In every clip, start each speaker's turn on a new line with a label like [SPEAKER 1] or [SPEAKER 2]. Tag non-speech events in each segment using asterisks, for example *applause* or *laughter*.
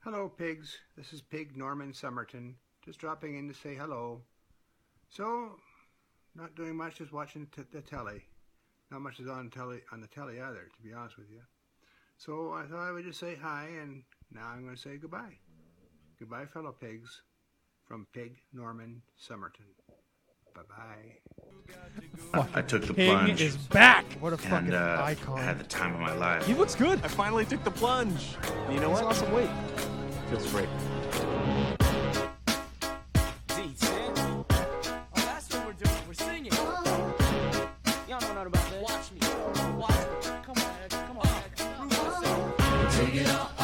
[SPEAKER 1] Hello, pigs. This is Pig Norman Summerton, just dropping in to say hello. So, not doing much, just watching t- the telly. Not much is on telly on the telly either, to be honest with you. So I thought I would just say hi, and now I'm going to say goodbye. Goodbye, fellow pigs, from Pig Norman Summerton. Bye bye.
[SPEAKER 2] I took the
[SPEAKER 3] Pig
[SPEAKER 2] plunge
[SPEAKER 3] is back.
[SPEAKER 4] What a
[SPEAKER 2] and
[SPEAKER 4] fucking
[SPEAKER 2] uh,
[SPEAKER 4] icon.
[SPEAKER 2] had the time of my life.
[SPEAKER 3] He looks good.
[SPEAKER 5] I finally took the plunge. And you know what? Lost some weight. Feels great.
[SPEAKER 6] Oh, that's what we're doing. We're singing. Y'all know nothing about this. Watch me. Watch me. Come on, Ed. Come on, Ed. Prove yourself.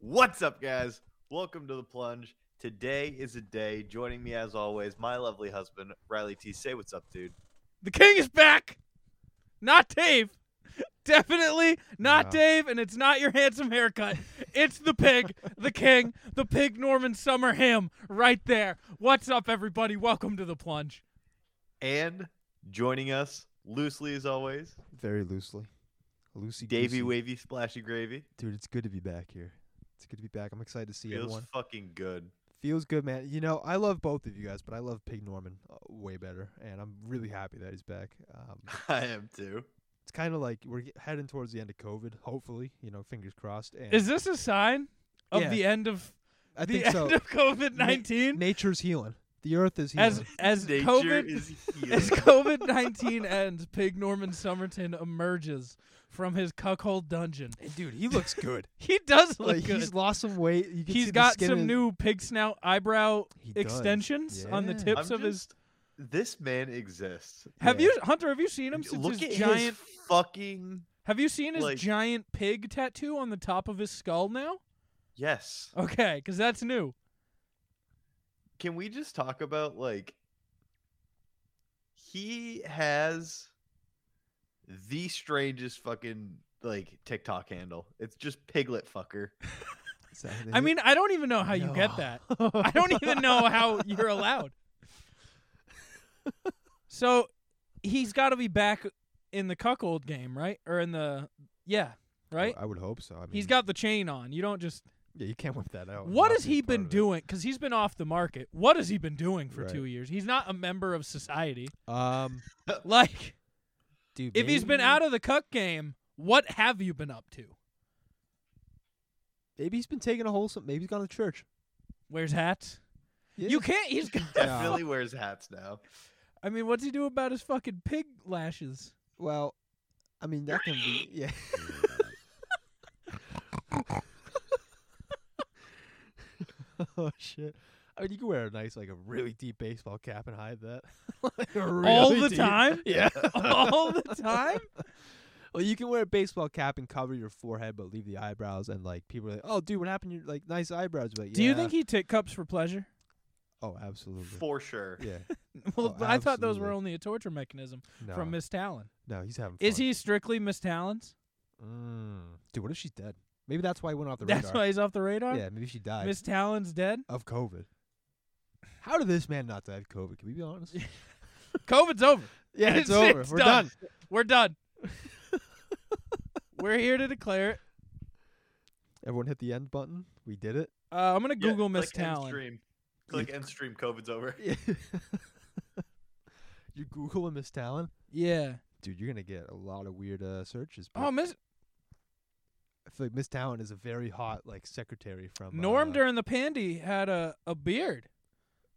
[SPEAKER 7] What's up, guys? Welcome to the plunge. Today is a day. Joining me, as always, my lovely husband, Riley T. Say what's up, dude.
[SPEAKER 3] The king is back. Not Dave. Definitely not
[SPEAKER 4] No.
[SPEAKER 3] Dave, and it's not your handsome haircut. It's the pig, the king, the pig Norman Summer him right there. What's up, everybody? Welcome to the plunge.
[SPEAKER 7] And joining us loosely, as always,
[SPEAKER 4] Very loosely. Lucy
[SPEAKER 7] Davy Wavy Splashy Gravy.
[SPEAKER 4] Dude, it's good to be back here. It's good to be back. I'm excited to see
[SPEAKER 7] Feels
[SPEAKER 4] everyone.
[SPEAKER 7] fucking good. *laughs*
[SPEAKER 4] Feels good, man. You know, I love both of you guys, but I love Pig Norman uh, way better, and I'm really happy that he's back. Um,
[SPEAKER 7] I am too.
[SPEAKER 4] it's kind of like we're ge- heading towards the end of COVID, hopefully. You know, fingers crossed. And
[SPEAKER 3] Is this a sign of
[SPEAKER 4] Yeah.
[SPEAKER 3] the end of
[SPEAKER 4] I
[SPEAKER 3] the
[SPEAKER 4] think
[SPEAKER 3] end
[SPEAKER 4] so.
[SPEAKER 3] of COVID nineteen?
[SPEAKER 4] Nature's healing. The Earth is healing.
[SPEAKER 3] as as
[SPEAKER 7] Nature
[SPEAKER 3] COVID *laughs*
[SPEAKER 7] is
[SPEAKER 3] As
[SPEAKER 7] healing.
[SPEAKER 3] COVID 19 ends, Pig Norman Summerton emerges from his cuckold dungeon.
[SPEAKER 4] dude, he looks good. *laughs*
[SPEAKER 3] He does *laughs* look
[SPEAKER 4] like
[SPEAKER 3] good.
[SPEAKER 4] he's lost some weight. You can see
[SPEAKER 3] he's
[SPEAKER 4] the
[SPEAKER 3] got
[SPEAKER 4] skin in
[SPEAKER 3] some
[SPEAKER 4] *laughs* his-
[SPEAKER 3] new pig snout eyebrow
[SPEAKER 4] He does.
[SPEAKER 3] extensions on the
[SPEAKER 4] Yeah.
[SPEAKER 3] tips
[SPEAKER 7] I'm
[SPEAKER 3] of his.
[SPEAKER 7] just- This man exists.
[SPEAKER 3] Have
[SPEAKER 4] Yeah.
[SPEAKER 3] you, Hunter? Have you seen him
[SPEAKER 7] And
[SPEAKER 3] since
[SPEAKER 7] Look
[SPEAKER 3] his
[SPEAKER 7] at
[SPEAKER 3] giant?
[SPEAKER 7] his fucking
[SPEAKER 3] have you seen his
[SPEAKER 7] like-
[SPEAKER 3] giant pig tattoo on the top of his skull now?
[SPEAKER 7] yes.
[SPEAKER 3] Okay, because that's new.
[SPEAKER 7] Can we just talk about like he has the strangest fucking like TikTok handle. It's just piglet
[SPEAKER 3] *laughs*
[SPEAKER 7] fucker.
[SPEAKER 4] Is that
[SPEAKER 3] I
[SPEAKER 4] it?
[SPEAKER 3] mean, I don't even know how you get
[SPEAKER 4] No. *laughs*
[SPEAKER 3] that. I don't even know how you're allowed. So he's got to be back in the cuckold game, right? Or in the yeah, right?
[SPEAKER 4] I would hope so. I mean,
[SPEAKER 3] He's got the chain on. You don't just.
[SPEAKER 4] Yeah, you can't whip that out. and
[SPEAKER 3] What
[SPEAKER 4] Oh, not
[SPEAKER 3] has
[SPEAKER 4] be a
[SPEAKER 3] he
[SPEAKER 4] part
[SPEAKER 3] been
[SPEAKER 4] of it.
[SPEAKER 3] doing? Because he's been off the market. What has he been doing for
[SPEAKER 4] Right.
[SPEAKER 3] two years? He's not a member of society.
[SPEAKER 4] Um,
[SPEAKER 3] Like,
[SPEAKER 4] dude,
[SPEAKER 3] if he's been out of the cuck game, what have you been up to?
[SPEAKER 4] maybe he's been taking a wholesome. Maybe he's gone to church.
[SPEAKER 3] Wears hats. You can't. He's. got-
[SPEAKER 7] Definitely wears hats now.
[SPEAKER 3] I mean, what's he do about his fucking pig lashes?
[SPEAKER 4] Well, I mean that
[SPEAKER 3] *laughs*
[SPEAKER 4] can be. Yeah. *laughs* oh shit. I mean, you can wear a nice, like a really deep baseball cap and hide that. *laughs* Like, a
[SPEAKER 3] All
[SPEAKER 4] really
[SPEAKER 3] the
[SPEAKER 4] deep-
[SPEAKER 3] time?
[SPEAKER 4] *laughs*
[SPEAKER 3] *laughs*
[SPEAKER 4] Yeah.
[SPEAKER 3] All the
[SPEAKER 4] *laughs*
[SPEAKER 3] time?
[SPEAKER 4] Well, you can wear a baseball cap and cover your forehead, but leave the eyebrows. And like people are like, "Oh, dude, what happened to your like nice eyebrows?" But
[SPEAKER 3] Do you think he took cups for pleasure?
[SPEAKER 4] Oh, absolutely.
[SPEAKER 7] For sure.
[SPEAKER 3] *laughs*
[SPEAKER 4] yeah.
[SPEAKER 3] Well,
[SPEAKER 4] Oh,
[SPEAKER 3] I thought those were
[SPEAKER 4] absolutely.
[SPEAKER 3] only a torture mechanism
[SPEAKER 4] No.
[SPEAKER 3] from Miss Talon.
[SPEAKER 4] No, he's having.
[SPEAKER 3] Is
[SPEAKER 4] fun.
[SPEAKER 3] he strictly Miss Talon's?
[SPEAKER 4] Mm. Dude, what if she's dead? Maybe that's why he went off the
[SPEAKER 3] That's
[SPEAKER 4] radar.
[SPEAKER 3] why he's off the radar?
[SPEAKER 4] Yeah, maybe she died
[SPEAKER 3] Miss Talon's dead? *laughs*
[SPEAKER 4] of COVID. How did this man not die of COVID? Can we
[SPEAKER 3] *laughs*
[SPEAKER 4] be honest?
[SPEAKER 3] COVID's over. *laughs*
[SPEAKER 4] yeah,
[SPEAKER 3] It's-
[SPEAKER 4] it's, over.
[SPEAKER 3] it's
[SPEAKER 4] We're
[SPEAKER 3] done.
[SPEAKER 4] done.
[SPEAKER 3] We're done. *laughs* We're here to declare it.
[SPEAKER 4] Everyone hit the end button. We did it.
[SPEAKER 3] Uh, I'm going to
[SPEAKER 7] Yeah,
[SPEAKER 3] Google Miss
[SPEAKER 7] click end
[SPEAKER 3] Talon.
[SPEAKER 7] Stream. Click end stream. COVID's
[SPEAKER 4] *laughs*
[SPEAKER 7] over.
[SPEAKER 4] you Google Miss Talon,
[SPEAKER 3] Yeah.
[SPEAKER 4] dude. You're gonna get a lot of weird uh, searches. but
[SPEAKER 3] Oh, Miss
[SPEAKER 4] I feel like Miss Talon is a very hot like secretary from
[SPEAKER 3] Norm
[SPEAKER 4] uh,
[SPEAKER 3] during the pandy had a, a beard.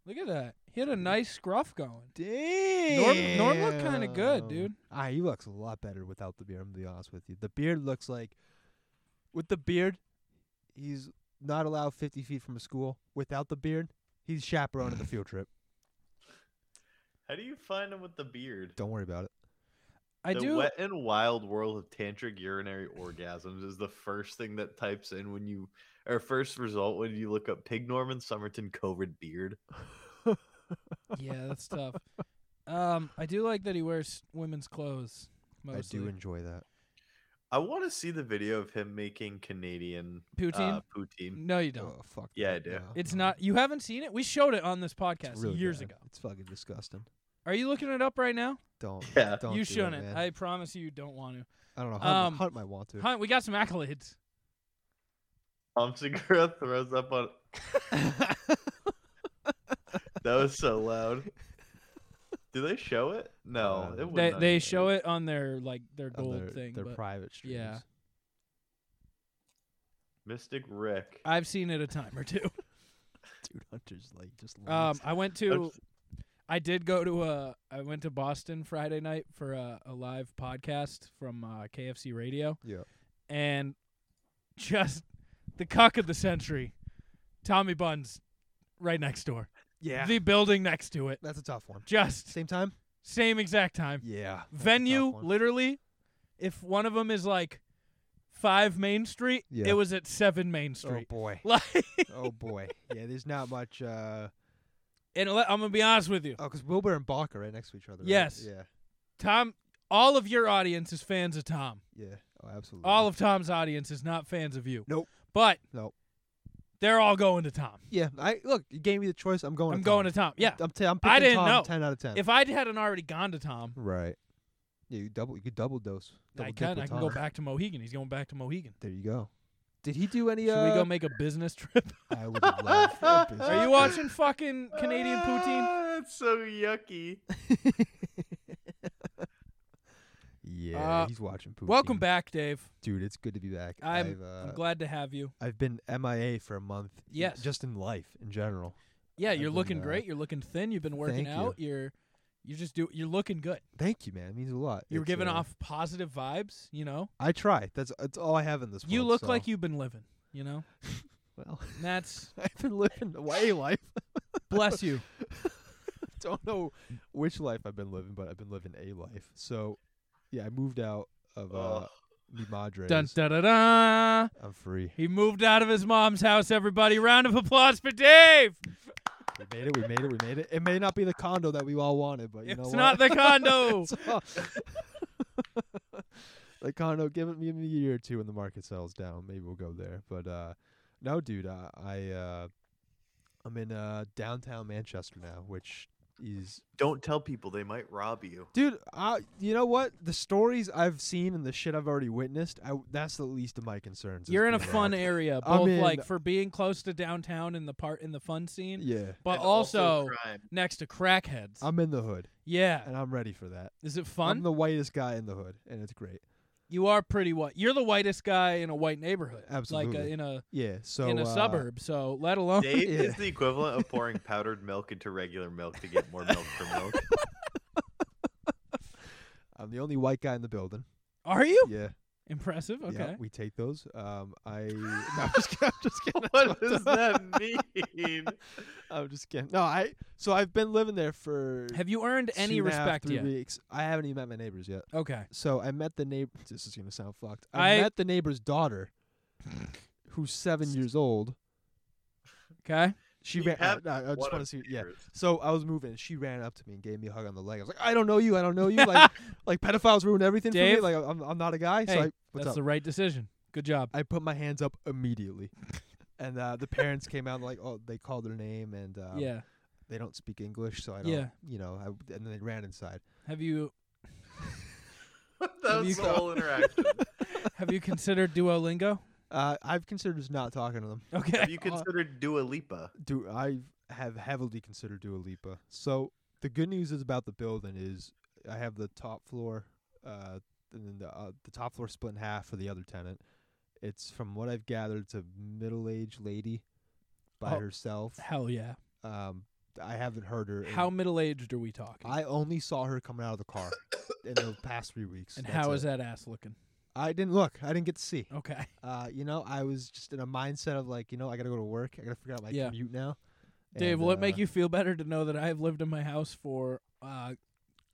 [SPEAKER 3] Look at that. He
[SPEAKER 4] Mm.
[SPEAKER 3] had a nice scruff going.
[SPEAKER 4] Damn.
[SPEAKER 3] Norm looked kinda good, dude.
[SPEAKER 4] Ah, he looks a lot better without the beard. I'm gonna be honest with you. The beard looks like, with the beard, he's not allowed 50 feet from a school. Without the beard, he's chaperoning the
[SPEAKER 3] *clears throat*
[SPEAKER 4] field trip.
[SPEAKER 7] How do you find him with the beard?
[SPEAKER 4] Don't worry about it.
[SPEAKER 3] I
[SPEAKER 7] the
[SPEAKER 3] do.
[SPEAKER 7] wet and wild world of tantric urinary orgasms is the first thing that types in when you or first result when you look up Pig Norman Summerton COVID beard.
[SPEAKER 3] *laughs* yeah, that's tough. Um, I do like that he wears women's clothes. Mostly.
[SPEAKER 4] I do enjoy that.
[SPEAKER 7] I want to see the video of him making Canadian
[SPEAKER 3] poutine.
[SPEAKER 7] uh, poutine.
[SPEAKER 3] no, you don't.
[SPEAKER 4] Oh fuck.
[SPEAKER 7] Yeah,
[SPEAKER 4] that.
[SPEAKER 7] I do.
[SPEAKER 4] No,
[SPEAKER 3] It's
[SPEAKER 4] no.
[SPEAKER 3] not. You haven't seen it. We showed it on this podcast
[SPEAKER 4] It's really
[SPEAKER 3] years
[SPEAKER 4] bad.
[SPEAKER 3] ago.
[SPEAKER 4] It's fucking disgusting.
[SPEAKER 3] Are you looking it up right now?
[SPEAKER 4] Don't.
[SPEAKER 7] Yeah.
[SPEAKER 4] don't do
[SPEAKER 3] you
[SPEAKER 4] it,
[SPEAKER 3] shouldn't.
[SPEAKER 4] man.
[SPEAKER 3] I promise you, you don't want to.
[SPEAKER 4] I don't know. Hunt,
[SPEAKER 3] um,
[SPEAKER 4] Hunt might want to.
[SPEAKER 3] Hunt, we got some accolades.
[SPEAKER 7] Tom Segura *laughs* throws up on. that was so loud. Do they show it? No,
[SPEAKER 4] Uh,
[SPEAKER 7] it would
[SPEAKER 3] They
[SPEAKER 7] not
[SPEAKER 3] they
[SPEAKER 7] be
[SPEAKER 3] show it on their like their
[SPEAKER 4] on
[SPEAKER 3] gold
[SPEAKER 4] their,
[SPEAKER 3] thing.
[SPEAKER 4] their
[SPEAKER 3] but
[SPEAKER 4] private streams.
[SPEAKER 3] yeah.
[SPEAKER 7] Mystic Rick.
[SPEAKER 3] I've seen it a time or two. *laughs*
[SPEAKER 4] *laughs* Dude, Hunter's like just.
[SPEAKER 3] Um,
[SPEAKER 4] lost.
[SPEAKER 3] I went
[SPEAKER 7] That's-
[SPEAKER 3] to, I did go to a, I went to Boston Friday night for a, a live podcast from uh, KFC Radio,
[SPEAKER 4] yeah.
[SPEAKER 3] and just the cuck of the century, Tommy Buns, right next door,
[SPEAKER 4] Yeah.
[SPEAKER 3] the building next to it,
[SPEAKER 4] That's a tough one.
[SPEAKER 3] just
[SPEAKER 4] Same time.
[SPEAKER 3] same exact time,
[SPEAKER 4] Yeah. that's a tough
[SPEAKER 3] venue
[SPEAKER 4] one.
[SPEAKER 3] literally, if one of them is like five Main Street,
[SPEAKER 4] Yeah.
[SPEAKER 3] it was at seven Main
[SPEAKER 4] Oh
[SPEAKER 3] Street. *laughs*
[SPEAKER 4] boy.
[SPEAKER 3] Like,
[SPEAKER 4] Oh boy. Yeah. There's not much. Uh,
[SPEAKER 3] and let- I'm gonna be honest with you,
[SPEAKER 4] oh, because Wilbur and Bach are right next to each other. right?
[SPEAKER 3] Yes.
[SPEAKER 4] Yeah.
[SPEAKER 3] Tom. All of your audience is fans of Tom.
[SPEAKER 4] Yeah. Oh, absolutely.
[SPEAKER 3] All of Tom's audience is not fans of you.
[SPEAKER 4] Nope.
[SPEAKER 3] But
[SPEAKER 4] Nope.
[SPEAKER 3] they're all going to Tom.
[SPEAKER 4] Yeah. I look. You gave me the choice. I'm going.
[SPEAKER 3] I'm
[SPEAKER 4] to
[SPEAKER 3] going
[SPEAKER 4] Tom.
[SPEAKER 3] to Tom. Yeah.
[SPEAKER 4] I'm. T- I'm picking
[SPEAKER 3] I didn't
[SPEAKER 4] Tom
[SPEAKER 3] know.
[SPEAKER 4] Ten out of ten.
[SPEAKER 3] If I hadn't already gone to Tom,
[SPEAKER 4] right. Yeah. You double. You could double dose. Double
[SPEAKER 3] I
[SPEAKER 4] dip
[SPEAKER 3] can.
[SPEAKER 4] with
[SPEAKER 3] I can
[SPEAKER 4] Tom.
[SPEAKER 3] go back to Mohegan. He's going back to Mohegan.
[SPEAKER 4] There you go. Did he do any?
[SPEAKER 3] Should
[SPEAKER 4] uh,
[SPEAKER 3] we go make a business
[SPEAKER 4] *laughs*
[SPEAKER 3] trip?
[SPEAKER 4] I would love.
[SPEAKER 3] *laughs*
[SPEAKER 4] a business
[SPEAKER 3] Are you
[SPEAKER 4] trip.
[SPEAKER 3] watching fucking Canadian poutine?
[SPEAKER 7] Ah, That's so yucky.
[SPEAKER 4] Yeah,
[SPEAKER 3] Uh,
[SPEAKER 4] he's watching poutine.
[SPEAKER 3] Welcome back, Dave.
[SPEAKER 4] dude. It's good to be back.
[SPEAKER 3] I'm
[SPEAKER 4] have uh,
[SPEAKER 3] I'm glad to have you.
[SPEAKER 4] I've been MIA for a month. in-
[SPEAKER 3] Yes.
[SPEAKER 4] just in life in general.
[SPEAKER 3] Yeah,
[SPEAKER 4] I've
[SPEAKER 3] you're
[SPEAKER 4] been,
[SPEAKER 3] looking
[SPEAKER 4] uh,
[SPEAKER 3] great. You're looking thin. You've been working
[SPEAKER 4] thank you.
[SPEAKER 3] out. You. are you're just do you're looking good.
[SPEAKER 4] Thank you, man. It means a lot.
[SPEAKER 3] You're
[SPEAKER 4] It's,
[SPEAKER 3] giving
[SPEAKER 4] uh,
[SPEAKER 3] off positive vibes, you know?
[SPEAKER 4] I try. That's that's all I have in this.
[SPEAKER 3] You
[SPEAKER 4] world,
[SPEAKER 3] look
[SPEAKER 4] so-
[SPEAKER 3] like you've been living, you
[SPEAKER 4] *laughs*
[SPEAKER 3] know?
[SPEAKER 4] Well,
[SPEAKER 3] And that's
[SPEAKER 4] I've been living way life. *laughs*
[SPEAKER 3] bless you.
[SPEAKER 4] Don't know which life I've been living, but I've been living a life. So, yeah, I moved out of uh,
[SPEAKER 7] Ugh.
[SPEAKER 4] Mi Madres.
[SPEAKER 3] Dun da da da.
[SPEAKER 4] I'm free.
[SPEAKER 3] He moved out of his mom's house, everybody. Round of applause for Dave.
[SPEAKER 4] We made it. We made it. We made it. It may not be the condo that we all wanted, but you know
[SPEAKER 3] it's
[SPEAKER 4] what?
[SPEAKER 3] not
[SPEAKER 4] *laughs*
[SPEAKER 3] the condo.
[SPEAKER 4] It's *laughs* all- *laughs* the condo. Give it me a year or two when the market settles down. Maybe we'll go there. But uh, no, dude, I, I uh, I'm in uh, downtown Manchester now, which is
[SPEAKER 7] Don't tell people; they might rob you.
[SPEAKER 4] dude. I, you know what? The stories I've seen and the shit I've already witnessed. I, that's the least of my concerns. is
[SPEAKER 3] You're in a
[SPEAKER 4] being
[SPEAKER 3] fun
[SPEAKER 4] robbed.
[SPEAKER 3] area,
[SPEAKER 4] I'm
[SPEAKER 3] both
[SPEAKER 4] in-
[SPEAKER 3] like for being close to downtown in the part in the fun scene,
[SPEAKER 4] Yeah,
[SPEAKER 3] but
[SPEAKER 7] And
[SPEAKER 3] also,
[SPEAKER 7] crime.
[SPEAKER 3] *laughs* next to crackheads.
[SPEAKER 4] I'm in the hood,
[SPEAKER 3] yeah,
[SPEAKER 4] and I'm ready for that.
[SPEAKER 3] is it
[SPEAKER 4] I'm
[SPEAKER 3] fun?
[SPEAKER 4] the whitest guy in the hood, and it's great.
[SPEAKER 3] you are pretty white. You're the whitest guy in a white neighborhood, like uh,
[SPEAKER 4] Absolutely.
[SPEAKER 3] in a
[SPEAKER 4] Yeah, so
[SPEAKER 3] in a
[SPEAKER 4] uh,
[SPEAKER 3] suburb. So let alone *laughs*
[SPEAKER 7] Dave
[SPEAKER 4] Yeah.
[SPEAKER 7] is the equivalent of pouring powdered milk into regular milk to get more milk from milk.
[SPEAKER 4] I'm the only white guy in the building.
[SPEAKER 3] are you
[SPEAKER 4] Yeah,
[SPEAKER 3] impressive? Okay,
[SPEAKER 4] yeah, we take those. Um, I
[SPEAKER 3] *laughs*
[SPEAKER 4] no, I'm just kidding. I'm just kidding.
[SPEAKER 7] what
[SPEAKER 4] *laughs*
[SPEAKER 7] does that mean?
[SPEAKER 4] I'm just kidding. No, I so I've been living there for
[SPEAKER 3] have you earned
[SPEAKER 4] two
[SPEAKER 3] any
[SPEAKER 4] and a half,
[SPEAKER 3] respect
[SPEAKER 4] three
[SPEAKER 3] yet?
[SPEAKER 4] Weeks. I haven't even met my neighbors yet.
[SPEAKER 3] Okay,
[SPEAKER 4] So I met the neighbor. This is gonna sound fucked. I,
[SPEAKER 3] I-
[SPEAKER 4] met the neighbor's
[SPEAKER 3] *sighs*
[SPEAKER 4] daughter, who's seven years old.
[SPEAKER 3] okay.
[SPEAKER 4] She
[SPEAKER 7] You
[SPEAKER 4] ran.
[SPEAKER 7] have
[SPEAKER 4] uh, no, I
[SPEAKER 7] One
[SPEAKER 4] just want to
[SPEAKER 7] of
[SPEAKER 4] see. Yeah.
[SPEAKER 7] yours.
[SPEAKER 4] So I was moving. She ran up to me and gave me a hug on the leg. I was like, I don't know you. I don't know you.
[SPEAKER 3] *laughs*
[SPEAKER 4] Like, like pedophiles ruin everything
[SPEAKER 3] Dave?
[SPEAKER 4] for me. Like, I'm, I'm not a guy.
[SPEAKER 3] Hey,
[SPEAKER 4] so I, what's
[SPEAKER 3] That's
[SPEAKER 4] up?
[SPEAKER 3] the right decision. Good job.
[SPEAKER 4] I put my hands up
[SPEAKER 3] *laughs*
[SPEAKER 4] immediately. and uh, the parents came out like, oh, they called their name and um,
[SPEAKER 3] yeah.
[SPEAKER 4] they don't speak English, so I don't,
[SPEAKER 3] Yeah.
[SPEAKER 4] you know, I, and then they ran inside.
[SPEAKER 3] Have you
[SPEAKER 7] *laughs* that
[SPEAKER 3] you
[SPEAKER 7] was the
[SPEAKER 3] go. *laughs*
[SPEAKER 7] whole interaction.
[SPEAKER 3] have you
[SPEAKER 4] *laughs*
[SPEAKER 3] considered Duolingo?
[SPEAKER 4] Uh, I've considered just not talking to them.
[SPEAKER 3] Okay.
[SPEAKER 7] Have you considered Dua Lipa?
[SPEAKER 4] Do I have heavily considered Dua Lipa. So the good news is about the building is I have the top floor, uh, and then the uh, the top floor split in half for the other tenant. It's from what I've gathered, it's a middle-aged lady by
[SPEAKER 3] Oh.
[SPEAKER 4] herself.
[SPEAKER 3] *laughs* Hell yeah.
[SPEAKER 4] Um, I haven't heard her. in
[SPEAKER 3] How middle aged are we talking?
[SPEAKER 4] I only saw her coming out of
[SPEAKER 3] *coughs*
[SPEAKER 4] the car in the past three weeks.
[SPEAKER 3] and
[SPEAKER 4] That's
[SPEAKER 3] how is Oh.
[SPEAKER 4] it.
[SPEAKER 3] that ass looking?
[SPEAKER 4] I didn't look. I didn't get to see.
[SPEAKER 3] Okay.
[SPEAKER 4] Uh, you know, I was just in a mindset of like, you know, I gotta go to work. I gotta figure out my
[SPEAKER 3] Yeah.
[SPEAKER 4] commute now.
[SPEAKER 3] Dave,
[SPEAKER 4] And,
[SPEAKER 3] will it make
[SPEAKER 4] uh,
[SPEAKER 3] you feel better to know that I have lived in my house for uh,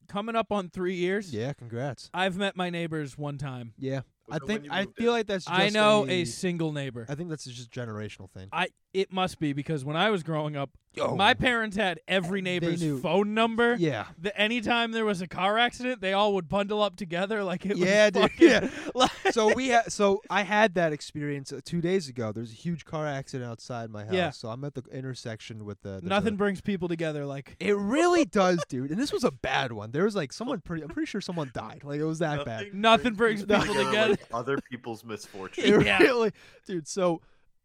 [SPEAKER 3] coming up on three years?
[SPEAKER 4] Yeah, congrats.
[SPEAKER 3] I've met my neighbors one time.
[SPEAKER 4] Yeah, I
[SPEAKER 2] Was it when
[SPEAKER 4] think
[SPEAKER 2] you
[SPEAKER 4] I
[SPEAKER 2] moved
[SPEAKER 4] feel
[SPEAKER 2] in?
[SPEAKER 4] like that's. Just
[SPEAKER 3] I know
[SPEAKER 4] a
[SPEAKER 3] a single neighbor.
[SPEAKER 4] I think that's just a generational thing.
[SPEAKER 3] I it must be because when I was growing up,
[SPEAKER 4] Yo.
[SPEAKER 3] my parents had every
[SPEAKER 4] They
[SPEAKER 3] neighbor's
[SPEAKER 4] knew.
[SPEAKER 3] phone number. *laughs*
[SPEAKER 4] Yeah.
[SPEAKER 3] The, anytime there was a car accident, they all would bundle up together like it
[SPEAKER 4] Yeah,
[SPEAKER 3] was
[SPEAKER 4] dude,
[SPEAKER 3] fucking,
[SPEAKER 4] yeah.
[SPEAKER 3] *laughs*
[SPEAKER 4] *laughs*
[SPEAKER 3] like,
[SPEAKER 4] so we ha- so I had that experience uh, two days ago. There's a huge car accident outside my house.
[SPEAKER 3] Yeah.
[SPEAKER 4] So I'm at the intersection with the, the
[SPEAKER 3] nothing brings people together like
[SPEAKER 4] it really does, dude. And this was a bad one. There was like someone pretty. I'm pretty sure someone died. Like it was that bad.
[SPEAKER 3] nothing brings people together.
[SPEAKER 7] like other people's *laughs* misfortune.
[SPEAKER 4] *laughs* It
[SPEAKER 3] Yeah.
[SPEAKER 4] really, dude. So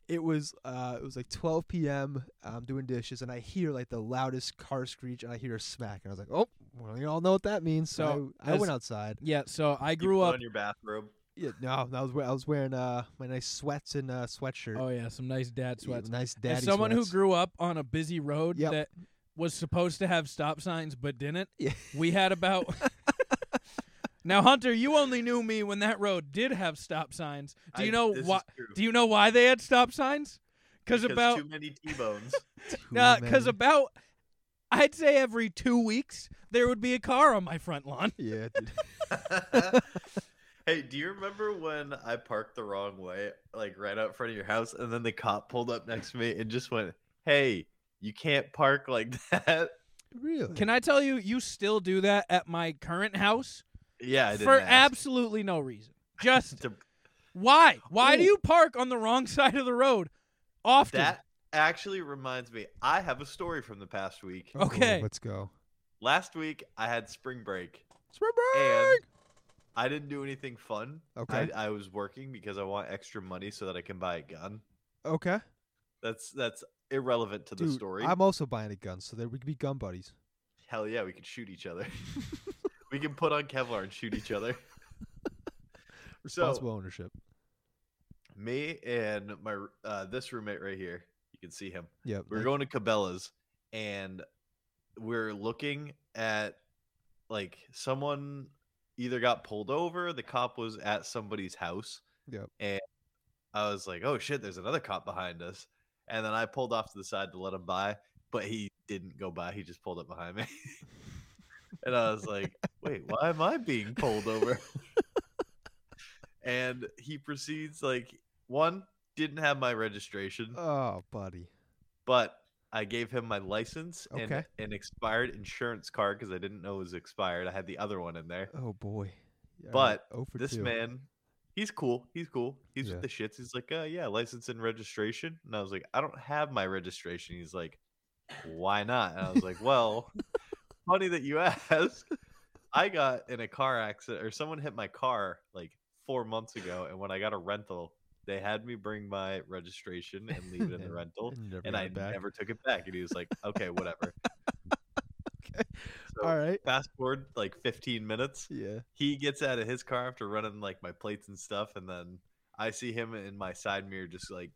[SPEAKER 4] it was uh it was like 12 p.m. I'm doing dishes and I hear like the loudest car screech and I hear a smack and I was like, oh, well, you all know what that means. So
[SPEAKER 3] So,
[SPEAKER 4] I, I
[SPEAKER 3] as-
[SPEAKER 4] went outside.
[SPEAKER 3] Yeah, so I
[SPEAKER 7] You
[SPEAKER 3] grew
[SPEAKER 7] put
[SPEAKER 3] up
[SPEAKER 7] on your bathrobe.
[SPEAKER 4] Yeah, no, I was we- I was wearing uh my nice sweats and uh sweatshirt.
[SPEAKER 3] Oh yeah, some nice dad
[SPEAKER 4] Yeah,
[SPEAKER 3] sweats.
[SPEAKER 4] Nice daddy
[SPEAKER 3] As someone
[SPEAKER 4] sweats.
[SPEAKER 3] who grew up on a busy road
[SPEAKER 4] Yep.
[SPEAKER 3] that was supposed to have stop signs but didn't,
[SPEAKER 4] Yeah.
[SPEAKER 3] we had
[SPEAKER 4] *laughs*
[SPEAKER 3] about. now, Hunter, you only knew me when that road did have stop signs. Do you
[SPEAKER 7] I-
[SPEAKER 3] know
[SPEAKER 7] this is
[SPEAKER 3] why?
[SPEAKER 7] true.
[SPEAKER 3] Do you know why they had stop signs? Cause about
[SPEAKER 7] too many
[SPEAKER 3] *laughs*
[SPEAKER 7] T-bones. *laughs*
[SPEAKER 4] Too
[SPEAKER 3] because
[SPEAKER 4] many.
[SPEAKER 3] about I'd say every two weeks there would be a car on my front lawn.
[SPEAKER 4] Yeah, dude. *laughs*
[SPEAKER 7] hey, do you remember when I parked the wrong way, like right out front of your house, and then the cop pulled up next to me and just went, "Hey, you can't park like *laughs* that."
[SPEAKER 4] really?
[SPEAKER 3] Can I tell you? You still do that at my current house
[SPEAKER 7] Yeah, I didn't
[SPEAKER 3] for
[SPEAKER 7] ask
[SPEAKER 3] absolutely no reason. Just
[SPEAKER 7] to-
[SPEAKER 3] Why? Why do
[SPEAKER 7] Ooh.
[SPEAKER 3] you park on the wrong *laughs* side of the road often?
[SPEAKER 7] that actually reminds me. I have a story from the past week.
[SPEAKER 4] Oh,
[SPEAKER 3] Okay.
[SPEAKER 4] let's go.
[SPEAKER 7] Last week I had spring break
[SPEAKER 4] Spring
[SPEAKER 7] and I didn't do anything fun.
[SPEAKER 4] Okay.
[SPEAKER 7] I, I was working because I want extra money so that I can buy a gun.
[SPEAKER 4] okay,
[SPEAKER 7] That's that's irrelevant to
[SPEAKER 4] dude.
[SPEAKER 7] the story.
[SPEAKER 4] I'm also buying a gun, so that we could be gun buddies.
[SPEAKER 7] Hell yeah, we could shoot each
[SPEAKER 4] *laughs*
[SPEAKER 7] other. *laughs* we can put on Kevlar and shoot each other.
[SPEAKER 4] Responsible ownership.
[SPEAKER 7] Me and my r- uh, this roommate right here, you can see him.
[SPEAKER 4] Yep.
[SPEAKER 7] We We're
[SPEAKER 4] like-
[SPEAKER 7] going to Cabela's, and we're looking at like someone either got pulled over. The cop was at somebody's house.
[SPEAKER 4] Yep.
[SPEAKER 7] And I was like, "Oh shit, there's another cop behind us." And then I pulled off to the side to let him by, but he didn't go by. He just pulled up behind me. *laughs* and I was like, "Wait, why am I being pulled
[SPEAKER 4] *laughs*
[SPEAKER 7] over?" and he proceeds like, "One, didn't have my registration."
[SPEAKER 4] Oh, buddy.
[SPEAKER 7] but I gave him my license and
[SPEAKER 4] Okay.
[SPEAKER 7] an expired insurance card because I didn't know it was expired. I had the other one in there.
[SPEAKER 4] Oh boy. Yeah,
[SPEAKER 7] But
[SPEAKER 4] oh for
[SPEAKER 7] this
[SPEAKER 4] two.
[SPEAKER 7] man, he's cool. He's cool. He's
[SPEAKER 4] Yeah.
[SPEAKER 7] with the shits. He's like, uh, yeah, license and registration. And I was like, I don't have my registration. He's like, why not? And I was like,
[SPEAKER 4] *laughs*
[SPEAKER 7] well, funny that you *laughs* ask. I got in a car accident, or someone hit my car like four months ago. And when I got a rental, they had me bring my registration and leave it in the
[SPEAKER 4] *laughs* And-
[SPEAKER 7] rental
[SPEAKER 4] and, never
[SPEAKER 7] and
[SPEAKER 4] got
[SPEAKER 7] I
[SPEAKER 4] it back.
[SPEAKER 7] never took it back. And he was like, "Okay,
[SPEAKER 4] *laughs*
[SPEAKER 7] whatever." So
[SPEAKER 4] All right.
[SPEAKER 7] fast forward like 15 minutes,
[SPEAKER 4] Yeah.
[SPEAKER 7] he gets out of his car after running like my plates and stuff, and then I see him in my side mirror just like,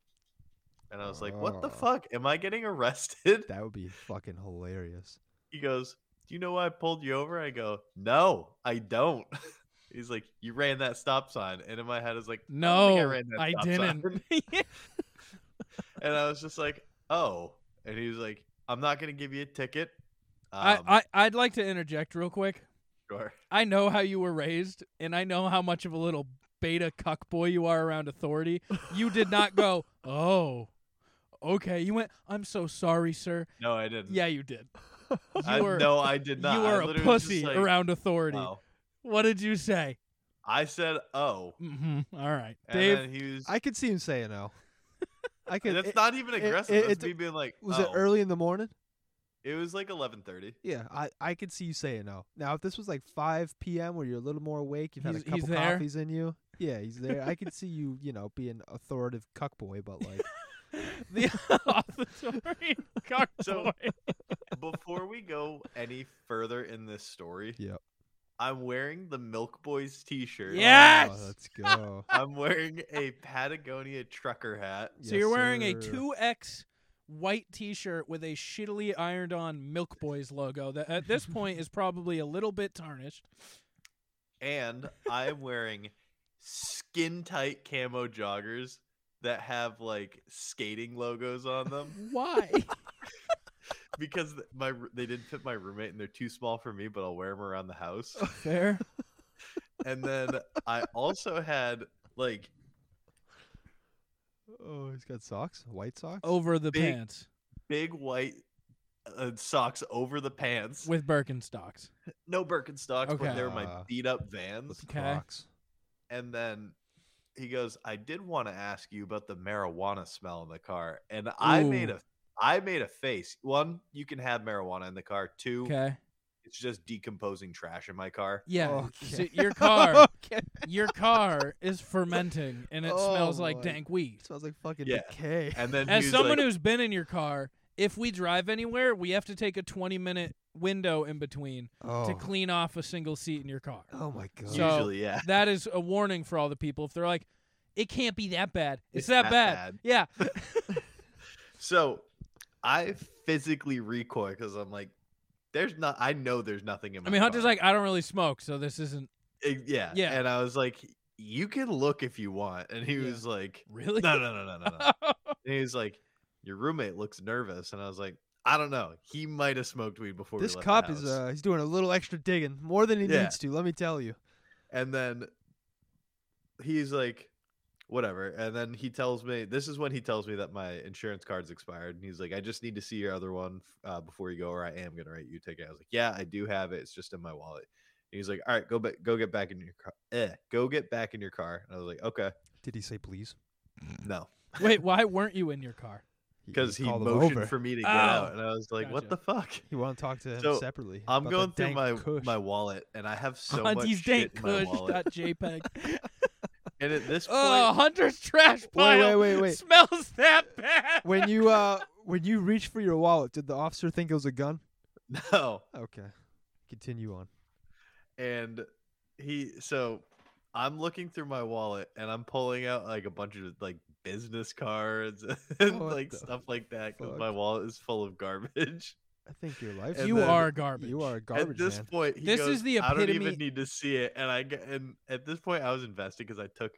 [SPEAKER 7] and I was like, "What the
[SPEAKER 4] Oh.
[SPEAKER 7] fuck? Am I getting
[SPEAKER 4] *laughs*
[SPEAKER 7] arrested?"
[SPEAKER 4] That would be fucking hilarious.
[SPEAKER 7] He goes, "Do you know why I pulled you over?" I go, "No, I don't." *laughs* He's like, "You ran that stop sign," and in my head, I was like, "I don't think
[SPEAKER 3] No, I
[SPEAKER 7] stop sign."
[SPEAKER 3] didn't. *laughs*
[SPEAKER 7] And I was just like, "Oh," and he was like, "I'm not gonna give you a ticket."
[SPEAKER 3] I,
[SPEAKER 7] Um,
[SPEAKER 3] I, I'd like to interject real quick.
[SPEAKER 7] Sure.
[SPEAKER 3] I know how you were raised, and I know how much of a little beta cuck boy you are around authority. You did not
[SPEAKER 7] *laughs*
[SPEAKER 3] go, oh, okay. You went, I'm so sorry, sir.
[SPEAKER 7] No, I didn't.
[SPEAKER 3] Yeah, you
[SPEAKER 7] *laughs*
[SPEAKER 3] did. You
[SPEAKER 7] I,
[SPEAKER 3] were,
[SPEAKER 7] no, I did not.
[SPEAKER 3] you
[SPEAKER 7] I
[SPEAKER 3] were a
[SPEAKER 7] literally was just
[SPEAKER 3] pussy
[SPEAKER 7] like,
[SPEAKER 3] around authority.
[SPEAKER 7] "Oh."
[SPEAKER 3] What did you say?
[SPEAKER 7] I said, "Oh,"
[SPEAKER 3] Mm-hmm. All right,
[SPEAKER 7] and
[SPEAKER 3] Dave.
[SPEAKER 7] then he was.
[SPEAKER 4] I could see him saying no. I
[SPEAKER 7] *laughs*
[SPEAKER 4] could.
[SPEAKER 7] that's
[SPEAKER 4] it-
[SPEAKER 7] not even
[SPEAKER 4] it-
[SPEAKER 7] aggressive.
[SPEAKER 4] it-
[SPEAKER 7] that's
[SPEAKER 4] it-
[SPEAKER 7] me being like,
[SPEAKER 4] Was it
[SPEAKER 7] "Oh."
[SPEAKER 4] early in the morning?
[SPEAKER 7] It was like 11:30.
[SPEAKER 4] Yeah, I, I could see you saying no. Now, if this was like 5 p.m. where you're a little more awake, you've had
[SPEAKER 3] He's-
[SPEAKER 4] a
[SPEAKER 3] he's
[SPEAKER 4] couple
[SPEAKER 3] there.
[SPEAKER 4] coffees in you. Yeah, he's there. I could see you, you know, being authoritative cuckboy,
[SPEAKER 3] *laughs*
[SPEAKER 4] but like,
[SPEAKER 3] the
[SPEAKER 7] *laughs*
[SPEAKER 3] *laughs* authority card
[SPEAKER 7] So-
[SPEAKER 3] boy.
[SPEAKER 7] Before we go any further in this story,
[SPEAKER 4] Yep.
[SPEAKER 7] I'm wearing the Milk Boys T-shirt.
[SPEAKER 3] Yes!
[SPEAKER 4] oh,
[SPEAKER 3] *laughs*
[SPEAKER 4] let's go.
[SPEAKER 7] I'm wearing a Patagonia trucker hat.
[SPEAKER 3] So you're
[SPEAKER 4] Yes,
[SPEAKER 3] wearing a
[SPEAKER 4] sir.
[SPEAKER 3] 2X white t-shirt with a shittily ironed on Milk Boys logo that at
[SPEAKER 4] *laughs*
[SPEAKER 3] this point is probably a little bit tarnished.
[SPEAKER 7] and I am wearing skin tight camo joggers that have like skating logos on them
[SPEAKER 3] *laughs* Why?
[SPEAKER 7] because th- my r- they didn't fit my roommate and they're too small for me, but I'll wear them around the house.
[SPEAKER 3] Fair.
[SPEAKER 7] and then I also had like
[SPEAKER 4] Oh, he's got socks, white socks.
[SPEAKER 3] over the
[SPEAKER 7] Big-
[SPEAKER 3] pants
[SPEAKER 7] big white uh, socks over the pants.
[SPEAKER 3] with Birkenstocks.
[SPEAKER 7] no Birkenstocks, but they were my
[SPEAKER 4] Ah.
[SPEAKER 7] beat up Vans.
[SPEAKER 4] with
[SPEAKER 3] Okay.
[SPEAKER 4] Crocs.
[SPEAKER 7] And then he goes, "I did want to ask you about the marijuana smell in the car." And I made
[SPEAKER 3] Ooh.
[SPEAKER 7] a I made a face. One, you can have marijuana in the car. Two,
[SPEAKER 3] Okay.
[SPEAKER 7] it's just decomposing trash in my car.
[SPEAKER 3] Yeah.
[SPEAKER 4] Oh, Okay.
[SPEAKER 3] so your
[SPEAKER 4] *laughs*
[SPEAKER 3] car,
[SPEAKER 4] okay.
[SPEAKER 3] your car is fermenting and it smells
[SPEAKER 4] Oh
[SPEAKER 3] like
[SPEAKER 4] my.
[SPEAKER 3] dank weed.
[SPEAKER 4] Smells like fucking
[SPEAKER 7] Yeah.
[SPEAKER 4] decay.
[SPEAKER 7] And then
[SPEAKER 3] As
[SPEAKER 7] he's
[SPEAKER 3] someone
[SPEAKER 7] like,
[SPEAKER 3] who's been in your car, if we drive anywhere, we have to take a 20 minute window in between
[SPEAKER 4] Oh.
[SPEAKER 3] to clean off a single seat in your car.
[SPEAKER 4] oh my god.
[SPEAKER 3] So-
[SPEAKER 7] usually, yeah,
[SPEAKER 3] That is a warning for all the people. If they're like, it can't be that bad. It's,
[SPEAKER 7] It's
[SPEAKER 3] that,
[SPEAKER 7] that
[SPEAKER 3] bad.
[SPEAKER 7] bad.
[SPEAKER 3] Yeah.
[SPEAKER 7] So I physically recoil because I'm like, "There's not." I know there's nothing in my.
[SPEAKER 3] I mean, Hunter's
[SPEAKER 7] car.
[SPEAKER 3] like, I don't really smoke, so this isn't *laughs*
[SPEAKER 7] Eh, "Yeah,
[SPEAKER 3] Yeah.
[SPEAKER 7] And I was like, "You can look if you want," and he
[SPEAKER 3] Yeah.
[SPEAKER 7] was like,
[SPEAKER 3] really.
[SPEAKER 7] "No, no, no, no, no, no." And he was like, "Your roommate looks nervous," and I was like, "I don't know. He might have smoked weed before."
[SPEAKER 4] This
[SPEAKER 7] we left
[SPEAKER 4] cop
[SPEAKER 7] the
[SPEAKER 4] is
[SPEAKER 7] house."
[SPEAKER 4] uh he's doing a little extra digging, more than he
[SPEAKER 7] Yeah.
[SPEAKER 4] needs to, let me tell you.
[SPEAKER 7] And then he's like, "Whatever." And then he tells me, "This is when he tells me that my insurance card's expired." And he's like, "I just need to see your other one uh, before you go, or I am gonna write you a ticket." I was like, "Yeah, I do have it. It's just in my wallet." And he's like, "All right, go back, go get back in your car. Eh, go get back in your car." And I was like, "Okay,
[SPEAKER 4] Did he say please?
[SPEAKER 7] no."
[SPEAKER 3] *laughs* Wait, why weren't you in your car?
[SPEAKER 7] Because he
[SPEAKER 4] Mm, called him over.
[SPEAKER 7] motioned for me to
[SPEAKER 3] Oh,
[SPEAKER 7] get out, and I was like,
[SPEAKER 3] gotcha.
[SPEAKER 7] "What the fuck?"
[SPEAKER 4] He want to talk to him
[SPEAKER 7] So,
[SPEAKER 4] separately.
[SPEAKER 7] I'm
[SPEAKER 4] about
[SPEAKER 7] going
[SPEAKER 4] the
[SPEAKER 7] through
[SPEAKER 4] dank
[SPEAKER 7] my
[SPEAKER 4] kush.
[SPEAKER 7] my wallet, and I have
[SPEAKER 3] *laughs*
[SPEAKER 7] so much
[SPEAKER 3] Auntie's
[SPEAKER 7] shit
[SPEAKER 3] dank
[SPEAKER 7] in my
[SPEAKER 3] kush
[SPEAKER 7] wallet.
[SPEAKER 4] *laughs*
[SPEAKER 3] dot JPEG.
[SPEAKER 7] And at this point,
[SPEAKER 3] oh, Hunter's trash
[SPEAKER 4] Wait,
[SPEAKER 3] pile.
[SPEAKER 4] wait, wait, wait.
[SPEAKER 3] Smells that bad. *laughs*
[SPEAKER 4] when you uh when you reached for your wallet, did the officer think it was a gun?
[SPEAKER 7] *laughs* no.
[SPEAKER 4] Okay. Continue on.
[SPEAKER 7] And he, so I'm looking through my wallet, and I'm pulling out like a bunch of like business cards *laughs* and
[SPEAKER 4] What
[SPEAKER 7] like
[SPEAKER 4] the
[SPEAKER 7] stuff like that because my
[SPEAKER 4] fuck?
[SPEAKER 7] wallet is full of garbage. *laughs*
[SPEAKER 4] I think your life.
[SPEAKER 7] And
[SPEAKER 3] you
[SPEAKER 7] then-
[SPEAKER 3] are garbage.
[SPEAKER 4] You are a
[SPEAKER 7] at
[SPEAKER 4] garbage
[SPEAKER 7] this
[SPEAKER 4] man.
[SPEAKER 7] point, he
[SPEAKER 3] This is
[SPEAKER 7] goes,
[SPEAKER 3] the
[SPEAKER 7] I don't
[SPEAKER 3] epitome-
[SPEAKER 7] even need to see it, and I g- and at this point, I was invested because I took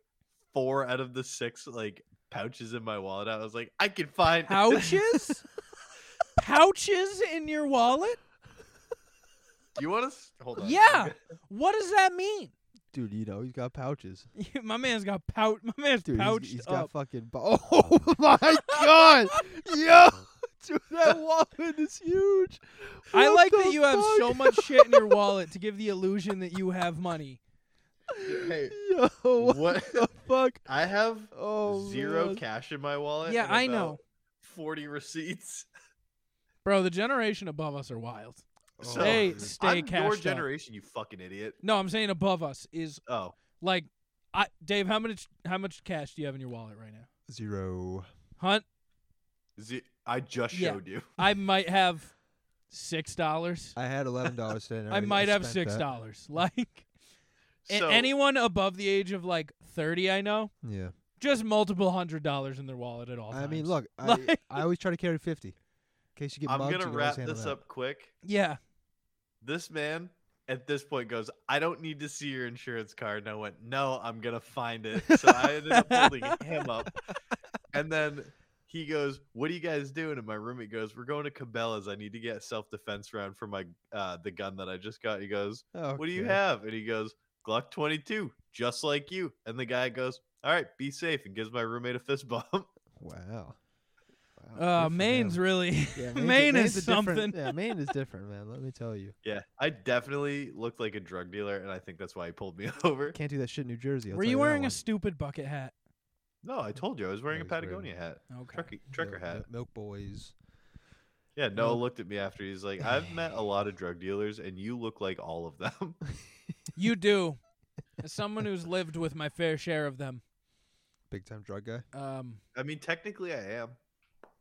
[SPEAKER 7] four out of the six like pouches in my wallet. I was like, I can find
[SPEAKER 3] pouches.
[SPEAKER 4] *laughs*
[SPEAKER 3] pouches in your wallet?
[SPEAKER 7] *laughs* Do you want to hold on? I'm
[SPEAKER 3] Yeah.
[SPEAKER 7] gonna-
[SPEAKER 3] What does that mean? *laughs*
[SPEAKER 4] Dude, you know, he's got pouches.
[SPEAKER 3] my man's got pout. My man's
[SPEAKER 4] Dude, he's-
[SPEAKER 3] pouched
[SPEAKER 4] he's
[SPEAKER 3] up.
[SPEAKER 4] got fucking. Bo- *laughs* oh my god! Yo! *laughs* Dude, that wallet is huge.
[SPEAKER 3] I
[SPEAKER 4] What
[SPEAKER 3] like
[SPEAKER 4] the
[SPEAKER 3] that you have so
[SPEAKER 4] fuck?
[SPEAKER 3] much shit in your wallet to give the illusion that you have money.
[SPEAKER 7] Hey,
[SPEAKER 4] Yo, what,
[SPEAKER 7] what?
[SPEAKER 4] the fuck?
[SPEAKER 7] *laughs* I have
[SPEAKER 4] Oh,
[SPEAKER 7] zero
[SPEAKER 4] man.
[SPEAKER 7] cash in my wallet.
[SPEAKER 3] Yeah,
[SPEAKER 7] and
[SPEAKER 3] I
[SPEAKER 7] about
[SPEAKER 3] know.
[SPEAKER 7] Forty receipts. *laughs*
[SPEAKER 3] Bro, the generation above us are wild.
[SPEAKER 4] Oh,
[SPEAKER 7] So
[SPEAKER 3] Hey, stay
[SPEAKER 7] I'm
[SPEAKER 3] cashed
[SPEAKER 7] your
[SPEAKER 3] up.
[SPEAKER 7] generation, you fucking idiot.
[SPEAKER 3] No, I'm saying above us is
[SPEAKER 7] Oh,
[SPEAKER 3] like I Dave, how much how much cash do you have in your wallet right now?
[SPEAKER 4] Zero.
[SPEAKER 3] Hunt,
[SPEAKER 7] Z- I just
[SPEAKER 3] Yeah.
[SPEAKER 7] showed you.
[SPEAKER 3] I might have six dollars.
[SPEAKER 4] I had eleven dollars today. and
[SPEAKER 3] I
[SPEAKER 4] already-
[SPEAKER 3] might have
[SPEAKER 4] spent
[SPEAKER 3] six
[SPEAKER 4] that.
[SPEAKER 3] dollars. *laughs* Like a-
[SPEAKER 7] So,
[SPEAKER 3] anyone above the age of like thirty I know,
[SPEAKER 4] Yeah.
[SPEAKER 3] just multiple hundred dollars in their wallet at all
[SPEAKER 4] I
[SPEAKER 3] times.
[SPEAKER 4] mean, look, I,
[SPEAKER 3] *laughs* Like-
[SPEAKER 4] I always try to carry fifty. In case you get
[SPEAKER 7] I'm
[SPEAKER 4] mugged,
[SPEAKER 7] gonna
[SPEAKER 4] you can always
[SPEAKER 7] wrap
[SPEAKER 4] handle
[SPEAKER 7] this
[SPEAKER 4] that.
[SPEAKER 7] up quick.
[SPEAKER 3] Yeah.
[SPEAKER 7] This man at this point goes, "I don't need to see your insurance card," and I went, "No, I'm gonna find it." So I ended up holding him up, and then. He goes, "What are you guys doing?" And my roommate goes, "We're going to Cabela's. I need to get self-defense round for my uh, the gun that I just got." He goes, What do you
[SPEAKER 4] Okay.
[SPEAKER 7] have? And he goes, Glock 22, just like you. And the guy goes, All right, be safe, and gives my roommate a fist *laughs* bump.
[SPEAKER 4] Wow. Wow, good
[SPEAKER 3] Uh
[SPEAKER 4] for
[SPEAKER 3] Maine's
[SPEAKER 4] him.
[SPEAKER 3] really
[SPEAKER 4] Yeah, Maine's a-
[SPEAKER 3] Maine is
[SPEAKER 4] Maine's a different-
[SPEAKER 3] something.
[SPEAKER 4] Yeah, Maine is different, man. Let me tell you,
[SPEAKER 7] yeah, I definitely looked like a drug dealer, and I think that's why he pulled me *laughs* over.
[SPEAKER 4] can't do that shit in New Jersey. I'll
[SPEAKER 3] Were
[SPEAKER 4] tell
[SPEAKER 3] you
[SPEAKER 4] that
[SPEAKER 3] wearing
[SPEAKER 4] one.
[SPEAKER 3] a stupid bucket hat?
[SPEAKER 7] No, I told you I was wearing a
[SPEAKER 4] No, he's wearing-
[SPEAKER 7] Patagonia hat,
[SPEAKER 3] Okay.
[SPEAKER 7] trucker, trucker
[SPEAKER 4] Milk-
[SPEAKER 7] hat.
[SPEAKER 4] Milk, Milk Boys?
[SPEAKER 7] Yeah, Noah
[SPEAKER 4] Nope.
[SPEAKER 7] looked at me after he's like, I've met a lot of drug dealers, and you look like all of them. *laughs*
[SPEAKER 3] You do. As someone who's lived with my fair share of them,
[SPEAKER 4] Big time drug guy.
[SPEAKER 3] um,
[SPEAKER 7] I mean, technically, I am.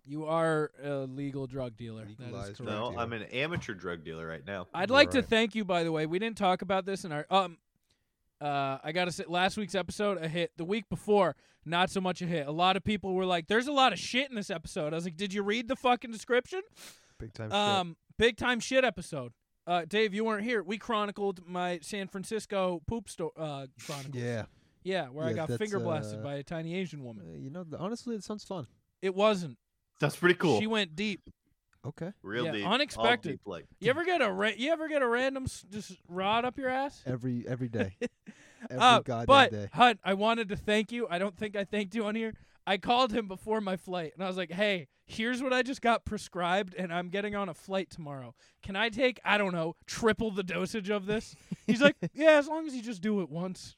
[SPEAKER 3] you are a legal drug dealer. that is
[SPEAKER 4] Legalized
[SPEAKER 3] correct.
[SPEAKER 4] Drug
[SPEAKER 7] No,
[SPEAKER 4] dealer.
[SPEAKER 7] I'm an amateur drug dealer right now.
[SPEAKER 3] I'd like to
[SPEAKER 4] Right.
[SPEAKER 3] thank you, by the way. We didn't talk about this in our um. Uh, I gotta say, last week's episode a hit. The week before, not so much a hit. A lot of people were like, "There's a lot of shit in this episode." I was like, "Did you read the fucking description?"
[SPEAKER 4] Big time. Oh, shit.
[SPEAKER 3] Um, big time shit episode. Uh, Dave, you weren't here. We chronicled my San Francisco poop store. Uh, chronicles.
[SPEAKER 4] Yeah.
[SPEAKER 3] yeah, where I
[SPEAKER 4] Yeah,
[SPEAKER 3] got
[SPEAKER 4] that's,
[SPEAKER 3] finger blasted
[SPEAKER 4] uh,
[SPEAKER 3] by a tiny Asian
[SPEAKER 4] Uh,
[SPEAKER 3] woman.
[SPEAKER 4] you know, th- honestly, it sounds fun.
[SPEAKER 3] It wasn't.
[SPEAKER 7] That's pretty cool.
[SPEAKER 3] She went deep.
[SPEAKER 4] Okay.
[SPEAKER 3] *laughs*
[SPEAKER 7] Real
[SPEAKER 3] yeah,
[SPEAKER 7] deep, all
[SPEAKER 3] unexpected.
[SPEAKER 7] deep, like
[SPEAKER 3] You ever get a ra- you ever get a random s- just rod up your ass?
[SPEAKER 4] Every every day. every
[SPEAKER 3] Uh,
[SPEAKER 4] goddamn
[SPEAKER 3] but
[SPEAKER 4] day.
[SPEAKER 3] Hunt, I wanted to thank you. I don't think I thanked you on here. I called him before my flight and I was like, "Hey, here's what I just got prescribed, and I'm getting on a flight tomorrow. Can I take I don't know triple the dosage of this?" He's
[SPEAKER 4] *laughs*
[SPEAKER 3] like, "Yeah, as long as you just do it once."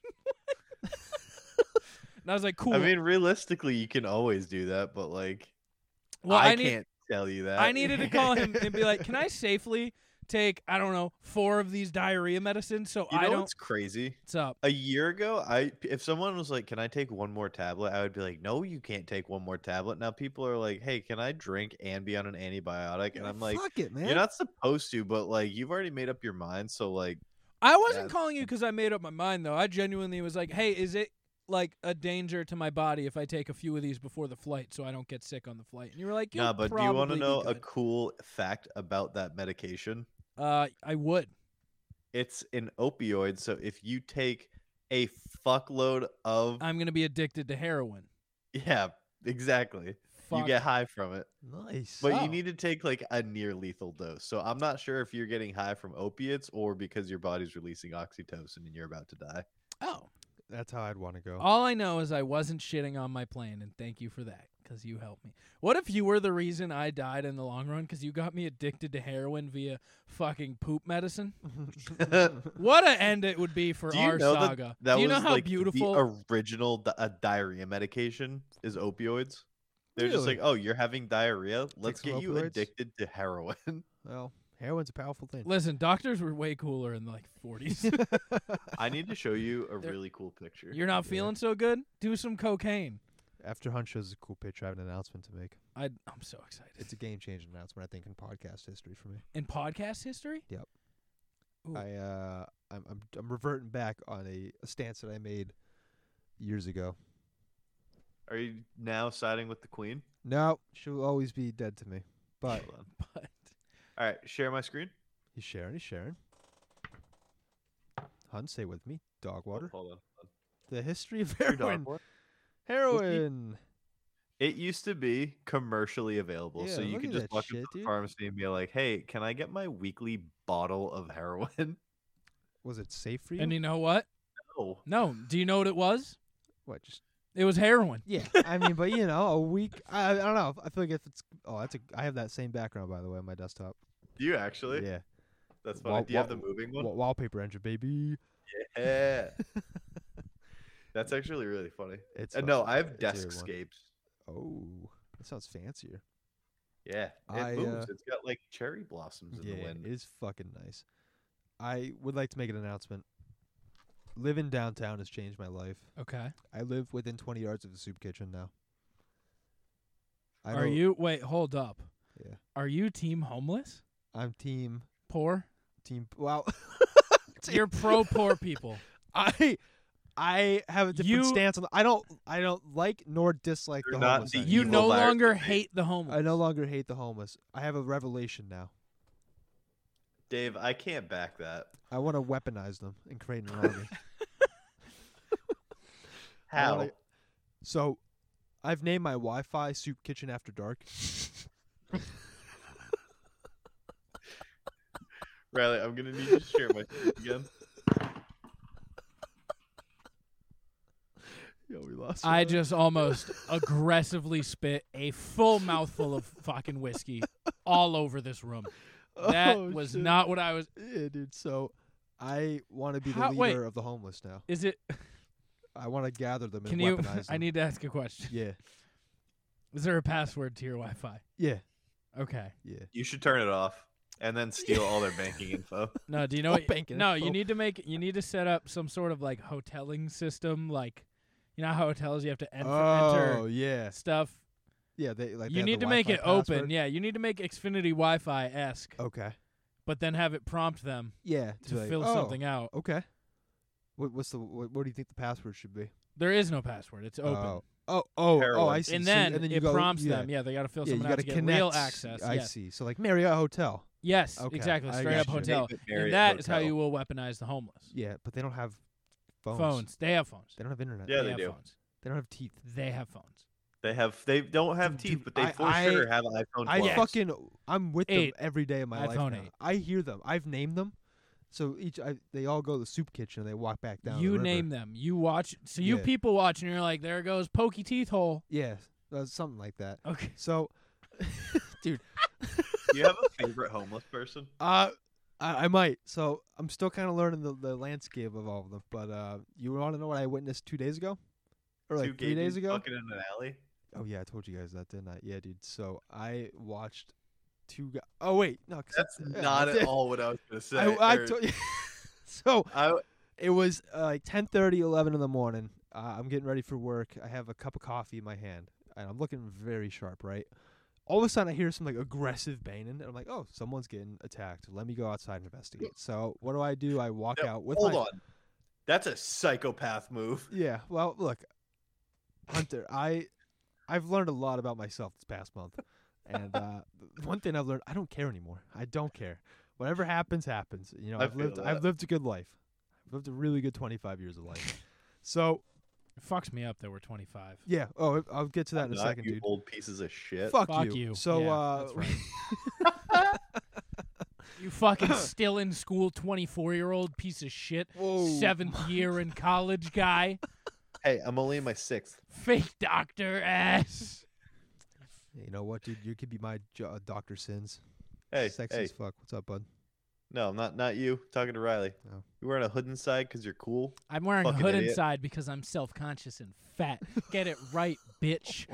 [SPEAKER 3] and I was like, "Cool."
[SPEAKER 7] I mean, realistically, you can always do that, but like,
[SPEAKER 3] well,
[SPEAKER 7] I,
[SPEAKER 3] I, need,
[SPEAKER 7] can't uh, tell you that.
[SPEAKER 3] I needed to call him and be like, "Can I safely take I don't know four of these diarrhea medicines?" So
[SPEAKER 7] *laughs* you know
[SPEAKER 3] I don't.
[SPEAKER 7] what's crazy?
[SPEAKER 3] What's up?
[SPEAKER 7] A year ago, I if someone was like, "Can I take one more tablet?" I would be like, "No, you can't take one more tablet." Now people are like, "Hey, can I drink and be on an antibiotic?" And I'm like,
[SPEAKER 4] fuck it, man.
[SPEAKER 7] "You're not supposed to, but like, you've already made up your mind, so like,
[SPEAKER 3] I wasn't
[SPEAKER 7] That's-
[SPEAKER 3] calling you because I made up my mind though. I genuinely was like, "Hey, is it like a danger to my body if I take a few of these before the flight so I don't get sick on the flight?" And you were like,
[SPEAKER 7] nah." But do you want to know a
[SPEAKER 3] A...
[SPEAKER 7] cool fact about that medication?
[SPEAKER 3] Uh, I would.
[SPEAKER 7] It's an opioid, so if you take a fuckload of
[SPEAKER 3] I'm gonna be addicted to heroin.
[SPEAKER 7] yeah, exactly,
[SPEAKER 3] Fuck.
[SPEAKER 7] you get high from it.
[SPEAKER 4] Nice.
[SPEAKER 7] But
[SPEAKER 3] Oh.
[SPEAKER 7] you need to take like a near lethal dose. So I'm not sure if you're getting high from opiates or because your body's releasing oxytocin and you're about to die.
[SPEAKER 3] oh.
[SPEAKER 4] That's how I'd want to go.
[SPEAKER 3] All I know is I wasn't shitting on my plane, and thank you for that because you helped me. What if you were the reason I died in the long run because you got me addicted to heroin via fucking poop
[SPEAKER 7] *laughs*
[SPEAKER 3] medicine? What a end it would be for
[SPEAKER 7] Do
[SPEAKER 3] our
[SPEAKER 7] you know that-
[SPEAKER 3] saga.
[SPEAKER 7] That,
[SPEAKER 3] Do you know
[SPEAKER 7] was,
[SPEAKER 3] how
[SPEAKER 7] like,
[SPEAKER 3] beautiful?
[SPEAKER 7] the original di- uh, diarrhea medication is opioids? They're just
[SPEAKER 4] Really?
[SPEAKER 7] like, oh, you're having diarrhea. Let's
[SPEAKER 4] some
[SPEAKER 7] get you
[SPEAKER 4] opioids."
[SPEAKER 7] addicted to heroin. *laughs*
[SPEAKER 4] well, heroin's a powerful thing.
[SPEAKER 3] Listen, doctors were way cooler in the like
[SPEAKER 4] *laughs*
[SPEAKER 3] 40s.
[SPEAKER 7] I need to show you a
[SPEAKER 3] They're-
[SPEAKER 7] really cool picture.
[SPEAKER 3] You're not
[SPEAKER 4] Yeah.
[SPEAKER 3] feeling so good? Do some cocaine.
[SPEAKER 4] After Hunt shows a cool picture, I have an announcement to make.
[SPEAKER 3] I, I'm so excited.
[SPEAKER 4] It's a game changing announcement, I think, in podcast history for me.
[SPEAKER 3] in podcast history?
[SPEAKER 4] Yep.
[SPEAKER 3] Ooh.
[SPEAKER 4] I uh, I'm, I'm I'm reverting back on a, a stance that I made years ago.
[SPEAKER 7] Are you now siding with the queen?
[SPEAKER 4] No, she'll always be dead to me. But
[SPEAKER 7] Hold on.
[SPEAKER 3] But
[SPEAKER 7] All right, share my screen.
[SPEAKER 4] he's sharing. He's sharing. Hunt, say with me. Dog
[SPEAKER 7] Oh,
[SPEAKER 4] water.
[SPEAKER 7] Hold on.
[SPEAKER 4] The history of
[SPEAKER 7] Your dog
[SPEAKER 4] heroin.
[SPEAKER 7] water?
[SPEAKER 4] Heroin.
[SPEAKER 7] It used to be commercially available, so
[SPEAKER 4] Yeah,
[SPEAKER 7] you
[SPEAKER 4] look
[SPEAKER 7] could
[SPEAKER 4] at
[SPEAKER 7] just
[SPEAKER 4] that
[SPEAKER 7] walk
[SPEAKER 4] shit,
[SPEAKER 7] into the
[SPEAKER 4] dude.
[SPEAKER 7] pharmacy and be like, "Hey, can I get my weekly bottle of heroin?" *laughs*
[SPEAKER 4] Was it safe for you?
[SPEAKER 3] and you know what?
[SPEAKER 7] no,
[SPEAKER 3] No. Do you know what it was?
[SPEAKER 4] what? Just
[SPEAKER 3] It was heroin.
[SPEAKER 7] *laughs*
[SPEAKER 4] yeah. I mean, but you know, a week. I, I don't know. I feel like if it's oh, that's a. I have that same background by the way on my desktop.
[SPEAKER 7] do you actually?
[SPEAKER 4] Yeah.
[SPEAKER 7] That's funny.
[SPEAKER 4] Wall-
[SPEAKER 7] do you have the
[SPEAKER 4] wall-
[SPEAKER 7] moving one?
[SPEAKER 4] Wa- wallpaper engine, baby.
[SPEAKER 7] *laughs* yeah, Eh. that's actually really funny.
[SPEAKER 4] It's
[SPEAKER 7] Uh, no,
[SPEAKER 4] fucking-
[SPEAKER 7] I have
[SPEAKER 4] it's a weird one.
[SPEAKER 7] deskscapes.
[SPEAKER 4] Oh, that sounds fancier.
[SPEAKER 7] Yeah, it
[SPEAKER 4] I, uh,
[SPEAKER 7] moves. It's got like cherry blossoms in
[SPEAKER 4] yeah,
[SPEAKER 7] the wind.
[SPEAKER 4] it is fucking nice. I would like to make an announcement. Living downtown has changed my life.
[SPEAKER 3] Okay.
[SPEAKER 4] I live within 20 yards of the soup kitchen now. I
[SPEAKER 3] Are
[SPEAKER 4] don't-
[SPEAKER 3] you wait, hold up.
[SPEAKER 4] Yeah.
[SPEAKER 3] Are you team homeless?
[SPEAKER 4] I'm team
[SPEAKER 3] Poor?
[SPEAKER 4] team. Wow,
[SPEAKER 3] You're pro poor people.
[SPEAKER 4] *laughs* I I have a different
[SPEAKER 3] You-
[SPEAKER 4] stance on. I don't I don't like nor dislike
[SPEAKER 7] You're
[SPEAKER 4] the
[SPEAKER 7] not
[SPEAKER 4] homeless.
[SPEAKER 7] the
[SPEAKER 4] anymore.
[SPEAKER 3] You
[SPEAKER 7] Evil
[SPEAKER 3] no
[SPEAKER 7] liars
[SPEAKER 3] longer
[SPEAKER 7] debate.
[SPEAKER 3] hate the homeless.
[SPEAKER 4] Uh, I no longer hate the homeless. I have a revelation now.
[SPEAKER 7] Dave, I can't back that.
[SPEAKER 4] I want to weaponize them and create an
[SPEAKER 3] *laughs*
[SPEAKER 4] army. I
[SPEAKER 7] How?
[SPEAKER 4] wanna- So, I've named my Wi-Fi soup kitchen
[SPEAKER 3] *laughs*
[SPEAKER 4] after dark.
[SPEAKER 7] Riley, I'm gonna need you to share my screen again.
[SPEAKER 4] Yo, we lost.
[SPEAKER 3] I just almost *laughs* aggressively spit a full mouthful of fucking whiskey all over this room.
[SPEAKER 4] *laughs* Oh,
[SPEAKER 3] That was not what I was.
[SPEAKER 4] Yeah, dude. So, I want to be the
[SPEAKER 3] How-
[SPEAKER 4] leader
[SPEAKER 3] wait.
[SPEAKER 4] of the homeless now.
[SPEAKER 3] Is it?
[SPEAKER 4] I want to gather them
[SPEAKER 3] Can
[SPEAKER 4] and
[SPEAKER 3] you? *laughs*
[SPEAKER 4] weaponize them.
[SPEAKER 3] I need to ask a question.
[SPEAKER 4] Yeah,
[SPEAKER 3] Is there a password to your Wi-Fi?
[SPEAKER 4] yeah,
[SPEAKER 3] Okay.
[SPEAKER 4] yeah.
[SPEAKER 7] *laughs* You should turn it off and then steal all their banking
[SPEAKER 4] *laughs*
[SPEAKER 7] info.
[SPEAKER 3] No, do you know
[SPEAKER 4] Oh,
[SPEAKER 3] what?
[SPEAKER 4] banking
[SPEAKER 3] no, you
[SPEAKER 4] info.
[SPEAKER 3] need to make you need to set up some sort of like hoteling system, like you know how hotels you have to enter,
[SPEAKER 4] oh,
[SPEAKER 3] enter
[SPEAKER 4] yeah,
[SPEAKER 3] stuff.
[SPEAKER 4] yeah. They like. they
[SPEAKER 3] you
[SPEAKER 4] have
[SPEAKER 3] need
[SPEAKER 4] the
[SPEAKER 3] to make it
[SPEAKER 4] Wi-Fi password.
[SPEAKER 3] open. Yeah, you need to make Xfinity Wi-Fi esque,
[SPEAKER 4] Okay.
[SPEAKER 3] but then have it prompt them
[SPEAKER 4] Yeah.
[SPEAKER 3] to
[SPEAKER 4] be like,
[SPEAKER 3] fill
[SPEAKER 4] "Oh,
[SPEAKER 3] something out.
[SPEAKER 4] Okay. What, what's the what, what do you think the password should be?
[SPEAKER 3] There is no password. It's open.
[SPEAKER 4] Oh, oh, oh, oh, I
[SPEAKER 7] Heroin.
[SPEAKER 4] see.
[SPEAKER 3] and
[SPEAKER 4] So-
[SPEAKER 3] then,
[SPEAKER 4] and then you
[SPEAKER 3] it
[SPEAKER 4] go,
[SPEAKER 3] prompts
[SPEAKER 4] yeah.
[SPEAKER 3] them. Yeah, they got to fill
[SPEAKER 4] Yeah, you
[SPEAKER 3] someone
[SPEAKER 4] got
[SPEAKER 3] out
[SPEAKER 4] to
[SPEAKER 3] to get
[SPEAKER 4] connect.
[SPEAKER 3] real access.
[SPEAKER 4] I
[SPEAKER 3] yes.
[SPEAKER 4] see. So like Marriott Hotel.
[SPEAKER 3] Yes,
[SPEAKER 4] Okay,
[SPEAKER 3] exactly.
[SPEAKER 4] I
[SPEAKER 3] Straight up
[SPEAKER 4] gotcha.
[SPEAKER 3] hotel.
[SPEAKER 7] David Marriott
[SPEAKER 3] And that is how
[SPEAKER 7] Hotel.
[SPEAKER 3] you will weaponize the homeless.
[SPEAKER 4] Yeah, but they don't have phones.
[SPEAKER 3] They have phones.
[SPEAKER 4] They don't have internet.
[SPEAKER 7] Yeah, they
[SPEAKER 3] have
[SPEAKER 7] do.
[SPEAKER 3] phones.
[SPEAKER 4] They don't have teeth.
[SPEAKER 3] They have phones.
[SPEAKER 7] They have they don't have teeth, but they
[SPEAKER 4] I-
[SPEAKER 7] for
[SPEAKER 4] I-
[SPEAKER 7] sure have iPhone.
[SPEAKER 4] I
[SPEAKER 7] 12s.
[SPEAKER 4] fucking I'm with
[SPEAKER 3] Eight.
[SPEAKER 4] them every day of my life.
[SPEAKER 3] iPhone
[SPEAKER 4] now.
[SPEAKER 3] eight.
[SPEAKER 4] I hear them. I've named them. So each I, they all go to the soup kitchen and they walk back down.
[SPEAKER 3] you name them. You watch. So you
[SPEAKER 4] Yeah.
[SPEAKER 3] people watching, you're like, there goes Pokey Teeth Hole.
[SPEAKER 4] Yeah, uh, something like that.
[SPEAKER 3] Okay.
[SPEAKER 4] So, dude,
[SPEAKER 7] Do you have a favorite homeless person?
[SPEAKER 4] uh, I, I might. So I'm still kind of learning the, the landscape of all of them. But uh, you want to know what I witnessed two days ago, or like
[SPEAKER 7] Two gay
[SPEAKER 4] three days
[SPEAKER 7] dudes
[SPEAKER 4] ago?
[SPEAKER 7] fucking in an alley.
[SPEAKER 4] Oh yeah, I told you guys that, didn't I? Yeah, dude. So I watched two. Go- oh wait, no, 'cause
[SPEAKER 7] That's
[SPEAKER 4] yeah, I *laughs*
[SPEAKER 7] not at
[SPEAKER 4] did.
[SPEAKER 7] all what I was gonna say.
[SPEAKER 4] I, I
[SPEAKER 7] or-
[SPEAKER 4] told you. *laughs* so
[SPEAKER 7] I,
[SPEAKER 4] it was uh, like 10:30, 11 in the morning. Uh, I'm getting ready for work. I have a cup of coffee in my hand, and I'm looking very sharp, right? All of a sudden, I hear some like aggressive banging, and I'm like, "Oh, someone's getting attacked. Let me go outside and investigate." So what do I do? I walk
[SPEAKER 7] No,
[SPEAKER 4] out with
[SPEAKER 7] hold
[SPEAKER 4] my-
[SPEAKER 7] on. That's a psychopath move.
[SPEAKER 4] Yeah. Well, look, Hunter, I I've learned a lot about myself this past month, and uh, one thing I've learned, I don't care anymore. I don't care. Whatever happens, happens. You know,
[SPEAKER 7] I
[SPEAKER 4] I've
[SPEAKER 7] feel
[SPEAKER 4] lived I've
[SPEAKER 7] that.
[SPEAKER 4] lived a good life. I've lived a really good 25 years of life. So
[SPEAKER 3] *laughs* It fucks me up that we're 25.
[SPEAKER 4] yeah. Oh, I- I'll get to that in a
[SPEAKER 7] Not
[SPEAKER 4] second,
[SPEAKER 7] you
[SPEAKER 4] dude.
[SPEAKER 7] old pieces of shit.
[SPEAKER 4] Fuck,
[SPEAKER 3] Fuck you.
[SPEAKER 4] So
[SPEAKER 3] Yeah,
[SPEAKER 4] uh,
[SPEAKER 3] that's right. You
[SPEAKER 4] *coughs*
[SPEAKER 3] fucking still in school 24 year old piece of shit.
[SPEAKER 4] Whoa. *laughs*
[SPEAKER 3] Seventh year in college guy.
[SPEAKER 7] Hey, I'm only in my sixth.
[SPEAKER 3] Fake doctor ass.
[SPEAKER 4] *laughs* you know what, dude? You could be my jo- uh, Doctor Sins.
[SPEAKER 7] Hey,
[SPEAKER 4] sexy
[SPEAKER 7] hey,
[SPEAKER 4] as fuck. What's up, bud?
[SPEAKER 7] no, not not you. Talking to Riley.
[SPEAKER 3] Oh.
[SPEAKER 4] No.
[SPEAKER 7] You wearing a hood inside because you're cool.
[SPEAKER 3] I'm wearing
[SPEAKER 7] Fucking
[SPEAKER 3] a hood
[SPEAKER 7] idiot.
[SPEAKER 3] inside because I'm self conscious and fat. Get it right, *laughs* bitch.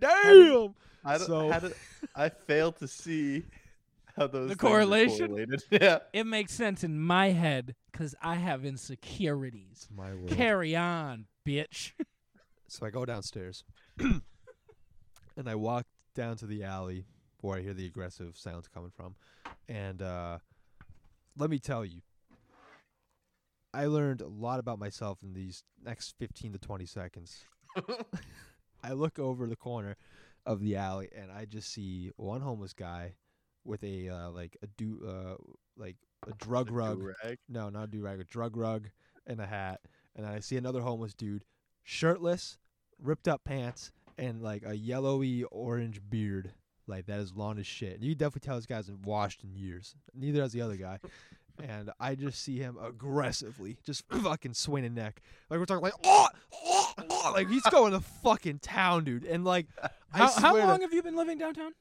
[SPEAKER 4] Damn.
[SPEAKER 7] I don't.
[SPEAKER 4] So-
[SPEAKER 7] how did, I fail to see how those
[SPEAKER 3] The
[SPEAKER 7] things are
[SPEAKER 3] correlation?
[SPEAKER 7] correlated. *laughs* Yeah.
[SPEAKER 3] It makes sense in my head because I have insecurities.
[SPEAKER 4] My word.
[SPEAKER 3] Carry on, bitch.
[SPEAKER 4] So I go downstairs *clears throat* and I walk down to the alley where I hear the aggressive sounds coming from. And uh, let me tell you, I learned a lot about myself in these next 15 to 20 seconds. I look over the corner of the alley and I just see one homeless guy with a uh, like a do uh, like a drug rug
[SPEAKER 7] Durag.
[SPEAKER 4] no, not a do rag, a drug rug and a hat. And I see another homeless dude, shirtless, ripped up pants, and like a yellowy orange beard. Like that is long as shit. And you can definitely tell this guy's been washed in years. Neither has the other guy. And I just see him aggressively, just fucking swinging neck. Like we're talking like, oh, oh, oh," like he's going to fucking town, dude. And like, I
[SPEAKER 3] How, how
[SPEAKER 4] swear to-
[SPEAKER 3] long have you been living downtown?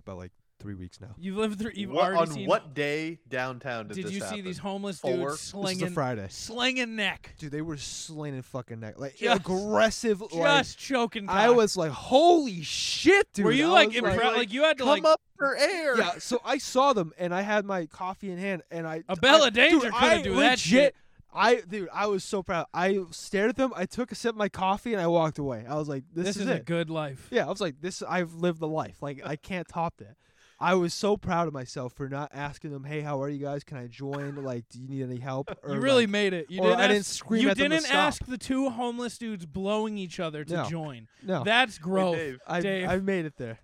[SPEAKER 4] about like three weeks now.
[SPEAKER 3] You've lived through. You've
[SPEAKER 7] What,
[SPEAKER 3] already
[SPEAKER 7] on
[SPEAKER 3] seen.
[SPEAKER 7] what day downtown did,
[SPEAKER 3] did
[SPEAKER 7] this
[SPEAKER 3] you see
[SPEAKER 7] happen?
[SPEAKER 3] these homeless
[SPEAKER 7] Four?
[SPEAKER 3] dudes
[SPEAKER 7] This is a
[SPEAKER 4] This is a
[SPEAKER 3] slinging,
[SPEAKER 4] Friday,
[SPEAKER 3] slinging neck,
[SPEAKER 4] dude. They were slinging fucking neck, like
[SPEAKER 3] Just-
[SPEAKER 4] aggressive, like
[SPEAKER 3] just choking?
[SPEAKER 4] I
[SPEAKER 3] cock.
[SPEAKER 4] was like, "Holy shit, dude!"
[SPEAKER 3] Were you
[SPEAKER 4] I
[SPEAKER 3] like
[SPEAKER 4] was
[SPEAKER 3] impressed? Like, you had to
[SPEAKER 7] Come
[SPEAKER 3] like
[SPEAKER 7] up for air.
[SPEAKER 4] Yeah. So I saw them, and I had my coffee in hand, and I
[SPEAKER 3] A Bella
[SPEAKER 4] I-
[SPEAKER 3] Danger
[SPEAKER 4] dude,
[SPEAKER 3] couldn't
[SPEAKER 4] I
[SPEAKER 3] do
[SPEAKER 4] legit,
[SPEAKER 3] that shit.
[SPEAKER 4] I dude, I was so proud. I stared at them. I took a sip of my coffee, and I walked away. I was like, "This,
[SPEAKER 3] this,
[SPEAKER 4] is,
[SPEAKER 3] is,
[SPEAKER 4] it."
[SPEAKER 3] a good life.
[SPEAKER 4] yeah, I was like, "This, I've lived the life. Like, I can't top that." I was so proud of myself for not asking them, "Hey, how are you guys? Can I join? Like, do you need any help?"
[SPEAKER 3] *laughs*
[SPEAKER 4] Or
[SPEAKER 3] you really
[SPEAKER 4] like,
[SPEAKER 3] made it. You
[SPEAKER 4] or
[SPEAKER 3] didn't
[SPEAKER 4] I
[SPEAKER 3] ask,
[SPEAKER 4] didn't scream
[SPEAKER 3] You
[SPEAKER 4] at them to
[SPEAKER 3] didn't
[SPEAKER 4] stop.
[SPEAKER 3] ask the two homeless dudes blowing each other to
[SPEAKER 4] No.
[SPEAKER 3] join.
[SPEAKER 4] no.
[SPEAKER 3] That's growth.
[SPEAKER 7] Dave.
[SPEAKER 4] I
[SPEAKER 3] Dave.
[SPEAKER 4] I made it there.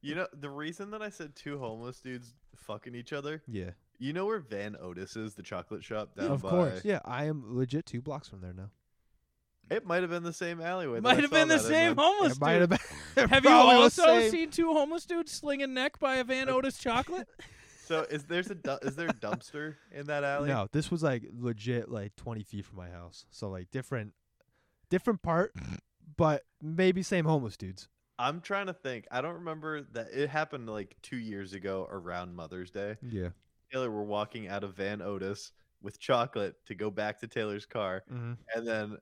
[SPEAKER 7] You know the reason that I said two homeless dudes fucking each other.
[SPEAKER 4] Yeah.
[SPEAKER 7] You know where Van Otis is, the chocolate shop down
[SPEAKER 3] Of
[SPEAKER 7] by.
[SPEAKER 3] course.
[SPEAKER 4] Yeah, I am legit two blocks from there now.
[SPEAKER 7] It might have been the same alleyway. that I
[SPEAKER 3] Might have
[SPEAKER 7] saw
[SPEAKER 3] been the
[SPEAKER 7] that in
[SPEAKER 3] same
[SPEAKER 7] then.
[SPEAKER 3] homeless
[SPEAKER 4] It might have
[SPEAKER 3] dude.
[SPEAKER 4] been. *laughs*
[SPEAKER 3] Have you
[SPEAKER 4] probably the
[SPEAKER 3] also
[SPEAKER 4] same.
[SPEAKER 3] seen two homeless dudes slinging neck by a Van Otis
[SPEAKER 7] *laughs*
[SPEAKER 3] chocolate?
[SPEAKER 7] So is there's a du- is there a dumpster in that alley?
[SPEAKER 4] No, this was like legit, like twenty feet from my house. So like different, different part, but maybe same homeless dudes.
[SPEAKER 7] I'm trying to think. I don't remember that it happened like two years ago around Mother's Day.
[SPEAKER 4] Yeah.
[SPEAKER 7] Taylor were walking out of Van Otis with chocolate to go back to Taylor's car,
[SPEAKER 4] Mm-hmm.
[SPEAKER 7] and then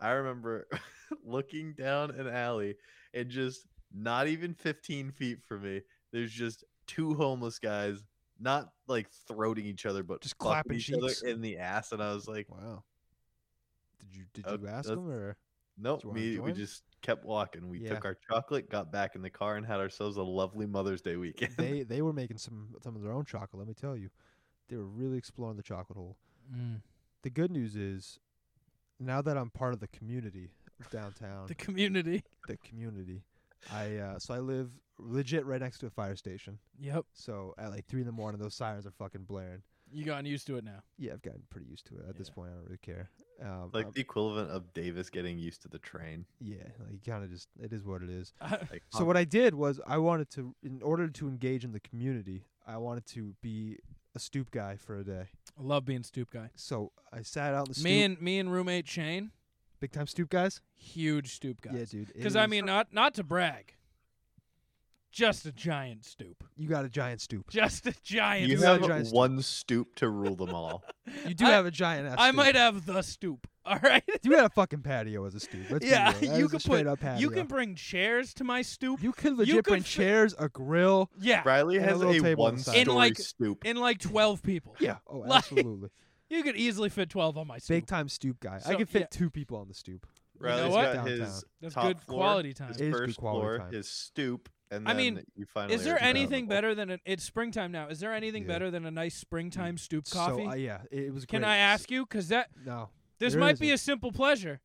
[SPEAKER 7] I remember *laughs* looking down an alley and just not even 15 feet from me, there's just two homeless guys, not like throating each other, but
[SPEAKER 4] Just
[SPEAKER 7] fucking
[SPEAKER 4] clapping
[SPEAKER 7] each
[SPEAKER 4] cheeks.
[SPEAKER 7] other in the ass, and I was like,
[SPEAKER 4] Wow. Did you did
[SPEAKER 7] Uh,
[SPEAKER 3] Oh,
[SPEAKER 4] you
[SPEAKER 7] that's-
[SPEAKER 4] ask them
[SPEAKER 3] *laughs*
[SPEAKER 4] or?
[SPEAKER 7] Nope,
[SPEAKER 4] you wanna
[SPEAKER 7] me, we
[SPEAKER 4] join?
[SPEAKER 7] just kept walking. We
[SPEAKER 4] Yeah.
[SPEAKER 7] took our chocolate, got back in the car, and had ourselves a lovely Mother's Day weekend.
[SPEAKER 4] They they were making some some of their own chocolate. Let me tell you, they were really exploring the chocolate hole. Mm. The good news is, now that I'm part of the community downtown,
[SPEAKER 3] The community.
[SPEAKER 4] the community, I uh, so I live legit right next to a fire station.
[SPEAKER 3] Yep.
[SPEAKER 4] So at like three in the morning, those sirens are fucking blaring.
[SPEAKER 3] You gotten used to it *laughs* now.
[SPEAKER 4] Yeah, I've gotten pretty used to it at this
[SPEAKER 3] Yeah.
[SPEAKER 4] point. I don't really care. Um,
[SPEAKER 7] *laughs* like
[SPEAKER 4] um,
[SPEAKER 7] the equivalent of Davis getting used to the train.
[SPEAKER 4] yeah, like kind of just it is what it is.
[SPEAKER 7] Like,
[SPEAKER 4] So
[SPEAKER 7] um,
[SPEAKER 4] what I did was I wanted to, in order to engage in the community, I wanted to be a stoop guy for a day.
[SPEAKER 3] I love being stoop guy.
[SPEAKER 4] So I sat out in the stoop.
[SPEAKER 3] Me and me and roommate Shane,
[SPEAKER 4] big time stoop guys.
[SPEAKER 3] huge stoop
[SPEAKER 4] Yeah,
[SPEAKER 3] guys.
[SPEAKER 4] dude. it
[SPEAKER 3] Because I
[SPEAKER 4] is-
[SPEAKER 3] mean, not not to brag, just a giant stoop, *laughs*
[SPEAKER 4] you got a giant stoop.
[SPEAKER 3] just a giant.
[SPEAKER 4] do
[SPEAKER 7] You
[SPEAKER 3] stoop.
[SPEAKER 4] have a
[SPEAKER 7] have
[SPEAKER 4] giant stoop.
[SPEAKER 7] one stoop to rule them
[SPEAKER 4] *laughs*
[SPEAKER 7] all.
[SPEAKER 4] You do
[SPEAKER 3] I-
[SPEAKER 4] have a giant. Ass
[SPEAKER 3] I
[SPEAKER 4] stoop.
[SPEAKER 3] might have the stoop. *laughs* All right.
[SPEAKER 4] You had a fucking patio as a stoop. Let's be
[SPEAKER 3] yeah,
[SPEAKER 4] real. That
[SPEAKER 3] you
[SPEAKER 4] is
[SPEAKER 3] can
[SPEAKER 4] a straight
[SPEAKER 3] put.
[SPEAKER 4] up patio.
[SPEAKER 3] You can bring chairs to my stoop.
[SPEAKER 4] You could
[SPEAKER 3] you
[SPEAKER 4] legit
[SPEAKER 3] could
[SPEAKER 4] bring
[SPEAKER 3] fi-
[SPEAKER 4] chairs, a grill.
[SPEAKER 3] yeah,
[SPEAKER 7] Riley
[SPEAKER 4] And a
[SPEAKER 7] has
[SPEAKER 4] little
[SPEAKER 7] a,
[SPEAKER 4] table on
[SPEAKER 7] one
[SPEAKER 4] the side.
[SPEAKER 7] story
[SPEAKER 3] And, like,
[SPEAKER 7] stoop.
[SPEAKER 3] in like twelve people. *laughs*
[SPEAKER 4] Oh,
[SPEAKER 3] Like-
[SPEAKER 4] absolutely.
[SPEAKER 3] you could easily fit twelve on my
[SPEAKER 4] Big
[SPEAKER 3] stoop.
[SPEAKER 4] time stoop guy. I
[SPEAKER 3] So,
[SPEAKER 4] could fit
[SPEAKER 3] yeah.
[SPEAKER 4] two people on the stoop.
[SPEAKER 7] Riley's
[SPEAKER 3] what?
[SPEAKER 7] got
[SPEAKER 4] Downtown.
[SPEAKER 7] his
[SPEAKER 3] That's
[SPEAKER 7] top
[SPEAKER 3] good
[SPEAKER 7] floor,
[SPEAKER 3] quality time.
[SPEAKER 7] His
[SPEAKER 4] It is good
[SPEAKER 7] first
[SPEAKER 4] quality
[SPEAKER 7] floor,
[SPEAKER 4] time.
[SPEAKER 7] his stoop, and
[SPEAKER 3] I
[SPEAKER 7] then
[SPEAKER 3] mean,
[SPEAKER 7] you finally.
[SPEAKER 3] Is there anything better than a, it's springtime now? Is there anything
[SPEAKER 4] Yeah.
[SPEAKER 3] better than a nice springtime stoop
[SPEAKER 4] So,
[SPEAKER 3] coffee?
[SPEAKER 4] uh, yeah, it, it was.
[SPEAKER 3] Can
[SPEAKER 4] great.
[SPEAKER 3] I
[SPEAKER 4] S-
[SPEAKER 3] ask you? Because that
[SPEAKER 4] No.
[SPEAKER 3] This
[SPEAKER 4] There
[SPEAKER 3] might
[SPEAKER 4] is
[SPEAKER 3] be
[SPEAKER 4] a-
[SPEAKER 3] a simple pleasure.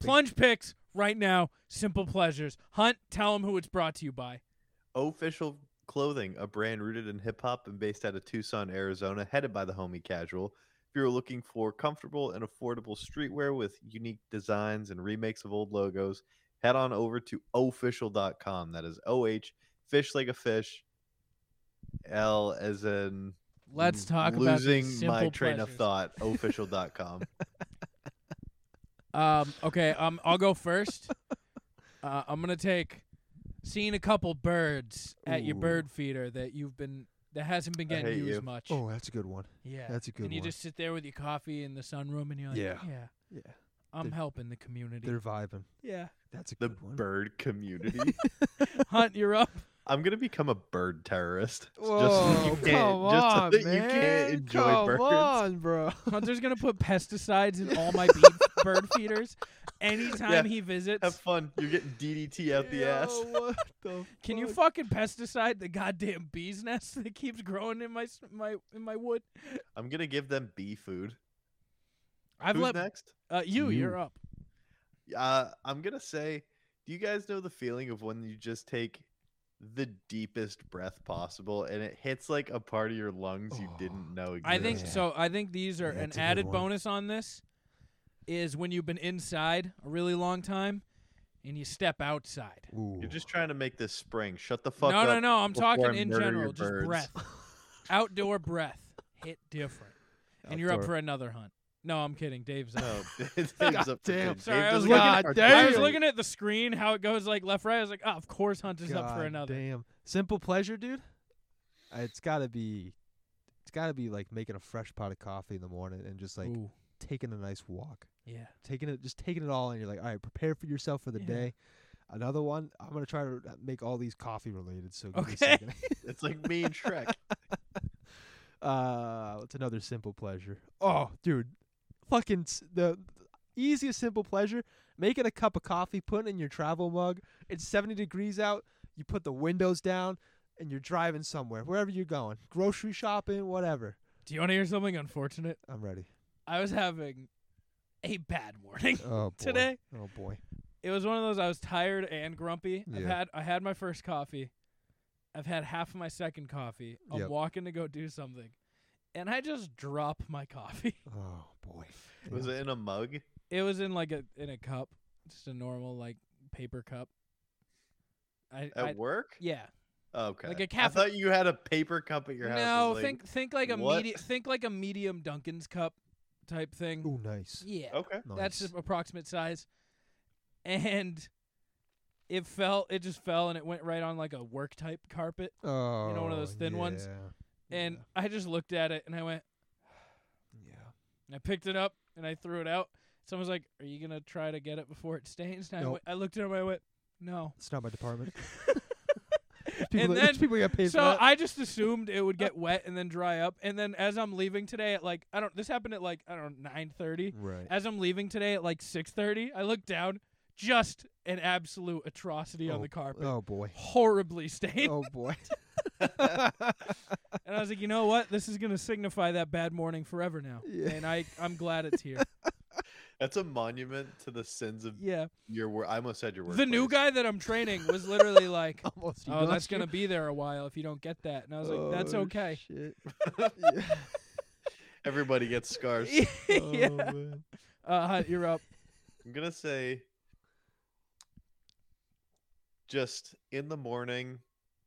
[SPEAKER 3] Plunge picks right now. Simple pleasures. Hunt, tell them who it's brought to you by.
[SPEAKER 7] Official clothing, a brand rooted in hip hop and based out of Tucson, Arizona, headed by the homie Casual. If you're looking for comfortable and affordable streetwear with unique designs and remakes of old logos, head on over to official.com. That is O H fish like a fish. L as in
[SPEAKER 3] Let's
[SPEAKER 7] mm,
[SPEAKER 3] talk about
[SPEAKER 7] losing
[SPEAKER 3] these
[SPEAKER 7] my
[SPEAKER 3] simple
[SPEAKER 7] train of
[SPEAKER 3] pleasures. *laughs*
[SPEAKER 7] thought. Official.com.
[SPEAKER 3] Um, okay, um, I'll go
[SPEAKER 4] *laughs*
[SPEAKER 3] first. uh, I'm gonna take seeing a couple birds at your
[SPEAKER 4] Ooh.
[SPEAKER 3] bird feeder that you've been that hasn't been
[SPEAKER 7] I
[SPEAKER 3] getting
[SPEAKER 7] hate
[SPEAKER 3] used
[SPEAKER 7] you.
[SPEAKER 3] much.
[SPEAKER 4] Oh, that's a good one.
[SPEAKER 3] yeah,
[SPEAKER 4] that's a good
[SPEAKER 3] And you
[SPEAKER 4] one.
[SPEAKER 3] just sit there with your coffee in the sunroom, and you're like, yeah,
[SPEAKER 4] Yeah. Yeah.
[SPEAKER 3] I'm
[SPEAKER 4] They're-
[SPEAKER 3] helping the community.
[SPEAKER 4] They're vibing.
[SPEAKER 3] Yeah,
[SPEAKER 4] *laughs* That's a
[SPEAKER 7] The
[SPEAKER 4] good one.
[SPEAKER 3] *laughs*
[SPEAKER 7] bird community.
[SPEAKER 3] Hunt, you're up.
[SPEAKER 7] I'm gonna become a bird terrorist.
[SPEAKER 4] Whoa,
[SPEAKER 7] you can't-
[SPEAKER 4] come
[SPEAKER 7] just so
[SPEAKER 4] on,
[SPEAKER 7] that you
[SPEAKER 4] man.
[SPEAKER 7] can't enjoy
[SPEAKER 4] come
[SPEAKER 7] birds.
[SPEAKER 4] on, bro.
[SPEAKER 3] Hunter's gonna put pesticides in all my
[SPEAKER 7] *laughs*
[SPEAKER 3] bee- bird feeders anytime
[SPEAKER 7] Yeah.
[SPEAKER 3] he visits.
[SPEAKER 7] Have fun. You're getting
[SPEAKER 4] *laughs*
[SPEAKER 7] DDT out the ass.
[SPEAKER 4] Yo, what the
[SPEAKER 3] Can you
[SPEAKER 4] fuck?
[SPEAKER 3] fucking pesticide the goddamn bee's nest that keeps growing in my s- my in my wood?
[SPEAKER 7] I'm gonna give them bee food.
[SPEAKER 3] I've
[SPEAKER 7] Who's
[SPEAKER 3] let
[SPEAKER 7] next?
[SPEAKER 3] Uh, you, you are up.
[SPEAKER 7] Uh, I'm gonna say, do you guys know the feeling of when you just take the deepest breath possible and it hits like a part of your lungs you didn't
[SPEAKER 4] Oh,
[SPEAKER 7] know existed?
[SPEAKER 3] I think
[SPEAKER 4] Yeah.
[SPEAKER 3] so. I think these are an
[SPEAKER 4] That's a good
[SPEAKER 3] added
[SPEAKER 4] one.
[SPEAKER 3] bonus on this is when you've been inside a really long time and you step outside.
[SPEAKER 4] Ooh.
[SPEAKER 7] You're just trying to make this spring. Shut the fuck
[SPEAKER 3] no,
[SPEAKER 7] up.
[SPEAKER 3] no, no. I'm
[SPEAKER 7] before I
[SPEAKER 3] talking in
[SPEAKER 7] murder your
[SPEAKER 3] general, just
[SPEAKER 7] birds.
[SPEAKER 3] breath, outdoor breath, hit different. And you're up
[SPEAKER 4] Outdoor.
[SPEAKER 3] for another hunt. No, I'm kidding. Dave's up.
[SPEAKER 7] *laughs*
[SPEAKER 3] *laughs*
[SPEAKER 7] No, *laughs* Dave's up for
[SPEAKER 4] damn.
[SPEAKER 7] good.
[SPEAKER 3] Sorry,
[SPEAKER 7] Dave
[SPEAKER 3] I was looking
[SPEAKER 7] doesn't like
[SPEAKER 4] at-
[SPEAKER 7] articulate.
[SPEAKER 3] I was
[SPEAKER 4] Damn.
[SPEAKER 3] looking at the screen, how it goes like left, right. I was like, oh, of course, Hunter's up for
[SPEAKER 4] God
[SPEAKER 3] another.
[SPEAKER 4] Damn. Simple pleasure, dude. Uh, It's gotta be it's gotta be like making a fresh pot of coffee in the morning and just like
[SPEAKER 3] Ooh,
[SPEAKER 4] taking a nice walk.
[SPEAKER 3] yeah.
[SPEAKER 4] Taking it just taking it all and you're like, all right, prepare for yourself for the
[SPEAKER 3] Yeah.
[SPEAKER 4] day. Another one, I'm gonna try to uh, make all these coffee related, so give me a
[SPEAKER 3] Okay.
[SPEAKER 4] second. *laughs*
[SPEAKER 7] It's like me
[SPEAKER 3] *laughs*
[SPEAKER 7] and Shrek.
[SPEAKER 4] Uh, it's another simple pleasure. Oh, dude, fucking s- the easiest simple pleasure: making a cup of coffee, putting it in your travel mug. It's seventy degrees out. You put the windows down, and you're driving somewhere, wherever you're going, grocery shopping, whatever.
[SPEAKER 3] Do you want to hear something unfortunate?
[SPEAKER 4] I'm ready.
[SPEAKER 3] I was having a bad
[SPEAKER 4] *laughs*
[SPEAKER 3] morning.
[SPEAKER 4] Oh boy.
[SPEAKER 3] Today?
[SPEAKER 4] Oh boy.
[SPEAKER 3] It was one of those I was tired and grumpy. I've
[SPEAKER 4] Yeah.
[SPEAKER 3] had I had my first coffee. I've had half of my second coffee. I'm
[SPEAKER 4] Yep.
[SPEAKER 3] walking to go do something. And I just drop my coffee. *laughs*
[SPEAKER 4] Oh boy.
[SPEAKER 7] Was
[SPEAKER 4] Yeah.
[SPEAKER 7] it in a mug?
[SPEAKER 3] It was in like a in a cup. Just a normal like paper cup. I,
[SPEAKER 7] At
[SPEAKER 3] I
[SPEAKER 7] work?
[SPEAKER 3] *laughs* yeah.
[SPEAKER 7] Okay.
[SPEAKER 3] like a
[SPEAKER 7] I
[SPEAKER 3] cafe-
[SPEAKER 7] thought you had a paper cup at your house. I
[SPEAKER 3] No,
[SPEAKER 7] was like,
[SPEAKER 3] think think like a
[SPEAKER 7] what?
[SPEAKER 3] medium think like a medium Duncan's cup type thing.
[SPEAKER 4] Ooh, nice.
[SPEAKER 3] Yeah.
[SPEAKER 7] Okay.
[SPEAKER 4] nice.
[SPEAKER 3] That's the approximate size. And it fell it just fell and it went right on like a work type carpet.
[SPEAKER 4] oh,
[SPEAKER 3] one of those thin ones?
[SPEAKER 4] yeah,
[SPEAKER 3] And I just looked at it and I went
[SPEAKER 4] yeah.
[SPEAKER 3] and I picked it up and I threw it out. Someone's like, Are you gonna try to get it before it stains? And I,
[SPEAKER 4] Nope.
[SPEAKER 3] went, I looked at him and I went, No.
[SPEAKER 4] It's not
[SPEAKER 3] *laughs*
[SPEAKER 4] my department. *laughs* There's people,
[SPEAKER 3] And
[SPEAKER 4] that- there's
[SPEAKER 3] then-
[SPEAKER 4] people that got paid for
[SPEAKER 3] So
[SPEAKER 4] that.
[SPEAKER 3] I just assumed it would get wet and then dry up. And then as I'm leaving today at like I don't this happened at like I don't know, nine thirty.
[SPEAKER 4] right.
[SPEAKER 3] As I'm leaving today at like six thirty, I look down, just an absolute atrocity on the carpet.
[SPEAKER 4] Oh
[SPEAKER 3] *laughs*
[SPEAKER 4] boy.
[SPEAKER 3] Horribly stained.
[SPEAKER 4] Oh
[SPEAKER 3] *laughs*
[SPEAKER 4] boy.
[SPEAKER 3] And I was like, you know what? This is going to signify that bad morning forever now.
[SPEAKER 4] Yeah.
[SPEAKER 3] And I, I'm glad it's
[SPEAKER 4] *laughs*
[SPEAKER 3] here.
[SPEAKER 7] That's a monument to the sins of
[SPEAKER 3] yeah.
[SPEAKER 7] your work. I almost said your work.
[SPEAKER 3] The new guy that I'm training was
[SPEAKER 4] *laughs*
[SPEAKER 3] literally like,
[SPEAKER 4] Almost.
[SPEAKER 3] oh, that's going to *laughs* be there a while if you don't get that. And I was
[SPEAKER 4] Oh,
[SPEAKER 3] like, that's okay.
[SPEAKER 4] Shit.
[SPEAKER 3] *laughs*
[SPEAKER 7] Everybody gets scars.
[SPEAKER 3] *laughs* yeah.
[SPEAKER 4] oh.
[SPEAKER 3] Uh, Hunt, you're up.
[SPEAKER 7] I'm gonna say just in the morning,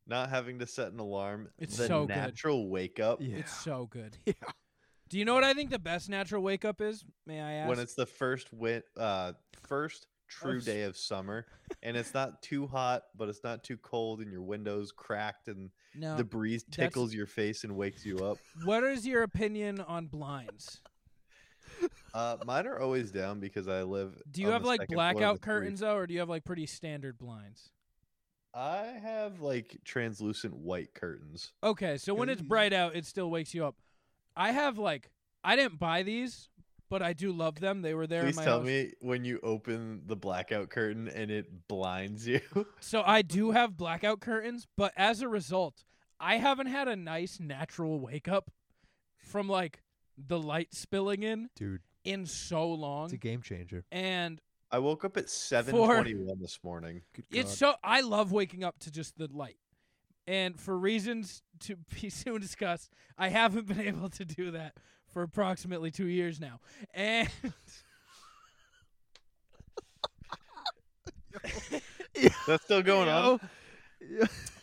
[SPEAKER 7] Not having to set an alarm.
[SPEAKER 3] It's
[SPEAKER 7] the
[SPEAKER 3] so good.
[SPEAKER 7] natural wake up
[SPEAKER 4] Yeah.
[SPEAKER 3] It's so good.
[SPEAKER 4] *laughs* Yeah.
[SPEAKER 3] Do you know what I think the best natural wake up is? May I ask?
[SPEAKER 7] when it's the first win, uh, first true day of summer, and it's not too hot, but it's not too cold, and your windows cracked, and
[SPEAKER 3] no.
[SPEAKER 7] the breeze
[SPEAKER 3] that's-
[SPEAKER 7] tickles your face and wakes you up.
[SPEAKER 3] What is your opinion on blinds?
[SPEAKER 7] Uh, mine are always down because I live.
[SPEAKER 3] Do you
[SPEAKER 7] on
[SPEAKER 3] have
[SPEAKER 7] the
[SPEAKER 3] like
[SPEAKER 7] second floor of
[SPEAKER 3] blackout
[SPEAKER 7] the three-
[SPEAKER 3] curtains though, or do you have like pretty standard blinds?
[SPEAKER 7] I have like translucent white curtains.
[SPEAKER 3] Okay, so when it's bright out, it still wakes you up. I have like I didn't buy these, but I do love them. They were there in
[SPEAKER 7] Please
[SPEAKER 3] my
[SPEAKER 7] tell
[SPEAKER 3] house.
[SPEAKER 7] me when you open the blackout curtain and it blinds you. *laughs*
[SPEAKER 3] So I do have blackout curtains, but as a result, I haven't had a nice natural wake up from like the light spilling in
[SPEAKER 4] Dude,
[SPEAKER 3] in so
[SPEAKER 4] it's a
[SPEAKER 3] long.
[SPEAKER 4] game changer.
[SPEAKER 3] And
[SPEAKER 7] I woke up at seven twenty-one this morning.
[SPEAKER 4] Good
[SPEAKER 3] It's
[SPEAKER 4] God.
[SPEAKER 3] so I love waking up to just the light. And for reasons to *laughs* be soon discussed, I haven't been able to do that for approximately 2 years now. And *laughs* *laughs*
[SPEAKER 7] That's still going on.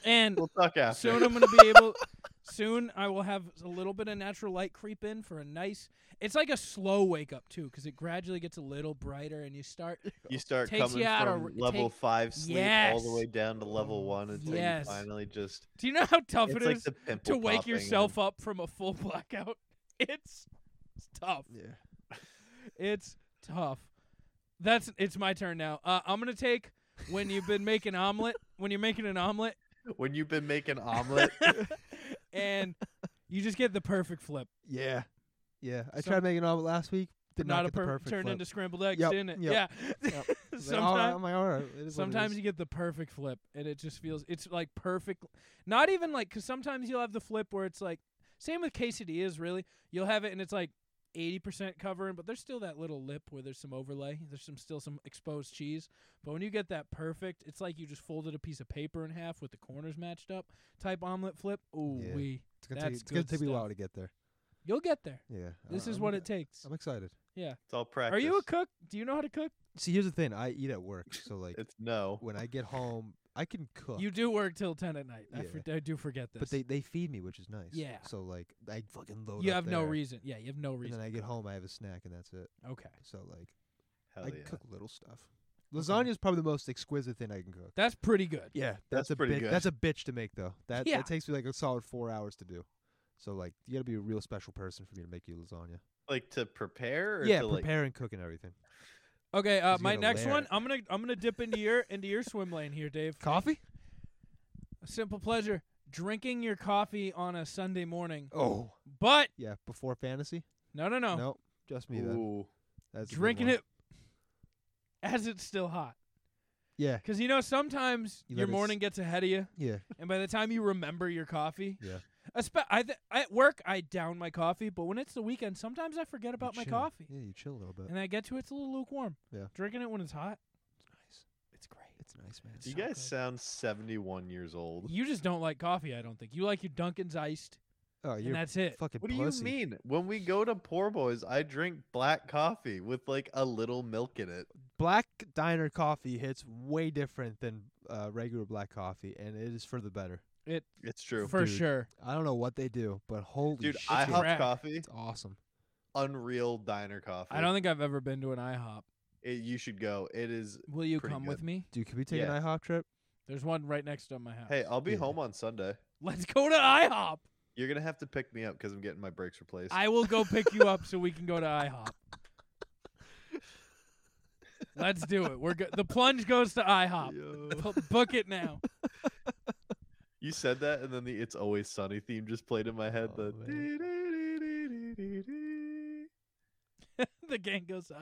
[SPEAKER 3] and
[SPEAKER 7] We'll talk after.
[SPEAKER 3] soon I'm going to be
[SPEAKER 7] *laughs*
[SPEAKER 3] able soon I will have a little bit of natural light creep in for a nice It's like a slow wake up too cuz it gradually gets a little brighter and you start
[SPEAKER 7] you start
[SPEAKER 3] takes
[SPEAKER 7] coming
[SPEAKER 3] you out
[SPEAKER 7] from
[SPEAKER 3] of-
[SPEAKER 7] level
[SPEAKER 3] take-
[SPEAKER 7] five sleep all
[SPEAKER 3] Yes.
[SPEAKER 7] the way down to level one until
[SPEAKER 3] Yes.
[SPEAKER 7] you finally just.
[SPEAKER 3] Do you know how tough
[SPEAKER 7] It's
[SPEAKER 3] it
[SPEAKER 7] like
[SPEAKER 3] is
[SPEAKER 7] the pimple
[SPEAKER 3] to wake
[SPEAKER 7] popping and-
[SPEAKER 3] yourself up from a full *laughs* blackout? It's, it's tough.
[SPEAKER 4] Yeah.
[SPEAKER 3] It's tough. That's it's my turn now. Uh, I'm gonna take when you've been making omelet when you're making an omelet
[SPEAKER 7] When you've been
[SPEAKER 3] *laughs*
[SPEAKER 7] making omelet,
[SPEAKER 3] and you just get the perfect flip.
[SPEAKER 4] Yeah. Yeah. I
[SPEAKER 3] Some-
[SPEAKER 4] tried making an omelet last week. Did
[SPEAKER 3] not
[SPEAKER 4] not, get
[SPEAKER 3] a per-
[SPEAKER 4] the perfect
[SPEAKER 3] turned
[SPEAKER 4] flip.
[SPEAKER 3] into scrambled eggs,
[SPEAKER 4] Yep,
[SPEAKER 3] didn't it?
[SPEAKER 4] yep,
[SPEAKER 3] Yeah. *laughs*
[SPEAKER 4] yep. It's like, all right,
[SPEAKER 3] sometimes
[SPEAKER 4] I'm like, all right, it is what it
[SPEAKER 3] sometimes
[SPEAKER 4] is.
[SPEAKER 3] you get the perfect flip and it just feels it's like perfect not even like cuz sometimes you'll have the flip where it's like same with quesadillas really. You'll have it and it's like 80% covering, but there's still that little lip where there's some overlay. There's some still some exposed cheese. But when you get that perfect, it's like you just folded a piece of paper in half with the corners matched up. Type omelet flip. Ooh
[SPEAKER 4] Yeah.
[SPEAKER 3] wee.
[SPEAKER 4] It's gonna take,
[SPEAKER 3] That's
[SPEAKER 4] it's gonna
[SPEAKER 3] good
[SPEAKER 4] take me a
[SPEAKER 3] stuff.
[SPEAKER 4] while to get there.
[SPEAKER 3] You'll get there.
[SPEAKER 4] Yeah. I-
[SPEAKER 3] This is
[SPEAKER 4] I'm- e,
[SPEAKER 3] what it takes.
[SPEAKER 4] I'm excited.
[SPEAKER 7] it's all practice.
[SPEAKER 3] Are you a cook? Do you know how to cook?
[SPEAKER 4] See, here's the thing. I eat at work, so
[SPEAKER 3] *laughs*
[SPEAKER 4] like
[SPEAKER 7] It's no.
[SPEAKER 4] when I get home, I can cook.
[SPEAKER 3] You do work till 10 at night. I,
[SPEAKER 4] Yeah.
[SPEAKER 3] for- I do forget this.
[SPEAKER 4] but they, they feed me, which is nice.
[SPEAKER 3] Yeah.
[SPEAKER 4] So like I fucking load.
[SPEAKER 3] you
[SPEAKER 4] up
[SPEAKER 3] have no
[SPEAKER 4] there,
[SPEAKER 3] reason. Yeah, you have no
[SPEAKER 4] And
[SPEAKER 3] reason.
[SPEAKER 4] then I get home, I have a snack, and that's it.
[SPEAKER 3] Okay.
[SPEAKER 4] So like
[SPEAKER 7] Hell
[SPEAKER 4] I
[SPEAKER 7] yeah.
[SPEAKER 4] cook little stuff. Lasagna is probably the most exquisite thing I can cook.
[SPEAKER 3] That's pretty good.
[SPEAKER 4] Yeah,
[SPEAKER 7] that's
[SPEAKER 4] a
[SPEAKER 7] pretty
[SPEAKER 4] big-
[SPEAKER 7] good.
[SPEAKER 4] That's a bitch to make though. That
[SPEAKER 3] Yeah.
[SPEAKER 4] that takes me like a solid four hours to do. So like you gotta be a real special person for me to make you lasagna.
[SPEAKER 7] Like to prepare. Or
[SPEAKER 4] yeah,
[SPEAKER 7] to, like,
[SPEAKER 4] prepare and cook and everything.
[SPEAKER 3] Okay, uh,
[SPEAKER 4] He's
[SPEAKER 3] my
[SPEAKER 4] gonna
[SPEAKER 3] next
[SPEAKER 4] layer
[SPEAKER 3] one,
[SPEAKER 4] it.
[SPEAKER 3] I'm gonna I'm gonna dip into your *laughs* into your swim lane here, Dave.
[SPEAKER 4] Coffee?
[SPEAKER 3] A simple pleasure. Drinking your coffee on a Sunday morning.
[SPEAKER 4] Oh,
[SPEAKER 3] But
[SPEAKER 4] yeah. Before fantasy?
[SPEAKER 3] no no no.
[SPEAKER 4] Nope, just me then.
[SPEAKER 7] Ooh.
[SPEAKER 4] That's a good
[SPEAKER 3] drinking
[SPEAKER 4] one.
[SPEAKER 3] it as it's still hot.
[SPEAKER 4] Yeah,
[SPEAKER 3] Because you know sometimes
[SPEAKER 4] You
[SPEAKER 3] your
[SPEAKER 4] let it
[SPEAKER 3] morning gets ahead of you
[SPEAKER 4] yeah,
[SPEAKER 3] and by the time you remember your coffee.
[SPEAKER 4] Yeah.
[SPEAKER 3] Espe- I th- at work I down my coffee, but when it's the weekend, sometimes I forget about
[SPEAKER 4] You
[SPEAKER 3] my
[SPEAKER 4] chill.
[SPEAKER 3] coffee.
[SPEAKER 4] Yeah, you chill a little bit.
[SPEAKER 3] And I get to it, it's a little lukewarm.
[SPEAKER 4] Yeah.
[SPEAKER 3] Drinking it when it's hot,
[SPEAKER 4] nice.
[SPEAKER 3] it's great.
[SPEAKER 4] It's nice, man.
[SPEAKER 7] You
[SPEAKER 3] so
[SPEAKER 7] guys
[SPEAKER 3] good.
[SPEAKER 7] sound seventy-one years old.
[SPEAKER 3] You just don't like coffee, I don't think. You like your Dunkin's iced,
[SPEAKER 4] Oh,
[SPEAKER 3] and
[SPEAKER 4] you're
[SPEAKER 3] that's it.
[SPEAKER 4] fucking
[SPEAKER 7] What do you
[SPEAKER 4] pussy.
[SPEAKER 7] mean? When we go to Poor Boys, I drink black coffee with like a little milk in it.
[SPEAKER 4] Black diner coffee hits way different than uh, regular black coffee, and it is for the better.
[SPEAKER 3] It
[SPEAKER 7] It's true.
[SPEAKER 3] for
[SPEAKER 4] Dude.
[SPEAKER 3] sure.
[SPEAKER 4] I don't know what they do, but holy
[SPEAKER 7] Dude,
[SPEAKER 4] shit,
[SPEAKER 7] I IHOP
[SPEAKER 3] crack.
[SPEAKER 7] coffee,
[SPEAKER 4] it's awesome.
[SPEAKER 7] unreal diner coffee.
[SPEAKER 3] I don't think I've ever been to an IHOP.
[SPEAKER 7] It- you should go. It is.
[SPEAKER 3] Will you
[SPEAKER 7] Pretty
[SPEAKER 3] come with
[SPEAKER 7] good.
[SPEAKER 3] me?
[SPEAKER 4] Dude, can we take
[SPEAKER 7] Yeah.
[SPEAKER 4] an IHOP trip?
[SPEAKER 3] There's one right next to my house.
[SPEAKER 7] Hey, I'll be
[SPEAKER 4] Yeah.
[SPEAKER 7] home on Sunday.
[SPEAKER 3] *laughs* let's go to IHOP.
[SPEAKER 7] You're gonna have to pick me up because I'm getting my brakes replaced. *laughs*
[SPEAKER 3] I will go pick you up so we can go to IHOP. Let's do it. We're go- the plunge goes to IHOP.
[SPEAKER 7] Yo.
[SPEAKER 3] B- *laughs* book it now. *laughs*
[SPEAKER 7] You said that, and then the "It's Always Sunny" theme just played in my head.
[SPEAKER 4] Oh,
[SPEAKER 7] the dee-dee-dee-dee-dee-dee-dee.
[SPEAKER 3] the gang goes to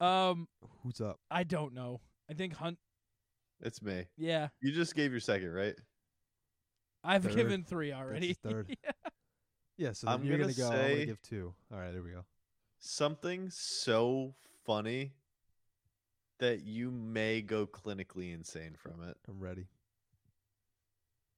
[SPEAKER 3] IHOP. Um,
[SPEAKER 4] Who's up?
[SPEAKER 3] I don't know. I think Hunt.
[SPEAKER 7] it's me.
[SPEAKER 3] Yeah,
[SPEAKER 7] You just gave your second, right?
[SPEAKER 3] I've
[SPEAKER 4] Third.
[SPEAKER 3] given three
[SPEAKER 4] That's
[SPEAKER 7] *laughs*
[SPEAKER 3] already.
[SPEAKER 4] his third. Yeah, so then
[SPEAKER 7] I'm
[SPEAKER 4] you're
[SPEAKER 7] gonna
[SPEAKER 4] go. I'm
[SPEAKER 7] say-
[SPEAKER 4] gonna give two. All right, there we go.
[SPEAKER 7] Something so funny that you may go clinically insane from it.
[SPEAKER 4] I'm ready.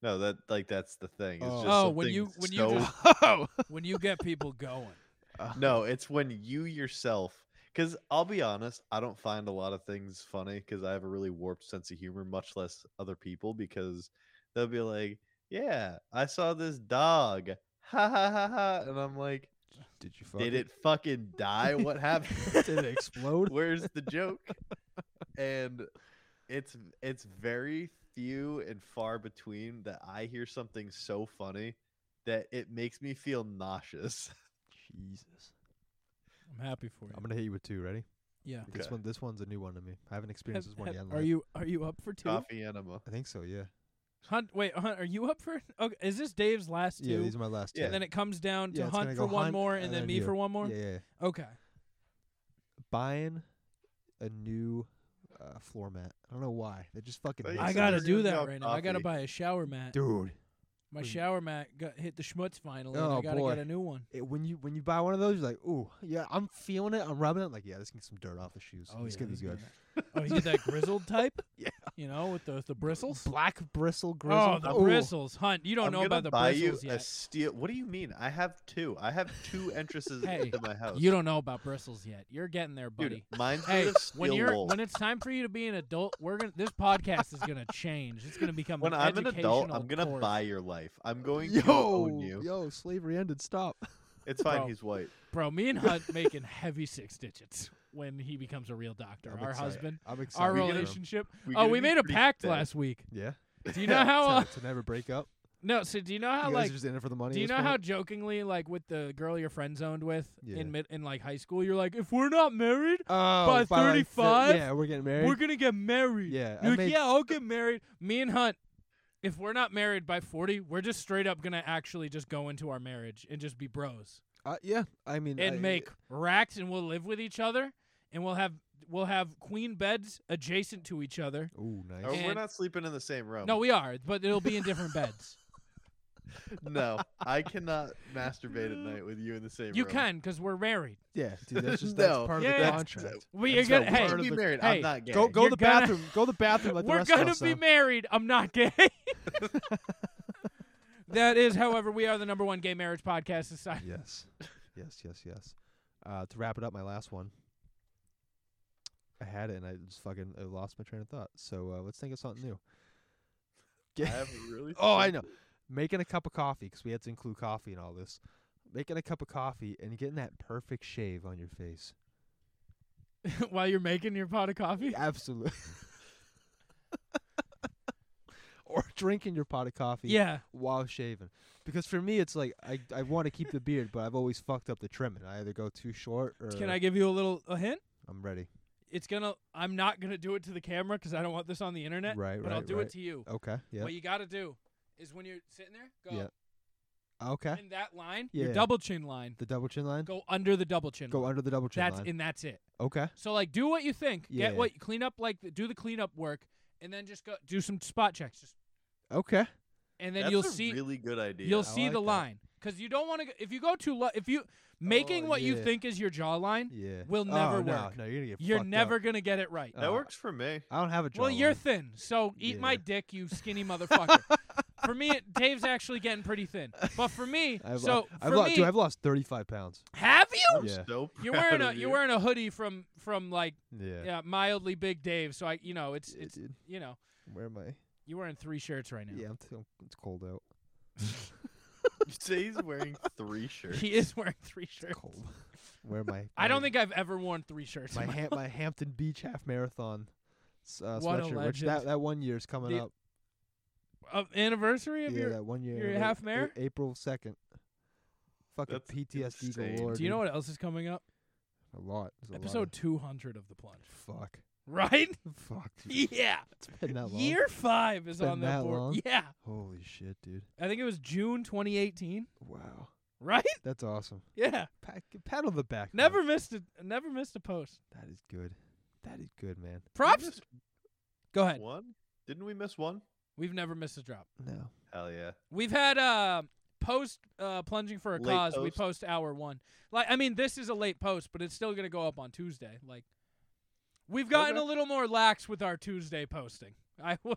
[SPEAKER 7] No, that like that's the thing. It's
[SPEAKER 4] Oh.
[SPEAKER 7] just
[SPEAKER 3] Oh, when
[SPEAKER 7] something
[SPEAKER 3] you- when you
[SPEAKER 7] so-
[SPEAKER 3] just- *laughs*
[SPEAKER 4] Oh,
[SPEAKER 3] when you get people going.
[SPEAKER 7] *laughs* no, it's when you yourself. Because I'll be honest, I don't find a lot of things funny because I have a really warped sense of humor, much less other people. Because they'll be like, "Yeah, I saw this dog." Ha ha ha ha. And I'm like,
[SPEAKER 4] Did you fuck
[SPEAKER 7] "Did it fucking die?
[SPEAKER 4] *laughs*
[SPEAKER 7] What
[SPEAKER 3] *laughs*
[SPEAKER 7] happened?
[SPEAKER 4] Did it explode?
[SPEAKER 7] *laughs* Where's the
[SPEAKER 4] *laughs*
[SPEAKER 7] joke?" and it's it's very few and far between that I hear something so funny that it makes me feel nauseous. *laughs*
[SPEAKER 4] Jesus.
[SPEAKER 3] I'm happy for you.
[SPEAKER 4] I'm gonna hit you with two. Ready?
[SPEAKER 3] yeah.
[SPEAKER 4] This
[SPEAKER 7] Okay.
[SPEAKER 4] one. This one's a new one to me. I haven't
[SPEAKER 3] Have-
[SPEAKER 4] experienced this one
[SPEAKER 3] have-
[SPEAKER 4] yet.
[SPEAKER 7] *laughs*
[SPEAKER 4] in
[SPEAKER 3] are
[SPEAKER 4] life.
[SPEAKER 3] you are you up for two?
[SPEAKER 7] Coffee enema.
[SPEAKER 4] I think so. Yeah.
[SPEAKER 3] Hunt, wait, Hunt, are you up for? Okay, is this Dave's last two?
[SPEAKER 4] Yeah. These are my last two.
[SPEAKER 7] Yeah.
[SPEAKER 3] And then it comes down to
[SPEAKER 4] Yeah, it's
[SPEAKER 3] Hunt
[SPEAKER 4] gonna
[SPEAKER 3] for
[SPEAKER 4] go
[SPEAKER 3] one
[SPEAKER 4] Hunt
[SPEAKER 3] more, and,
[SPEAKER 4] and
[SPEAKER 3] then
[SPEAKER 4] then
[SPEAKER 3] me
[SPEAKER 4] you.
[SPEAKER 3] for one more.
[SPEAKER 4] Yeah, yeah, yeah.
[SPEAKER 3] Okay.
[SPEAKER 4] Buying a new uh, floor mat. I don't know why. They just fucking.
[SPEAKER 7] Like,
[SPEAKER 4] hit
[SPEAKER 7] Yeah,
[SPEAKER 3] I
[SPEAKER 7] so
[SPEAKER 4] something.
[SPEAKER 3] gotta
[SPEAKER 7] there's
[SPEAKER 3] do
[SPEAKER 7] no
[SPEAKER 3] that right now. I gotta
[SPEAKER 7] coffee.
[SPEAKER 3] buy a shower mat.
[SPEAKER 4] Dude,
[SPEAKER 3] My
[SPEAKER 4] Mm.
[SPEAKER 3] shower mat got hit the schmutz finally. and I
[SPEAKER 4] Oh,
[SPEAKER 3] gotta
[SPEAKER 4] boy.
[SPEAKER 3] get a new one.
[SPEAKER 4] it, when you when you buy one of those, you're like, ooh, yeah, I'm feeling it. I'm rubbing it. I'm like, yeah, this can get some dirt off the shoes.
[SPEAKER 3] Oh,
[SPEAKER 4] it's gonna be
[SPEAKER 3] he's
[SPEAKER 4] good.
[SPEAKER 3] Oh, you get that
[SPEAKER 4] *laughs*
[SPEAKER 3] grizzled type?
[SPEAKER 4] Yeah.
[SPEAKER 3] You know, with the the bristles.
[SPEAKER 4] Black bristle
[SPEAKER 3] Oh,
[SPEAKER 4] grizzle.
[SPEAKER 3] the
[SPEAKER 4] Ooh.
[SPEAKER 3] bristles, Hunt. You don't
[SPEAKER 7] I'm
[SPEAKER 3] know
[SPEAKER 7] gonna
[SPEAKER 3] about the
[SPEAKER 7] buy
[SPEAKER 3] bristles
[SPEAKER 7] you a
[SPEAKER 3] yet.
[SPEAKER 7] steel. What do you mean? I have two. I have
[SPEAKER 4] *laughs*
[SPEAKER 7] two entrances
[SPEAKER 3] Hey,
[SPEAKER 7] into my house.
[SPEAKER 3] You don't know about bristles yet. You're getting there, buddy.
[SPEAKER 7] Dude, mine's made
[SPEAKER 3] Hey,
[SPEAKER 7] of steel
[SPEAKER 3] when you're
[SPEAKER 7] wool.
[SPEAKER 3] when it's time for you to be an adult, we're gonna this podcast is gonna change. It's gonna become
[SPEAKER 7] When
[SPEAKER 3] an
[SPEAKER 7] I'm an adult,
[SPEAKER 3] educational
[SPEAKER 7] I'm gonna
[SPEAKER 3] course.
[SPEAKER 7] buy your life. I'm going to
[SPEAKER 4] Yo,
[SPEAKER 7] own you.
[SPEAKER 4] yo, slavery ended. Stop.
[SPEAKER 7] It's fine.
[SPEAKER 3] Bro.
[SPEAKER 7] He's white.
[SPEAKER 3] Bro, me and Hunt making heavy six digits when he becomes a real doctor.
[SPEAKER 4] I'm
[SPEAKER 3] our
[SPEAKER 4] excited.
[SPEAKER 3] husband,
[SPEAKER 4] I'm excited.
[SPEAKER 3] our
[SPEAKER 4] for him.
[SPEAKER 3] relationship.
[SPEAKER 7] We
[SPEAKER 3] oh,
[SPEAKER 7] gonna
[SPEAKER 3] we
[SPEAKER 7] be
[SPEAKER 3] made a
[SPEAKER 7] pretty
[SPEAKER 3] pact
[SPEAKER 7] dead.
[SPEAKER 3] last week.
[SPEAKER 4] Yeah.
[SPEAKER 3] Do you know how?
[SPEAKER 4] *laughs*
[SPEAKER 3] Uh,
[SPEAKER 4] to, to never break up.
[SPEAKER 3] no, so do you know how
[SPEAKER 4] you guys
[SPEAKER 3] like
[SPEAKER 4] are just in it for the money.
[SPEAKER 3] Do you
[SPEAKER 4] at
[SPEAKER 3] know
[SPEAKER 4] this
[SPEAKER 3] how
[SPEAKER 4] point?
[SPEAKER 3] jokingly, like with the girl you're friend zoned with
[SPEAKER 4] Yeah.
[SPEAKER 3] in mid in like high school, you're like, if we're not married,
[SPEAKER 4] Oh,
[SPEAKER 3] by
[SPEAKER 4] like, the-
[SPEAKER 3] 35,
[SPEAKER 4] yeah, we're getting married.
[SPEAKER 3] we're gonna get married.
[SPEAKER 4] Yeah, I
[SPEAKER 3] You're like,
[SPEAKER 4] made-
[SPEAKER 3] yeah, I'll get married. Me and Hunt, if we're not married by 40, we're just straight up gonna actually just go into our marriage and just be bros
[SPEAKER 4] Uh, yeah, I mean,
[SPEAKER 3] and
[SPEAKER 4] I-
[SPEAKER 3] make racks, and we'll live with each other, and we'll have we'll have queen beds adjacent to each other.
[SPEAKER 4] Ooh,
[SPEAKER 7] Oh,
[SPEAKER 4] nice.
[SPEAKER 3] And-
[SPEAKER 7] we're not sleeping in the same room.
[SPEAKER 3] No, we are, but it'll be in
[SPEAKER 4] *laughs*
[SPEAKER 3] different beds. *laughs*
[SPEAKER 7] no. I cannot masturbate at night with you in the same
[SPEAKER 3] You
[SPEAKER 7] room.
[SPEAKER 3] can, because we're married.
[SPEAKER 4] Yeah, dude, that's just
[SPEAKER 7] No,
[SPEAKER 4] that's part
[SPEAKER 3] yeah,
[SPEAKER 4] of the
[SPEAKER 3] that's-
[SPEAKER 4] contract.
[SPEAKER 3] We
[SPEAKER 7] That's
[SPEAKER 3] are
[SPEAKER 7] not
[SPEAKER 3] gonna hey,
[SPEAKER 7] part of
[SPEAKER 3] you-
[SPEAKER 7] the marriage.
[SPEAKER 3] hey,
[SPEAKER 7] I'm not gay.
[SPEAKER 4] Go, go
[SPEAKER 3] You're
[SPEAKER 4] to the
[SPEAKER 3] gonna-
[SPEAKER 4] bathroom.
[SPEAKER 3] *laughs*
[SPEAKER 4] Go to the bathroom. Like the
[SPEAKER 3] We're
[SPEAKER 4] rest of
[SPEAKER 3] gonna
[SPEAKER 4] us, uh,
[SPEAKER 3] be
[SPEAKER 4] Sam.
[SPEAKER 3] married. I'm not
[SPEAKER 4] *laughs*
[SPEAKER 3] gay. that is, however, we are the number one gay marriage podcast in society.
[SPEAKER 4] Yes, yes, yes, yes. Uh, to wrap it up, my last one. I had it and I just fucking I lost my train of thought. So uh, let's think of
[SPEAKER 3] *laughs*
[SPEAKER 4] something new.
[SPEAKER 7] I have a really
[SPEAKER 4] *laughs* Oh, I
[SPEAKER 7] simple-
[SPEAKER 4] know. Making a cup of coffee because we had to include coffee in all this. Making a cup of coffee and getting that perfect shave on your
[SPEAKER 3] *laughs*
[SPEAKER 4] face.
[SPEAKER 3] *laughs* While you're making your pot of coffee,
[SPEAKER 4] Absolutely. *laughs* or drinking your pot of coffee
[SPEAKER 3] yeah,
[SPEAKER 4] while shaving. Because for me, it's like I, I want to keep the beard, but I've always fucked up the trimming. I either go too short or
[SPEAKER 3] Can I give you a little a hint?
[SPEAKER 4] I'm ready.
[SPEAKER 3] It's gonna. I'm not gonna do it to the camera because I don't want this on the internet.
[SPEAKER 4] Right,
[SPEAKER 3] but I'll
[SPEAKER 4] right,
[SPEAKER 3] do
[SPEAKER 4] right. Oh,
[SPEAKER 3] it to you.
[SPEAKER 4] Okay. Yeah.
[SPEAKER 3] What you gotta do is when you're sitting there, go
[SPEAKER 4] Yeah. Okay.
[SPEAKER 3] in that line,
[SPEAKER 4] Yeah.
[SPEAKER 3] your double chin line,
[SPEAKER 4] The double chin line. Go,
[SPEAKER 3] go under the double chin. line.
[SPEAKER 4] under the double chin
[SPEAKER 3] that's
[SPEAKER 4] line.
[SPEAKER 3] and that's it.
[SPEAKER 4] okay.
[SPEAKER 3] So like, do what you think.
[SPEAKER 4] Yeah.
[SPEAKER 3] Get what you clean up. Like, do the cleanup work, and then just go do some spot checks. Just
[SPEAKER 4] Okay.
[SPEAKER 3] and then
[SPEAKER 7] That's
[SPEAKER 3] you'll
[SPEAKER 7] a
[SPEAKER 3] see
[SPEAKER 7] really good idea.
[SPEAKER 3] you'll
[SPEAKER 4] I
[SPEAKER 3] see
[SPEAKER 4] like
[SPEAKER 3] the
[SPEAKER 4] that.
[SPEAKER 3] line because you don't want to. If you go too low, if you making
[SPEAKER 4] Oh,
[SPEAKER 3] what you
[SPEAKER 4] yeah.
[SPEAKER 3] think is your jawline,
[SPEAKER 4] Yeah.
[SPEAKER 3] Will
[SPEAKER 4] Oh,
[SPEAKER 3] never
[SPEAKER 4] no,
[SPEAKER 3] work.
[SPEAKER 4] No, you're gonna get.
[SPEAKER 3] you're
[SPEAKER 4] fucked up.
[SPEAKER 3] never gonna get it right.
[SPEAKER 4] Uh,
[SPEAKER 7] that works for me.
[SPEAKER 4] I don't have a.
[SPEAKER 3] well, you're
[SPEAKER 4] jawline.
[SPEAKER 3] thin, so eat my
[SPEAKER 4] Yeah.
[SPEAKER 3] dick, you
[SPEAKER 4] *laughs*
[SPEAKER 3] skinny motherfucker. for me, it- Dave's actually getting pretty thin, but for me,
[SPEAKER 4] I've,
[SPEAKER 3] so
[SPEAKER 4] I've
[SPEAKER 3] for
[SPEAKER 4] lost.
[SPEAKER 3] me, Oh,
[SPEAKER 4] Dude, I've lost 35 pounds.
[SPEAKER 3] have you?
[SPEAKER 7] I'm
[SPEAKER 4] Yeah.
[SPEAKER 7] so
[SPEAKER 3] *laughs* You're
[SPEAKER 7] proud
[SPEAKER 4] *laughs*
[SPEAKER 3] wearing a
[SPEAKER 7] of you.
[SPEAKER 3] you're wearing a hoodie from from like
[SPEAKER 4] Yeah.
[SPEAKER 7] *laughs*
[SPEAKER 3] yeah, mildly big Dave, so I you know it's
[SPEAKER 4] Yeah,
[SPEAKER 3] it's
[SPEAKER 4] dude.
[SPEAKER 3] you know
[SPEAKER 4] Where am I?
[SPEAKER 3] you're wearing three shirts right now.
[SPEAKER 4] Yeah, I'm t- I'm- it's
[SPEAKER 3] *laughs*
[SPEAKER 4] cold out.
[SPEAKER 7] You say he's wearing
[SPEAKER 3] *laughs*
[SPEAKER 7] three shirts.
[SPEAKER 3] He is wearing three shirts.
[SPEAKER 4] Cold. Where am I?
[SPEAKER 3] I don't
[SPEAKER 4] my-
[SPEAKER 3] think I've ever worn three shirts. *laughs*
[SPEAKER 4] my
[SPEAKER 3] in my
[SPEAKER 4] Ham- my Hampton Beach half marathon s- uh,
[SPEAKER 3] What a
[SPEAKER 4] sweatshirt, which
[SPEAKER 3] legend.
[SPEAKER 4] that, that one year is coming
[SPEAKER 3] The
[SPEAKER 4] up.
[SPEAKER 3] of anniversary of
[SPEAKER 4] Yeah,
[SPEAKER 3] your
[SPEAKER 4] that one year.
[SPEAKER 3] your
[SPEAKER 4] in
[SPEAKER 3] half
[SPEAKER 4] A-
[SPEAKER 3] mare?
[SPEAKER 4] A- April second. Fucking
[SPEAKER 7] That's
[SPEAKER 4] PTSD
[SPEAKER 7] insane.
[SPEAKER 4] galore.
[SPEAKER 3] Do you know
[SPEAKER 4] dude.
[SPEAKER 3] what else is coming up?
[SPEAKER 4] A lot. There's a lot
[SPEAKER 3] Episode
[SPEAKER 4] of-
[SPEAKER 3] 200 of The Plunge. *laughs*
[SPEAKER 4] Fuck. *laughs*
[SPEAKER 3] Right?
[SPEAKER 4] Fuck. dude.
[SPEAKER 3] yeah.
[SPEAKER 4] It's been that long.
[SPEAKER 3] Year 5 is
[SPEAKER 4] Been
[SPEAKER 3] on that
[SPEAKER 4] that
[SPEAKER 3] board.
[SPEAKER 4] long?
[SPEAKER 3] Yeah.
[SPEAKER 4] Holy shit, dude.
[SPEAKER 3] I think it was June 2018,
[SPEAKER 4] Wow.
[SPEAKER 3] right? *laughs*
[SPEAKER 4] That's awesome.
[SPEAKER 3] Yeah.
[SPEAKER 4] Pat, pat on the back. man.
[SPEAKER 3] Never missed a never missed a post.
[SPEAKER 4] That is good. That is good, man.
[SPEAKER 3] Props.
[SPEAKER 7] missed
[SPEAKER 3] Go ahead.
[SPEAKER 7] One? Didn't we miss one?
[SPEAKER 3] We've never missed a drop.
[SPEAKER 4] No.
[SPEAKER 7] Hell yeah.
[SPEAKER 3] We've had uh post uh plunging for a
[SPEAKER 7] Late
[SPEAKER 3] cause. We
[SPEAKER 7] post.
[SPEAKER 3] post hour 1. Like I mean this is a late post, but it's still going to go up on Tuesday. Like We've gotten
[SPEAKER 7] Okay.
[SPEAKER 3] a little more lax with our Tuesday posting. *laughs* I will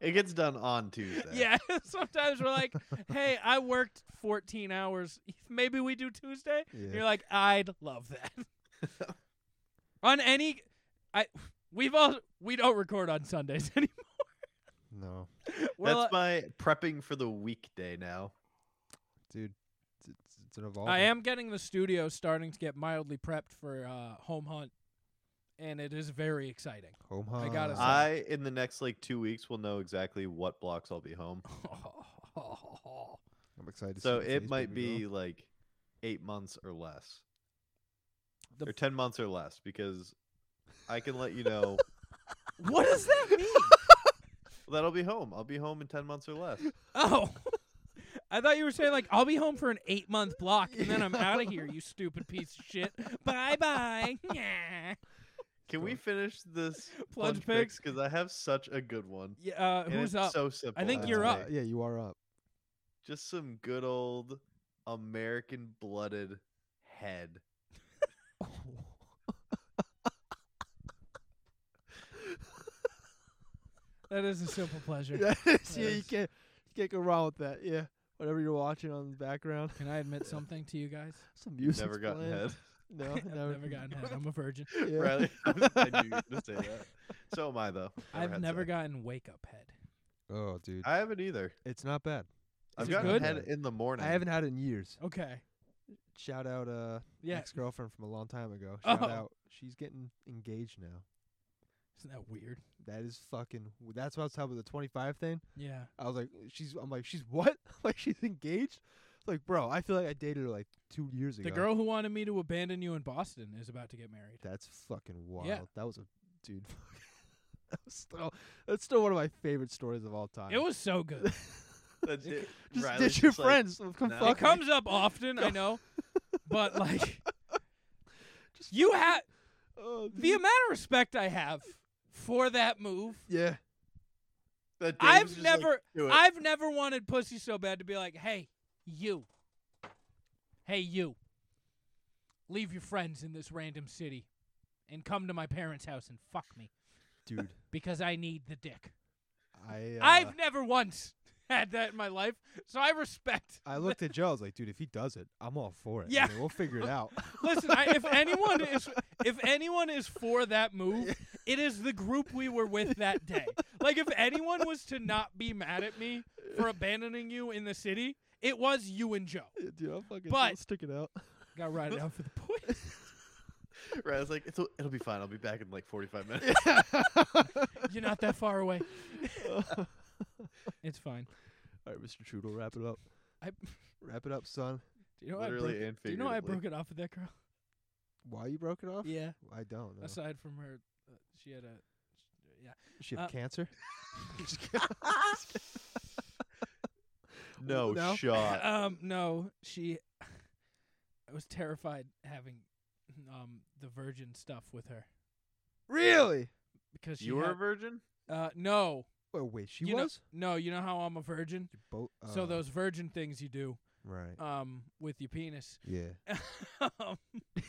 [SPEAKER 7] It gets done on Tuesday.
[SPEAKER 3] *laughs* Yeah, sometimes we're like, "Hey, I worked 14 hours. *laughs* Maybe we do Tuesday."
[SPEAKER 4] Yeah.
[SPEAKER 3] You're like, "I'd love that."
[SPEAKER 7] *laughs*
[SPEAKER 3] *laughs* on any, I we've all we don't record on Sundays anymore.
[SPEAKER 4] No,
[SPEAKER 3] Well, uh,
[SPEAKER 7] That's my prepping for the weekday now.
[SPEAKER 4] dude, it's, it's- it's an evolving.
[SPEAKER 3] I am getting the studio starting to get mildly prepped for uh, home hunt, and it is very
[SPEAKER 7] *laughs*
[SPEAKER 3] exciting.
[SPEAKER 4] home
[SPEAKER 3] I gotta
[SPEAKER 4] hunt.
[SPEAKER 3] say-
[SPEAKER 7] I in the next like two weeks will know exactly what blocks I'll be home.
[SPEAKER 4] I'm excited. To see
[SPEAKER 7] So
[SPEAKER 4] your
[SPEAKER 7] it
[SPEAKER 4] face,
[SPEAKER 7] might
[SPEAKER 4] baby
[SPEAKER 7] be
[SPEAKER 4] girl.
[SPEAKER 7] like eight months or less,
[SPEAKER 3] The
[SPEAKER 7] or ten months or less, because I can let
[SPEAKER 3] *laughs*
[SPEAKER 7] you know
[SPEAKER 3] what does that
[SPEAKER 7] *laughs*
[SPEAKER 3] mean?
[SPEAKER 7] that I'll be home. I'll be home in ten months or less.
[SPEAKER 3] oh, I thought you were saying like I'll be home for an eight month block and then I'm out of here. You stupid piece of
[SPEAKER 7] *laughs*
[SPEAKER 3] shit. Bye *laughs* bye. yeah.
[SPEAKER 7] Can we finish this
[SPEAKER 3] *laughs* Plunge
[SPEAKER 7] plunge picks? Because I have such a good one.
[SPEAKER 3] Yeah, uh,
[SPEAKER 7] and
[SPEAKER 3] who's
[SPEAKER 7] it's
[SPEAKER 3] up?
[SPEAKER 7] So simple.
[SPEAKER 3] think
[SPEAKER 7] and
[SPEAKER 3] you're
[SPEAKER 7] it's
[SPEAKER 3] up.
[SPEAKER 7] like
[SPEAKER 4] Yeah, you are
[SPEAKER 7] *laughs*
[SPEAKER 4] up.
[SPEAKER 7] Just some good old American blooded head.
[SPEAKER 3] that is a simple
[SPEAKER 7] *laughs*
[SPEAKER 3] pleasure.
[SPEAKER 4] yeah, you
[SPEAKER 3] Yes.
[SPEAKER 4] can't, you can't go wrong with that. Yeah, whatever you're watching on the background, *laughs*
[SPEAKER 3] Can I admit something to you *laughs* guys?
[SPEAKER 4] some
[SPEAKER 7] You've
[SPEAKER 4] music.
[SPEAKER 7] never gotten head. *laughs*
[SPEAKER 3] *laughs*
[SPEAKER 4] No,
[SPEAKER 3] I've never gotten head. I'm a virgin.
[SPEAKER 4] Yeah.
[SPEAKER 3] *laughs*
[SPEAKER 4] *laughs*
[SPEAKER 7] Riley, I, was, I knew you were gonna say that. So am I though.
[SPEAKER 3] I've
[SPEAKER 7] had
[SPEAKER 3] never
[SPEAKER 7] sex.
[SPEAKER 3] gotten wake up head.
[SPEAKER 4] Oh, dude,
[SPEAKER 7] I haven't either.
[SPEAKER 4] it's not bad.
[SPEAKER 7] I've
[SPEAKER 3] it
[SPEAKER 7] gotten
[SPEAKER 3] good?
[SPEAKER 7] head in the morning.
[SPEAKER 4] I haven't had it in years.
[SPEAKER 3] Okay.
[SPEAKER 4] Shout out, uh,
[SPEAKER 3] Yeah.
[SPEAKER 4] ex girlfriend from a long
[SPEAKER 3] *laughs*
[SPEAKER 4] time ago. Shout
[SPEAKER 3] Oh.
[SPEAKER 4] out, she's getting engaged now.
[SPEAKER 3] Isn't that weird?
[SPEAKER 4] That is fucking. That's what I was talking about the 25 thing.
[SPEAKER 3] Yeah.
[SPEAKER 4] I was like, she's. I'm like, she's what? *laughs* like she's engaged? Like, bro, I feel like I dated her like two years ago.
[SPEAKER 3] The girl who wanted me to abandon you in Boston is about to get married.
[SPEAKER 4] That's fucking wild.
[SPEAKER 3] Yeah.
[SPEAKER 4] That was a dude. *laughs* that was still. That's still one of my favorite stories of all time.
[SPEAKER 3] It was so *laughs* good.
[SPEAKER 7] *laughs* That di-
[SPEAKER 4] Just
[SPEAKER 7] Riley's
[SPEAKER 4] ditch your
[SPEAKER 7] just like,
[SPEAKER 4] friends. come
[SPEAKER 7] "No."
[SPEAKER 3] it
[SPEAKER 4] fuck me.
[SPEAKER 3] comes up often, I *laughs* know, but like, you have
[SPEAKER 4] Oh,
[SPEAKER 3] the
[SPEAKER 4] dude.
[SPEAKER 3] amount of respect I have for that move.
[SPEAKER 4] yeah.
[SPEAKER 7] that Dave's
[SPEAKER 3] I've
[SPEAKER 7] just like,
[SPEAKER 3] never,
[SPEAKER 7] "Do it."
[SPEAKER 3] I've never wanted pussy so bad to be like, hey, you, hey you, leave your friends in this random city, and come to my parents' house and fuck me
[SPEAKER 4] Dude,
[SPEAKER 3] because I need the dick.
[SPEAKER 4] I.
[SPEAKER 3] *laughs*
[SPEAKER 4] Uh,
[SPEAKER 3] I've never once *laughs* had that in my life, so I respect.
[SPEAKER 4] I looked at Joe. I was like, dude, if he does it, I'm all for it. I
[SPEAKER 3] Yeah.
[SPEAKER 4] mean, we'll figure
[SPEAKER 3] *laughs*
[SPEAKER 4] it out. *laughs*
[SPEAKER 3] Listen, I, if anyone is if anyone is for that
[SPEAKER 7] *laughs*
[SPEAKER 3] move, it is the group we were with that day. Like if anyone was to not be mad at me for abandoning you in the city, it was you and Joe.
[SPEAKER 4] Yeah, dude, I'm fucking.
[SPEAKER 3] But-
[SPEAKER 4] I'll stick it out.
[SPEAKER 3] Got routed out for the boys.
[SPEAKER 7] Riley's like, it's, it'll be fine. I'll be back in like 45 minutes.
[SPEAKER 3] You're not that far away. It's fine.
[SPEAKER 4] All right, Mr. Trudeau, wrap it up.
[SPEAKER 3] I-
[SPEAKER 4] *laughs* wrap it up, son.
[SPEAKER 3] Do you know I
[SPEAKER 7] Literally
[SPEAKER 3] broke,
[SPEAKER 7] and figuratively.
[SPEAKER 3] Do you know I broke it off with that girl?
[SPEAKER 4] Why you broke it off?
[SPEAKER 3] Yeah.
[SPEAKER 4] I don't know.
[SPEAKER 3] Aside from her, uh, she had a yeah.
[SPEAKER 4] she have
[SPEAKER 3] uh,
[SPEAKER 4] cancer?
[SPEAKER 7] No,
[SPEAKER 4] No.
[SPEAKER 3] *laughs*
[SPEAKER 7] shot.
[SPEAKER 3] um, no, she. I was terrified having um the virgin stuff with her
[SPEAKER 4] really?
[SPEAKER 3] because she
[SPEAKER 7] you were a
[SPEAKER 3] had,
[SPEAKER 7] virgin?
[SPEAKER 3] uh no
[SPEAKER 4] Oh wait, she
[SPEAKER 3] you
[SPEAKER 4] was.
[SPEAKER 3] know, no you know how I'm a virgin
[SPEAKER 4] You Bo-
[SPEAKER 3] so
[SPEAKER 4] uh,
[SPEAKER 3] those virgin things you do
[SPEAKER 4] Right.
[SPEAKER 3] um with your penis *laughs*
[SPEAKER 4] yeah.
[SPEAKER 3] um, I was-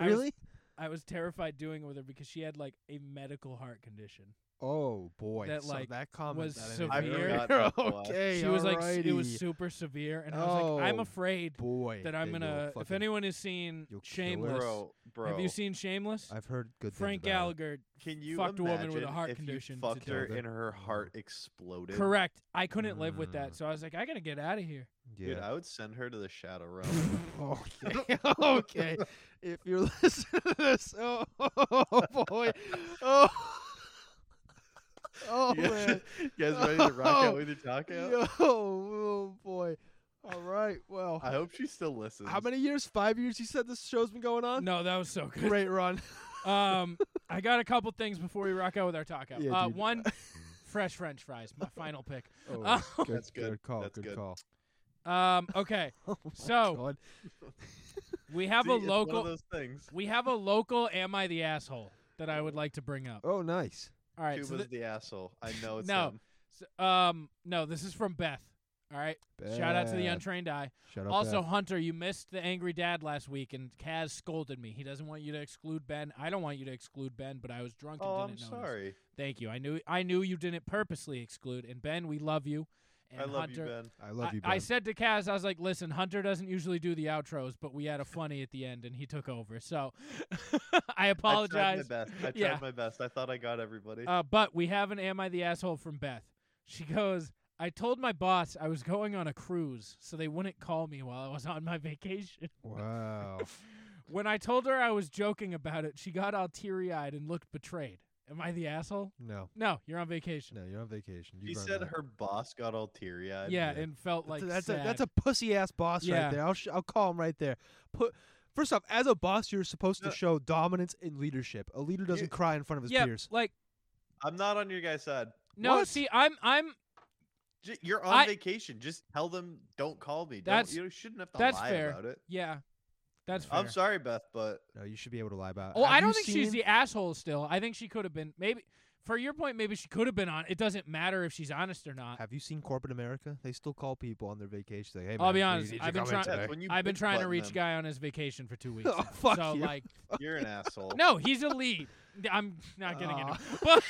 [SPEAKER 4] Really?
[SPEAKER 3] I was terrified doing it with her because she had like a medical heart condition
[SPEAKER 4] Oh boy.
[SPEAKER 3] That,
[SPEAKER 4] so
[SPEAKER 3] like,
[SPEAKER 4] that comment
[SPEAKER 3] was
[SPEAKER 4] that I
[SPEAKER 7] I
[SPEAKER 4] didn't
[SPEAKER 3] severe.
[SPEAKER 4] hear.
[SPEAKER 7] forgot.
[SPEAKER 4] *laughs*
[SPEAKER 7] that blast.
[SPEAKER 4] okay.
[SPEAKER 3] she was like s- it was
[SPEAKER 4] alrighty.
[SPEAKER 3] super severe and I was like I'm
[SPEAKER 4] Oh,
[SPEAKER 3] afraid
[SPEAKER 4] boy
[SPEAKER 3] that I'm
[SPEAKER 4] then you'll
[SPEAKER 3] gonna if
[SPEAKER 4] fucking-
[SPEAKER 3] anyone has seen
[SPEAKER 4] you'll kill her.
[SPEAKER 3] Shameless
[SPEAKER 7] Bro, bro.
[SPEAKER 3] have you seen Shameless
[SPEAKER 4] I've heard good
[SPEAKER 3] Frank
[SPEAKER 4] things about it.
[SPEAKER 3] Gallagher
[SPEAKER 7] Can you
[SPEAKER 3] fucked a woman with a
[SPEAKER 7] imagine
[SPEAKER 3] heart
[SPEAKER 7] if you
[SPEAKER 3] condition to
[SPEAKER 7] fucked her
[SPEAKER 4] kill her?
[SPEAKER 7] and her heart exploded?
[SPEAKER 3] Correct. I couldn't live with that,
[SPEAKER 4] Mm.
[SPEAKER 3] so I was like, I gotta get out of here.
[SPEAKER 7] Dude,
[SPEAKER 4] Yeah. Oh,
[SPEAKER 7] I would send her to
[SPEAKER 3] *laughs*
[SPEAKER 7] the shadow realm. *laughs*
[SPEAKER 4] okay. *laughs* okay. If you're *laughs* listening to this, *laughs* oh, boy. Oh. *laughs* Oh
[SPEAKER 7] you, guys,
[SPEAKER 4] man.
[SPEAKER 3] *laughs*
[SPEAKER 7] you guys ready to rock out with your talk out?
[SPEAKER 4] Yo, oh boy. All right. Well,
[SPEAKER 7] I hope she still listens.
[SPEAKER 4] how many years? Five years? You said this show's been going on.
[SPEAKER 3] No, *laughs* that was so good.
[SPEAKER 4] Great run.
[SPEAKER 3] Um, I got a couple things before we rock out with our talk out.
[SPEAKER 4] Yeah,
[SPEAKER 3] uh,
[SPEAKER 4] dude. *laughs*
[SPEAKER 3] one, fresh French fries, my final pick.
[SPEAKER 4] Oh,
[SPEAKER 3] Oh.
[SPEAKER 7] That's good.
[SPEAKER 4] call.
[SPEAKER 7] That's
[SPEAKER 4] good,
[SPEAKER 7] good.
[SPEAKER 4] call.
[SPEAKER 3] *laughs* Um, okay,
[SPEAKER 4] Oh my
[SPEAKER 3] So,
[SPEAKER 4] God.
[SPEAKER 3] we have
[SPEAKER 7] See,
[SPEAKER 3] a
[SPEAKER 7] it's one of
[SPEAKER 3] local.
[SPEAKER 7] those things.
[SPEAKER 3] We have a local. Am I the asshole that I would like to bring up?
[SPEAKER 4] Oh, nice.
[SPEAKER 3] All right.
[SPEAKER 7] Cuba's
[SPEAKER 3] So
[SPEAKER 7] the asshole. I know
[SPEAKER 3] *laughs*
[SPEAKER 7] it's
[SPEAKER 3] No.
[SPEAKER 7] him.
[SPEAKER 3] th- so- um, no, this is from Beth. All right. Shout out to the
[SPEAKER 4] Beth.
[SPEAKER 3] untrained eye.
[SPEAKER 4] Shout out
[SPEAKER 3] Also,
[SPEAKER 4] Beth.
[SPEAKER 3] Hunter, you missed the angry dad last week, and Kaz scolded me. He doesn't want you to exclude Ben. I don't want you to exclude Ben, but I was drunk and
[SPEAKER 7] Oh, I'm
[SPEAKER 3] didn't notice.
[SPEAKER 7] sorry.
[SPEAKER 3] Thank you. I knew I knew you didn't purposely exclude. And Ben, we love you. And
[SPEAKER 7] I love
[SPEAKER 3] Hunter,
[SPEAKER 7] you, Ben.
[SPEAKER 4] I love
[SPEAKER 3] I-
[SPEAKER 4] you,
[SPEAKER 3] I
[SPEAKER 4] Ben.
[SPEAKER 3] said to Kaz, I was like, listen, Hunter doesn't usually do the outros, but we had a funny at the end and he took over. So *laughs* I apologize. *laughs*
[SPEAKER 7] I tried my best. I tried
[SPEAKER 3] Yeah. *laughs*
[SPEAKER 7] my best. I thought I got everybody.
[SPEAKER 3] Uh, but we have an Am I the Asshole from Beth. She goes, I told my boss I was going on a cruise so they wouldn't call me while I was on my *laughs* vacation. *laughs*
[SPEAKER 4] Wow.
[SPEAKER 3] When I told her I was joking about it, she got all teary eyed and looked betrayed. Am I the asshole?
[SPEAKER 4] no.
[SPEAKER 3] No, you're on vacation.
[SPEAKER 4] No, you're on vacation. You
[SPEAKER 7] She
[SPEAKER 4] run
[SPEAKER 7] said
[SPEAKER 4] that.
[SPEAKER 7] her boss got all teary eyed.
[SPEAKER 3] yeah,
[SPEAKER 4] yeah.
[SPEAKER 3] and felt like
[SPEAKER 4] That's a- that's
[SPEAKER 3] sad.
[SPEAKER 4] a *laughs* that's a pussy ass boss
[SPEAKER 3] Yeah.
[SPEAKER 4] right there. I'll sh- I'll call him right there. Put first off, as a boss, you're supposed to
[SPEAKER 7] No.
[SPEAKER 4] show dominance and leadership. A leader doesn't
[SPEAKER 7] You-
[SPEAKER 4] cry in front of his
[SPEAKER 3] yeah,
[SPEAKER 4] peers.
[SPEAKER 3] like
[SPEAKER 7] I'm not on your guys' side.
[SPEAKER 3] no.
[SPEAKER 4] What?
[SPEAKER 3] See, I'm I'm
[SPEAKER 7] J- You're on
[SPEAKER 3] I-
[SPEAKER 7] vacation. Just tell them don't call me. Don't,
[SPEAKER 3] That's-
[SPEAKER 7] you shouldn't have to
[SPEAKER 3] that's
[SPEAKER 7] lie
[SPEAKER 3] fair.
[SPEAKER 7] about it.
[SPEAKER 3] yeah. That's fair.
[SPEAKER 7] I'm sorry, Beth, but
[SPEAKER 4] No, you should be able to lie about.
[SPEAKER 3] Well,
[SPEAKER 4] Have
[SPEAKER 3] I
[SPEAKER 4] you
[SPEAKER 3] don't think she's
[SPEAKER 4] seen-
[SPEAKER 3] the asshole still. I think she could have been. Maybe for your point, maybe she could have been on. It doesn't matter if she's honest or not.
[SPEAKER 4] Have you seen corporate America? They still call people on their vacation. Like, hey,
[SPEAKER 3] I'll
[SPEAKER 4] man,
[SPEAKER 3] be
[SPEAKER 4] we
[SPEAKER 3] honest,
[SPEAKER 4] need you
[SPEAKER 3] I've
[SPEAKER 4] to
[SPEAKER 3] been
[SPEAKER 4] come
[SPEAKER 3] trying-
[SPEAKER 4] in today."
[SPEAKER 7] Beth, when you
[SPEAKER 3] I've been
[SPEAKER 7] bitch
[SPEAKER 3] trying to
[SPEAKER 7] button
[SPEAKER 3] reach
[SPEAKER 7] them,
[SPEAKER 3] guy on his vacation for
[SPEAKER 4] *laughs*
[SPEAKER 3] two weeks.
[SPEAKER 4] Oh,
[SPEAKER 3] now.
[SPEAKER 4] fuck
[SPEAKER 3] so
[SPEAKER 4] you.
[SPEAKER 3] like,
[SPEAKER 7] You're an asshole.
[SPEAKER 3] *laughs* no, he's elite. I'm not getting into.
[SPEAKER 4] Aw.
[SPEAKER 3] it. But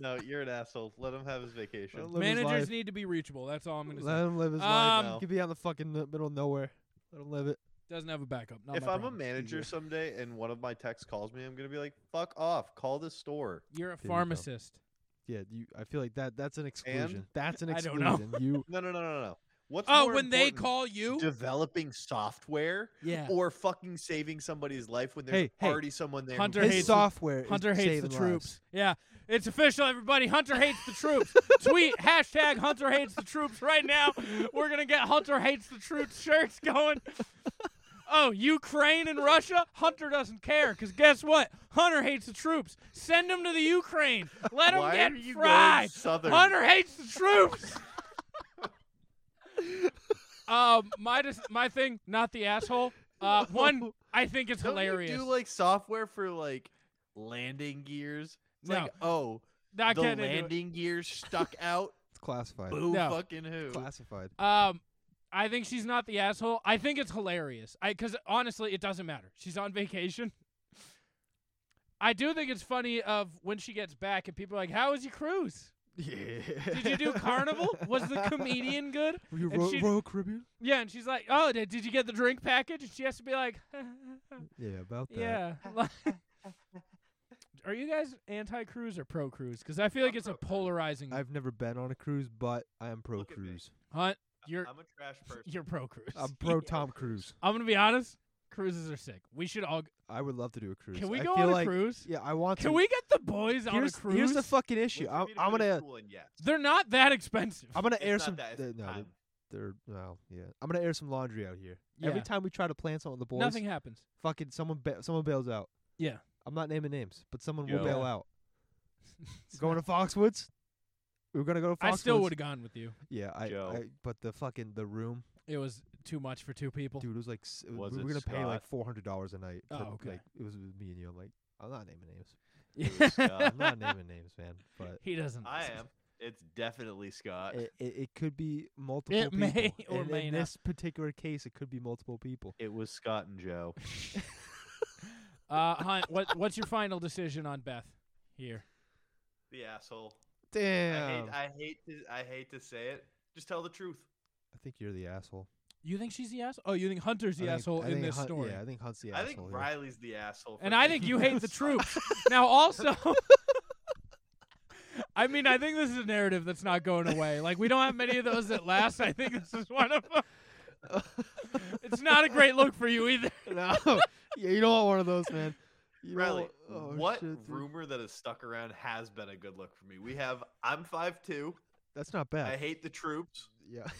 [SPEAKER 7] no, you're an asshole. Let him have his vacation.
[SPEAKER 4] Well, Live his
[SPEAKER 3] managers
[SPEAKER 4] life.
[SPEAKER 3] need to be reachable. That's all *laughs* I'm gonna
[SPEAKER 4] *laughs* Let
[SPEAKER 3] say.
[SPEAKER 4] him live his life.
[SPEAKER 3] Um,
[SPEAKER 4] He could be out in the fucking n- middle of nowhere. Let him live it.
[SPEAKER 3] Doesn't have a backup. Not
[SPEAKER 7] if
[SPEAKER 3] my
[SPEAKER 7] I'm
[SPEAKER 3] problem.
[SPEAKER 7] a manager someday and one of my texts calls me, I'm gonna be like, "Fuck off! Call the store."
[SPEAKER 3] you're a
[SPEAKER 4] you go.
[SPEAKER 3] pharmacist.
[SPEAKER 4] Yeah, you. I feel like that. That's an exclusion. that's an
[SPEAKER 3] I don't
[SPEAKER 4] exclusion.
[SPEAKER 3] know. *laughs*
[SPEAKER 4] You.
[SPEAKER 7] No, no, no, no, no. What's
[SPEAKER 3] Oh,
[SPEAKER 7] more
[SPEAKER 3] when they
[SPEAKER 7] important,
[SPEAKER 3] call you,
[SPEAKER 7] developing software
[SPEAKER 3] yeah.
[SPEAKER 7] or fucking saving somebody's life when there's
[SPEAKER 4] Hey, hey,
[SPEAKER 7] already someone there? who
[SPEAKER 3] Hunter
[SPEAKER 7] can
[SPEAKER 4] His
[SPEAKER 3] hates
[SPEAKER 7] save
[SPEAKER 3] the-
[SPEAKER 4] software. is
[SPEAKER 3] Hunter hates the
[SPEAKER 4] saving
[SPEAKER 3] troops.
[SPEAKER 4] lives.
[SPEAKER 3] Yeah, it's official, everybody. Hunter hates the troops. Tweet hashtag Hunter hates the troops right now. We're gonna get Hunter hates the troops shirts going. Oh, Ukraine and Russia? Hunter doesn't care because guess what? Hunter hates the troops. Send them to the Ukraine. Let them
[SPEAKER 7] Why
[SPEAKER 3] get
[SPEAKER 7] are you going
[SPEAKER 3] fried.
[SPEAKER 7] southern?
[SPEAKER 3] Hunter hates the troops. *laughs* um, my dis- my thing, not the asshole. Uh, one, I think it's
[SPEAKER 7] Don't you
[SPEAKER 3] hilarious.
[SPEAKER 7] do like software for like landing gears? It's
[SPEAKER 3] No.
[SPEAKER 7] like, oh,
[SPEAKER 3] not
[SPEAKER 7] the
[SPEAKER 3] getting into it.
[SPEAKER 7] landing
[SPEAKER 3] *laughs*
[SPEAKER 7] gear stuck out.
[SPEAKER 4] It's classified.
[SPEAKER 7] Boo
[SPEAKER 3] No.
[SPEAKER 7] fucking who?
[SPEAKER 4] Classified.
[SPEAKER 3] Um, I think she's not the asshole. I think it's hilarious. I because honestly, it doesn't matter. She's on *laughs* vacation. I do think it's funny of when she gets back and people are like, "How was your cruise?
[SPEAKER 4] Yeah.
[SPEAKER 3] Did
[SPEAKER 7] *laughs*
[SPEAKER 3] you do carnival? Was the comedian good?"
[SPEAKER 4] Were you
[SPEAKER 3] And
[SPEAKER 4] Ro-
[SPEAKER 3] she-
[SPEAKER 4] Royal Caribbean?
[SPEAKER 3] Yeah, and she's like, "Oh, did, did you get the drink package?" And she has to be like, *laughs*
[SPEAKER 4] Yeah, about that.
[SPEAKER 3] "Yeah." *laughs* are you guys anti-cruise or pro-cruise? Because I feel like it's a polarizing
[SPEAKER 4] I've never been on a cruise, but I am pro
[SPEAKER 7] Look at me.
[SPEAKER 3] *laughs*
[SPEAKER 4] cruise.
[SPEAKER 3] hunt. You're
[SPEAKER 7] I'm a trash person.
[SPEAKER 3] you're pro-cruise.
[SPEAKER 4] I'm pro Tom Cruise.
[SPEAKER 3] *laughs* I'm gonna be honest. Cruises are sick. We should all.
[SPEAKER 4] I would love to do a cruise.
[SPEAKER 3] Can we
[SPEAKER 4] I
[SPEAKER 3] go
[SPEAKER 4] feel
[SPEAKER 3] on a
[SPEAKER 4] like-
[SPEAKER 3] cruise?
[SPEAKER 4] Yeah, I want to.
[SPEAKER 3] Can we get the boys on a
[SPEAKER 4] Here's,
[SPEAKER 3] cruise?
[SPEAKER 4] here's the fucking issue.
[SPEAKER 7] Wait
[SPEAKER 4] I'm,
[SPEAKER 7] for me to
[SPEAKER 4] I'm
[SPEAKER 7] go to
[SPEAKER 4] gonna
[SPEAKER 7] school and yes.
[SPEAKER 3] They're not that expensive.
[SPEAKER 4] I'm gonna
[SPEAKER 7] It's
[SPEAKER 4] air
[SPEAKER 7] not
[SPEAKER 4] some.
[SPEAKER 7] that, it's
[SPEAKER 4] th- no,
[SPEAKER 3] *laughs*
[SPEAKER 4] they're,
[SPEAKER 7] time.
[SPEAKER 4] they're no. Yeah, I'm gonna air some laundry out here.
[SPEAKER 3] Yeah.
[SPEAKER 4] Every time we try to plan something, with the boys,
[SPEAKER 3] Nothing happens.
[SPEAKER 4] fucking someone ba- someone bails out.
[SPEAKER 3] Yeah.
[SPEAKER 4] I'm not naming names, but someone
[SPEAKER 7] Yo.
[SPEAKER 4] will bail out. Going to Foxwoods. We were gonna go to Foxwoods.
[SPEAKER 3] I still would have gone with you.
[SPEAKER 4] Yeah, I,
[SPEAKER 7] Yo.
[SPEAKER 4] I. But the fucking the room,
[SPEAKER 3] It was too much for two people. *laughs*
[SPEAKER 4] dude, it was like s-
[SPEAKER 7] Was
[SPEAKER 4] we
[SPEAKER 7] it
[SPEAKER 4] were gonna pay like
[SPEAKER 7] Scott?
[SPEAKER 4] four hundred dollars a night.
[SPEAKER 3] Oh,
[SPEAKER 4] for,
[SPEAKER 3] okay.
[SPEAKER 4] Like it was me and you. I'm like, I'm not naming
[SPEAKER 3] *laughs*
[SPEAKER 4] names.
[SPEAKER 7] Yeah.
[SPEAKER 4] I'm not naming names, man. But
[SPEAKER 3] he doesn't.
[SPEAKER 7] I
[SPEAKER 3] listen.
[SPEAKER 7] am. It's definitely Scott.
[SPEAKER 4] it, it, it could be multiple people.
[SPEAKER 3] Uh, may or
[SPEAKER 4] in,
[SPEAKER 3] may
[SPEAKER 4] in
[SPEAKER 3] not.
[SPEAKER 4] this particular case, it could be multiple people.
[SPEAKER 7] It was Scott
[SPEAKER 3] *laughs*
[SPEAKER 7] and Joe.
[SPEAKER 3] Uh, Hunt, what what's your final decision on Beth here?
[SPEAKER 7] The asshole. I hate.
[SPEAKER 4] Damn.
[SPEAKER 7] I hate to. I hate to say it. Just tell the truth.
[SPEAKER 4] I think you're the asshole.
[SPEAKER 3] You think she's the asshole? Oh, you think Hunter's the
[SPEAKER 4] I think-
[SPEAKER 3] asshole
[SPEAKER 4] I
[SPEAKER 3] in
[SPEAKER 4] think
[SPEAKER 3] this
[SPEAKER 4] Hunt-
[SPEAKER 3] story?
[SPEAKER 4] Yeah, I think Hunt's the
[SPEAKER 7] I
[SPEAKER 4] asshole.
[SPEAKER 7] think
[SPEAKER 4] here.
[SPEAKER 7] Riley's the asshole. for
[SPEAKER 3] and I think
[SPEAKER 7] thinking
[SPEAKER 3] you hate the
[SPEAKER 7] that's-
[SPEAKER 3] troops. now, also, *laughs* I mean, I think this is a narrative that's not going away. Like, we don't have many of those that last. I think this is one of them. it's not a great look for you either.
[SPEAKER 4] *laughs* no. yeah, you don't want one of those, man. You
[SPEAKER 7] Riley,
[SPEAKER 4] don't want- oh,
[SPEAKER 7] what
[SPEAKER 4] shit, dude.
[SPEAKER 7] rumor that has stuck around has been a good look for me? We have. I'm five two.
[SPEAKER 4] That's not
[SPEAKER 7] I
[SPEAKER 4] bad.
[SPEAKER 7] hate the troops.
[SPEAKER 4] yeah. *laughs*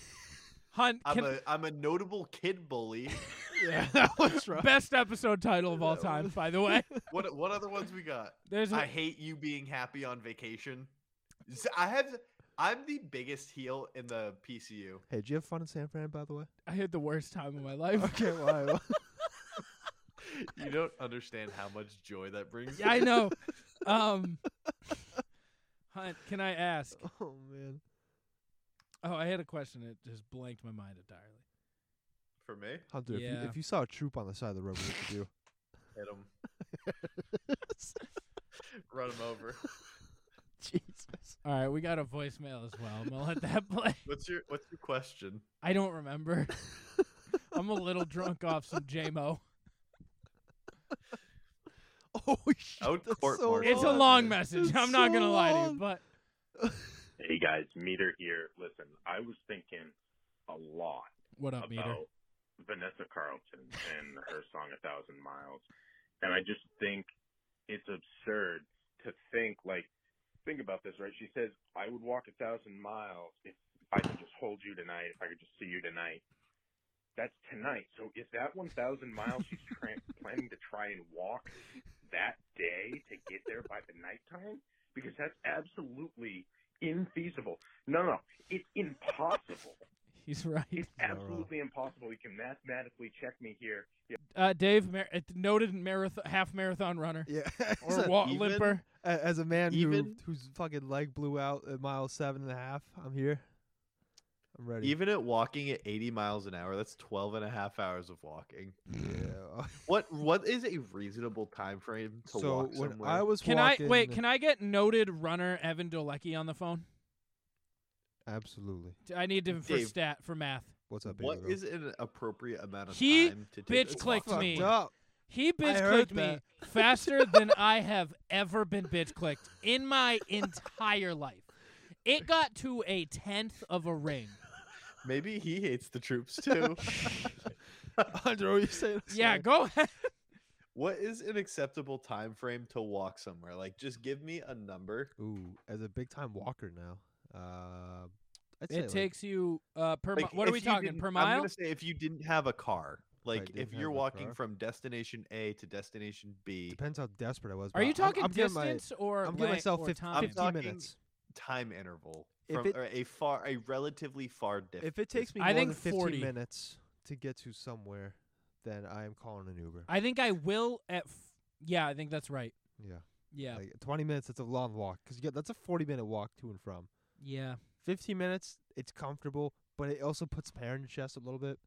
[SPEAKER 3] Hunt,
[SPEAKER 7] I'm
[SPEAKER 3] can,
[SPEAKER 7] a. I'm a notable kid *laughs* bully.
[SPEAKER 4] yeah, that was
[SPEAKER 3] *laughs*
[SPEAKER 4] rough.
[SPEAKER 3] best episode title of all time, by the way.
[SPEAKER 7] what What other ones we got?
[SPEAKER 3] There's a-
[SPEAKER 7] I hate you being happy on vacation. Z- I have. I'm the biggest heel in the PCU.
[SPEAKER 4] Hey, did you have fun in San Fran, by
[SPEAKER 7] *laughs*
[SPEAKER 4] the way?
[SPEAKER 3] I had the worst time of my life.
[SPEAKER 4] Okay, well,
[SPEAKER 7] You don't understand how much joy that
[SPEAKER 3] *laughs*
[SPEAKER 7] brings.
[SPEAKER 3] Yeah, I
[SPEAKER 7] *laughs*
[SPEAKER 3] know. Um, Hunt, can I ask?
[SPEAKER 4] I- *laughs* oh man,
[SPEAKER 3] Oh, I had a question. It just blanked my mind entirely.
[SPEAKER 7] For me,
[SPEAKER 4] Hunter, if,
[SPEAKER 3] Yeah.
[SPEAKER 4] you, if you saw a troop on the side of the road, what
[SPEAKER 3] *laughs*
[SPEAKER 4] would *laughs* you
[SPEAKER 7] hit him. *laughs* Run him over.
[SPEAKER 4] do? Jesus.
[SPEAKER 3] All right, we got a voicemail as well. I'm going to let that *laughs* play.
[SPEAKER 7] What's your What's your question?
[SPEAKER 3] I don't
[SPEAKER 4] *laughs*
[SPEAKER 3] remember. I'm a little drunk off some JMO.
[SPEAKER 4] Oh shit.
[SPEAKER 7] I would
[SPEAKER 4] that's
[SPEAKER 7] court
[SPEAKER 4] so
[SPEAKER 7] martial
[SPEAKER 3] It's a
[SPEAKER 7] that
[SPEAKER 3] long
[SPEAKER 7] is.
[SPEAKER 3] message.
[SPEAKER 4] It's
[SPEAKER 3] I'm not
[SPEAKER 4] so
[SPEAKER 3] *laughs* gonna lie to you,
[SPEAKER 4] long.
[SPEAKER 3] but
[SPEAKER 8] Hey guys, Meter here. Listen, I was thinking a lot
[SPEAKER 3] What
[SPEAKER 8] about
[SPEAKER 3] up, meter?
[SPEAKER 8] Vanessa Carlton and her song A Thousand Miles. And I just think it's absurd to think like think about this, right? She says, I would walk a thousand miles if I could just hold you tonight, if I could just see you tonight. That's tonight. So is that one thousand miles she's *laughs* tra- planning to try and walk that day to get there by the nighttime? Because that's absolutely infeasible. No, no, it's impossible.
[SPEAKER 3] He's right.
[SPEAKER 8] It's absolutely impossible. You can mathematically check me here. Yeah,
[SPEAKER 3] Uh, Dave, mar- uh, noted marathon, half marathon runner
[SPEAKER 4] Yeah. *laughs* as,
[SPEAKER 3] or
[SPEAKER 4] a,
[SPEAKER 3] wa-
[SPEAKER 7] even-
[SPEAKER 3] limper.
[SPEAKER 4] a- as a man who,
[SPEAKER 7] even-
[SPEAKER 4] whose fucking leg blew out at mile seven and a half, I'm here. I'm ready.
[SPEAKER 7] Even at walking at 80 miles an hour, that's 12 and a half hours of walking. *laughs*
[SPEAKER 4] yeah.
[SPEAKER 7] What what is a reasonable time frame to
[SPEAKER 4] So
[SPEAKER 7] walk
[SPEAKER 4] when
[SPEAKER 7] somewhere?
[SPEAKER 4] I was
[SPEAKER 3] Can I
[SPEAKER 4] walking,
[SPEAKER 3] wait? Can I get noted runner Evan Dolecki on the phone?
[SPEAKER 4] absolutely?
[SPEAKER 3] I need him for
[SPEAKER 7] Dave.
[SPEAKER 3] stat for math.
[SPEAKER 4] What's up?
[SPEAKER 7] what
[SPEAKER 4] Diego?
[SPEAKER 7] is an appropriate amount of
[SPEAKER 3] He
[SPEAKER 7] time to take
[SPEAKER 3] bitch
[SPEAKER 7] to walk
[SPEAKER 3] clicked
[SPEAKER 4] Fucked
[SPEAKER 7] somewhere?
[SPEAKER 3] me.
[SPEAKER 4] up.
[SPEAKER 3] He bitch
[SPEAKER 4] heard
[SPEAKER 3] clicked me
[SPEAKER 4] that. *laughs*
[SPEAKER 3] faster than I have ever been bitch clicked in my entire life. It got to a tenth of a
[SPEAKER 4] *laughs*
[SPEAKER 3] ring.
[SPEAKER 7] *laughs* Maybe he hates the troops too.
[SPEAKER 4] Andre, what are you saying?
[SPEAKER 3] *laughs* Yeah, go ahead.
[SPEAKER 7] what is an acceptable time frame to walk somewhere? Like just give me a number.
[SPEAKER 4] Ooh, as a big time walker now. Uh, I'd say
[SPEAKER 3] It
[SPEAKER 4] like-
[SPEAKER 3] takes you uh, per. mi-
[SPEAKER 7] Like,
[SPEAKER 3] what are
[SPEAKER 7] if
[SPEAKER 3] we
[SPEAKER 7] you
[SPEAKER 3] talking
[SPEAKER 7] didn't-
[SPEAKER 3] per
[SPEAKER 7] I'm
[SPEAKER 3] mile?
[SPEAKER 7] gonna say if you didn't have a car, like
[SPEAKER 4] didn't
[SPEAKER 7] if
[SPEAKER 4] have
[SPEAKER 7] you're
[SPEAKER 4] a
[SPEAKER 7] walking
[SPEAKER 4] car.
[SPEAKER 7] from destination A to destination B,
[SPEAKER 4] depends how desperate I was.
[SPEAKER 3] Are
[SPEAKER 4] but
[SPEAKER 3] you
[SPEAKER 4] I'm-
[SPEAKER 3] talking
[SPEAKER 4] I'm, giving my-
[SPEAKER 3] distance or
[SPEAKER 4] I'm giving
[SPEAKER 3] length
[SPEAKER 4] myself
[SPEAKER 3] or
[SPEAKER 4] 15,
[SPEAKER 3] time?
[SPEAKER 7] I'm talking-
[SPEAKER 4] minutes.
[SPEAKER 7] time interval
[SPEAKER 4] If
[SPEAKER 7] from
[SPEAKER 4] it-
[SPEAKER 7] or a far, a relatively far distance.
[SPEAKER 4] If it takes me
[SPEAKER 3] I
[SPEAKER 4] more
[SPEAKER 3] think
[SPEAKER 4] than 15
[SPEAKER 3] 40.
[SPEAKER 4] minutes to get to somewhere, then I am calling an Uber.
[SPEAKER 3] I think I will at. F- yeah, I think that's right.
[SPEAKER 4] yeah.
[SPEAKER 3] Yeah,
[SPEAKER 4] Like 20 minutes, that's a long walk because you get that's a 40 minute walk to and from.
[SPEAKER 3] yeah.
[SPEAKER 4] 15 minutes, it's comfortable, but it also puts my air in the chest a little bit.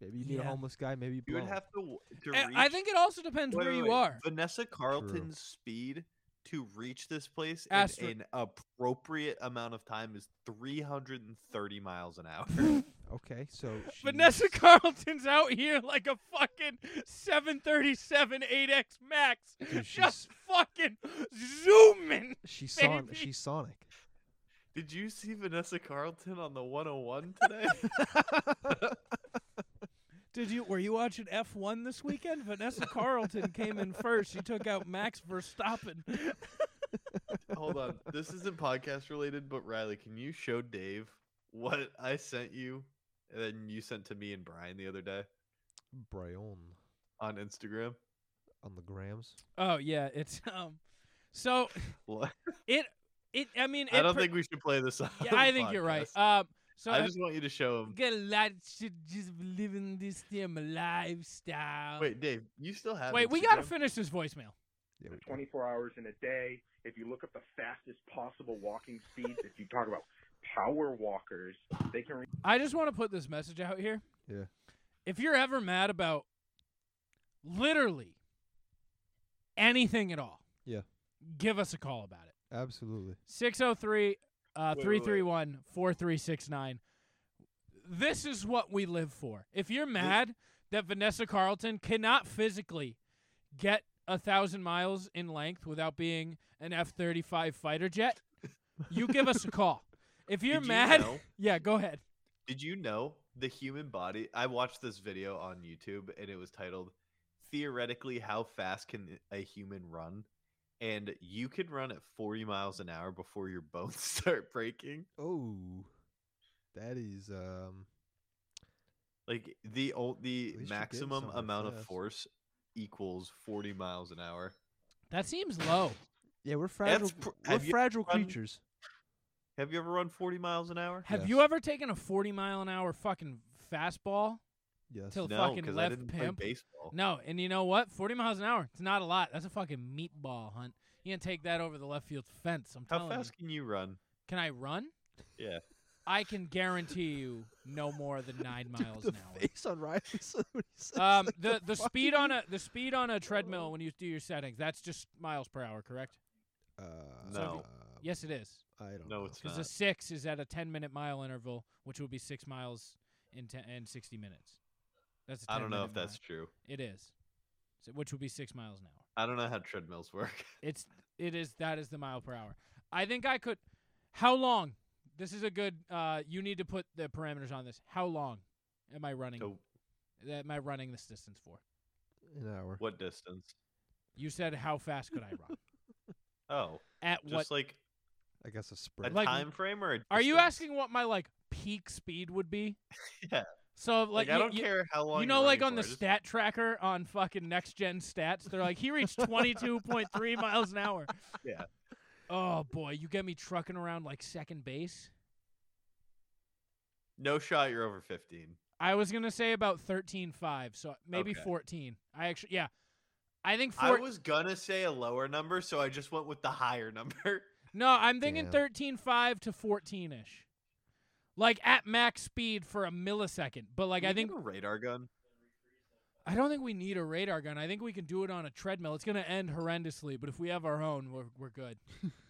[SPEAKER 4] Maybe you need
[SPEAKER 3] Yeah.
[SPEAKER 4] a homeless guy. Maybe you,
[SPEAKER 7] you would
[SPEAKER 4] blow.
[SPEAKER 7] have to, w- to
[SPEAKER 3] I-
[SPEAKER 7] reach.
[SPEAKER 3] Eh, I think it also *laughs* depends
[SPEAKER 7] Wait,
[SPEAKER 3] where
[SPEAKER 7] wait,
[SPEAKER 3] you
[SPEAKER 7] wait.
[SPEAKER 3] are.
[SPEAKER 7] Vanessa Carlton's speed to reach this place
[SPEAKER 3] Asterisk.
[SPEAKER 7] in an appropriate amount of time is 330 miles an
[SPEAKER 3] *laughs*
[SPEAKER 7] hour. *laughs*
[SPEAKER 4] Okay, so
[SPEAKER 3] Vanessa *laughs*
[SPEAKER 4] she's-
[SPEAKER 3] Carlton's out here like a fucking 737 8X Max,
[SPEAKER 4] Dude,
[SPEAKER 3] *laughs* just
[SPEAKER 4] she's-
[SPEAKER 3] fucking zooming.
[SPEAKER 4] She's, son-
[SPEAKER 3] baby.
[SPEAKER 4] she's Sonic.
[SPEAKER 7] Did you see Vanessa Carlton on the 101
[SPEAKER 3] *laughs*
[SPEAKER 7] today?
[SPEAKER 3] Did you? Were you watching F1 this weekend? Vanessa *laughs* Carlton came in first. She took out Max Verstappen.
[SPEAKER 7] Hold on. This isn't podcast related, but Riley, can you show Dave what I sent you and then you sent to me and Brian the other day
[SPEAKER 4] Brian
[SPEAKER 7] on Instagram?
[SPEAKER 4] on the grams.
[SPEAKER 3] Oh yeah, it's um. So
[SPEAKER 7] What?
[SPEAKER 3] it it. I mean, it
[SPEAKER 7] I don't
[SPEAKER 3] per-
[SPEAKER 7] think we should play this. On
[SPEAKER 3] Yeah,
[SPEAKER 7] the
[SPEAKER 3] I think you're right.
[SPEAKER 7] podcast.
[SPEAKER 3] Um. So
[SPEAKER 7] I
[SPEAKER 3] I
[SPEAKER 7] just want you to show him.
[SPEAKER 3] get a lot of shit just living this damn lifestyle.
[SPEAKER 7] Wait, Dave, you still have
[SPEAKER 3] Wait, we gotta
[SPEAKER 7] Instagram?
[SPEAKER 3] finish this voicemail.
[SPEAKER 4] Yeah,
[SPEAKER 8] the
[SPEAKER 4] we-
[SPEAKER 8] 24 hours in a day. If you look up the fastest possible walking speeds, if you talk about power walkers, they can reach
[SPEAKER 3] I just want to put this message out here.
[SPEAKER 4] Yeah.
[SPEAKER 3] If you're ever mad about literally anything at all,
[SPEAKER 4] Yeah.
[SPEAKER 3] give us a call about it.
[SPEAKER 4] absolutely.
[SPEAKER 3] 603 uh,
[SPEAKER 7] Wait, wait, wait.
[SPEAKER 3] 331 4369. This is what we live for. If you're mad that Vanessa Carlton cannot physically get a thousand miles in length without being an F 35 fighter jet, you give us a call.
[SPEAKER 7] *laughs*
[SPEAKER 3] If you're
[SPEAKER 7] Did you
[SPEAKER 3] mad,
[SPEAKER 7] know-
[SPEAKER 3] yeah, go ahead.
[SPEAKER 7] Did you know the human body? I watched this video on YouTube and it was titled Theoretically, How Fast Can a Human Run? And you can run at 40 miles an hour before your *laughs* bones start breaking.
[SPEAKER 4] Oh, that is um.
[SPEAKER 7] Like the old, the
[SPEAKER 4] least you're getting
[SPEAKER 7] maximum
[SPEAKER 4] somewhere
[SPEAKER 7] amount of
[SPEAKER 4] fast.
[SPEAKER 7] force equals 40 miles an hour.
[SPEAKER 3] That seems low.
[SPEAKER 4] Yeah, we're fragile.
[SPEAKER 7] pr-
[SPEAKER 4] we're
[SPEAKER 7] have you
[SPEAKER 4] fragile
[SPEAKER 7] run-
[SPEAKER 4] creatures.
[SPEAKER 7] Have you ever run 40 miles an hour?
[SPEAKER 3] Have
[SPEAKER 4] Yes.
[SPEAKER 3] you ever taken a 40 mile an hour fucking fastball?
[SPEAKER 4] Yes.
[SPEAKER 3] Till-
[SPEAKER 7] no,
[SPEAKER 3] fucking
[SPEAKER 7] because I
[SPEAKER 3] left
[SPEAKER 7] didn't
[SPEAKER 3] pimp.
[SPEAKER 7] play baseball.
[SPEAKER 3] No, and you know what? 40 miles an hour, it's not a lot. That's a fucking meatball hunt. You can take that over the left field fence. I'm
[SPEAKER 7] How
[SPEAKER 3] telling
[SPEAKER 7] fast
[SPEAKER 3] you.
[SPEAKER 7] can you run?
[SPEAKER 3] Can I run?
[SPEAKER 7] Yeah.
[SPEAKER 3] I can guarantee you no more
[SPEAKER 7] *laughs*
[SPEAKER 3] than nine
[SPEAKER 4] *laughs*
[SPEAKER 3] miles
[SPEAKER 4] the
[SPEAKER 3] an hour.
[SPEAKER 4] face on Riley. so *laughs* when he says,
[SPEAKER 3] Um,
[SPEAKER 4] like,
[SPEAKER 3] the the
[SPEAKER 4] fuck
[SPEAKER 3] speed
[SPEAKER 4] you-
[SPEAKER 3] on a
[SPEAKER 7] *laughs*
[SPEAKER 3] the speed on a
[SPEAKER 7] Oh.
[SPEAKER 3] treadmill when you do your settings that's just miles per hour, correct?
[SPEAKER 4] Uh,
[SPEAKER 7] No.
[SPEAKER 3] Yes, it is.
[SPEAKER 4] I don't.
[SPEAKER 7] No,
[SPEAKER 4] know.
[SPEAKER 7] Oh. it's
[SPEAKER 3] Because
[SPEAKER 7] not.
[SPEAKER 3] a six is at a ten minute mile interval, which would be six miles in ten and sixty minutes. That's a
[SPEAKER 7] I don't know
[SPEAKER 3] 10-minute
[SPEAKER 7] if that's
[SPEAKER 3] mile.
[SPEAKER 7] true.
[SPEAKER 3] It is, so, which would be six miles an hour.
[SPEAKER 7] I don't know how treadmills work. *laughs*
[SPEAKER 3] It's it is that is the mile per hour. I think I could. How long? This is a good. Uh, you need to put the parameters on this. How long am I running?
[SPEAKER 7] So
[SPEAKER 3] Am I running this distance for?
[SPEAKER 4] An hour.
[SPEAKER 7] what distance?
[SPEAKER 3] You said how fast
[SPEAKER 7] *laughs*
[SPEAKER 3] could I run?
[SPEAKER 7] Oh,
[SPEAKER 3] At
[SPEAKER 7] just
[SPEAKER 3] what?
[SPEAKER 7] like
[SPEAKER 4] I guess a
[SPEAKER 7] a
[SPEAKER 4] sprint.
[SPEAKER 3] Like-
[SPEAKER 7] time frame or a
[SPEAKER 3] Are you
[SPEAKER 7] distance?
[SPEAKER 3] asking what my like peak speed would be?
[SPEAKER 7] *laughs* Yeah.
[SPEAKER 3] So like,
[SPEAKER 7] Like, I
[SPEAKER 3] you-
[SPEAKER 7] don't
[SPEAKER 3] you,
[SPEAKER 7] care how long.
[SPEAKER 3] You
[SPEAKER 7] you're
[SPEAKER 3] know, like
[SPEAKER 7] running
[SPEAKER 3] on the
[SPEAKER 7] for, just-
[SPEAKER 3] stat tracker on fucking next gen stats, they're like he
[SPEAKER 7] *laughs*
[SPEAKER 3] reached twenty two point three miles an hour.
[SPEAKER 7] Yeah.
[SPEAKER 3] Oh boy, you get me trucking around like second base.
[SPEAKER 7] No shot. You're over 15.
[SPEAKER 3] I was gonna say about thirteen five, so maybe
[SPEAKER 7] Okay.
[SPEAKER 3] fourteen. I actually, yeah, I think
[SPEAKER 7] I
[SPEAKER 3] four.
[SPEAKER 7] was gonna say a lower number, so I just went with the higher *laughs* number.
[SPEAKER 3] no, I'm thinking
[SPEAKER 4] Damn.
[SPEAKER 3] thirteen five to fourteen ish, like at max speed for a millisecond. But like,
[SPEAKER 7] Can
[SPEAKER 3] I
[SPEAKER 7] we get
[SPEAKER 3] think
[SPEAKER 7] a radar gun.
[SPEAKER 3] I don't think we need a radar gun. I think we can do it on a treadmill. It's gonna end horrendously, but if we have our own, we're we're good.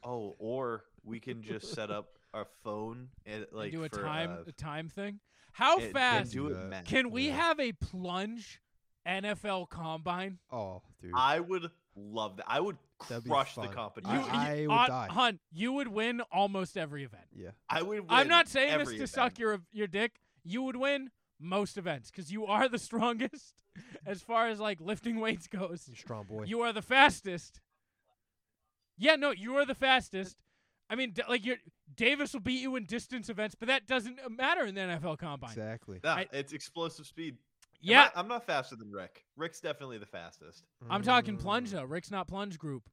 [SPEAKER 7] Oh, or we can just set up our phone and like
[SPEAKER 3] and do a
[SPEAKER 7] for,
[SPEAKER 3] time
[SPEAKER 7] uh,
[SPEAKER 3] a time thing. How
[SPEAKER 7] and- and
[SPEAKER 3] fast
[SPEAKER 7] do
[SPEAKER 4] Yeah.
[SPEAKER 7] it, Matt.
[SPEAKER 3] can we
[SPEAKER 4] Yeah.
[SPEAKER 3] have a plunge NFL combine?
[SPEAKER 4] oh, dude.
[SPEAKER 7] I would love that. I would
[SPEAKER 4] That'd be
[SPEAKER 7] crush the
[SPEAKER 4] fun.
[SPEAKER 7] competition.
[SPEAKER 4] I- I would
[SPEAKER 3] uh,
[SPEAKER 4] die.
[SPEAKER 3] Hun, you would win almost every event.
[SPEAKER 4] yeah.
[SPEAKER 7] I would.
[SPEAKER 3] I'm
[SPEAKER 7] win
[SPEAKER 3] not saying this
[SPEAKER 7] every
[SPEAKER 3] to suck
[SPEAKER 7] event.
[SPEAKER 3] your your dick. You would win most events because you are the *laughs* strongest as far as like lifting weights goes.
[SPEAKER 4] You're a strong boy.
[SPEAKER 3] You are the fastest. Yeah, no, you are the fastest. I mean, d- like you Davis will beat you in distance events, but that doesn't uh, matter in the NFL combine.
[SPEAKER 4] exactly.
[SPEAKER 7] Nah,
[SPEAKER 3] I-
[SPEAKER 7] it's explosive speed. Am
[SPEAKER 3] Yeah,
[SPEAKER 7] I, am not faster than Rick. Rick's definitely the fastest.
[SPEAKER 3] I'm talking
[SPEAKER 4] Mm.
[SPEAKER 3] plunge though. Rick's not plunge group.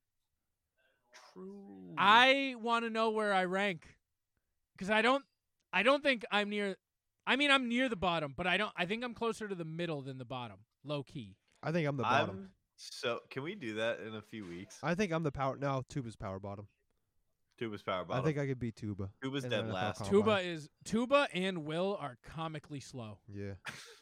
[SPEAKER 7] True.
[SPEAKER 3] I want to know where I rank because I don't. I don't think I'm near. I mean, I'm near the bottom, but I don't. I think I'm closer to the middle than the bottom. Low key.
[SPEAKER 4] I think I'm the bottom.
[SPEAKER 7] I'm so. Can we do that in a few weeks?
[SPEAKER 4] i think I'm the power. No, Tuba's power bottom.
[SPEAKER 7] Tuba's power bottom.
[SPEAKER 4] I think I could beat Tuba.
[SPEAKER 7] Tuba's
[SPEAKER 4] in the
[SPEAKER 7] dead
[SPEAKER 4] NFL
[SPEAKER 7] last.
[SPEAKER 4] combine.
[SPEAKER 3] Tuba is Tuba and Will are comically slow.
[SPEAKER 4] Yeah.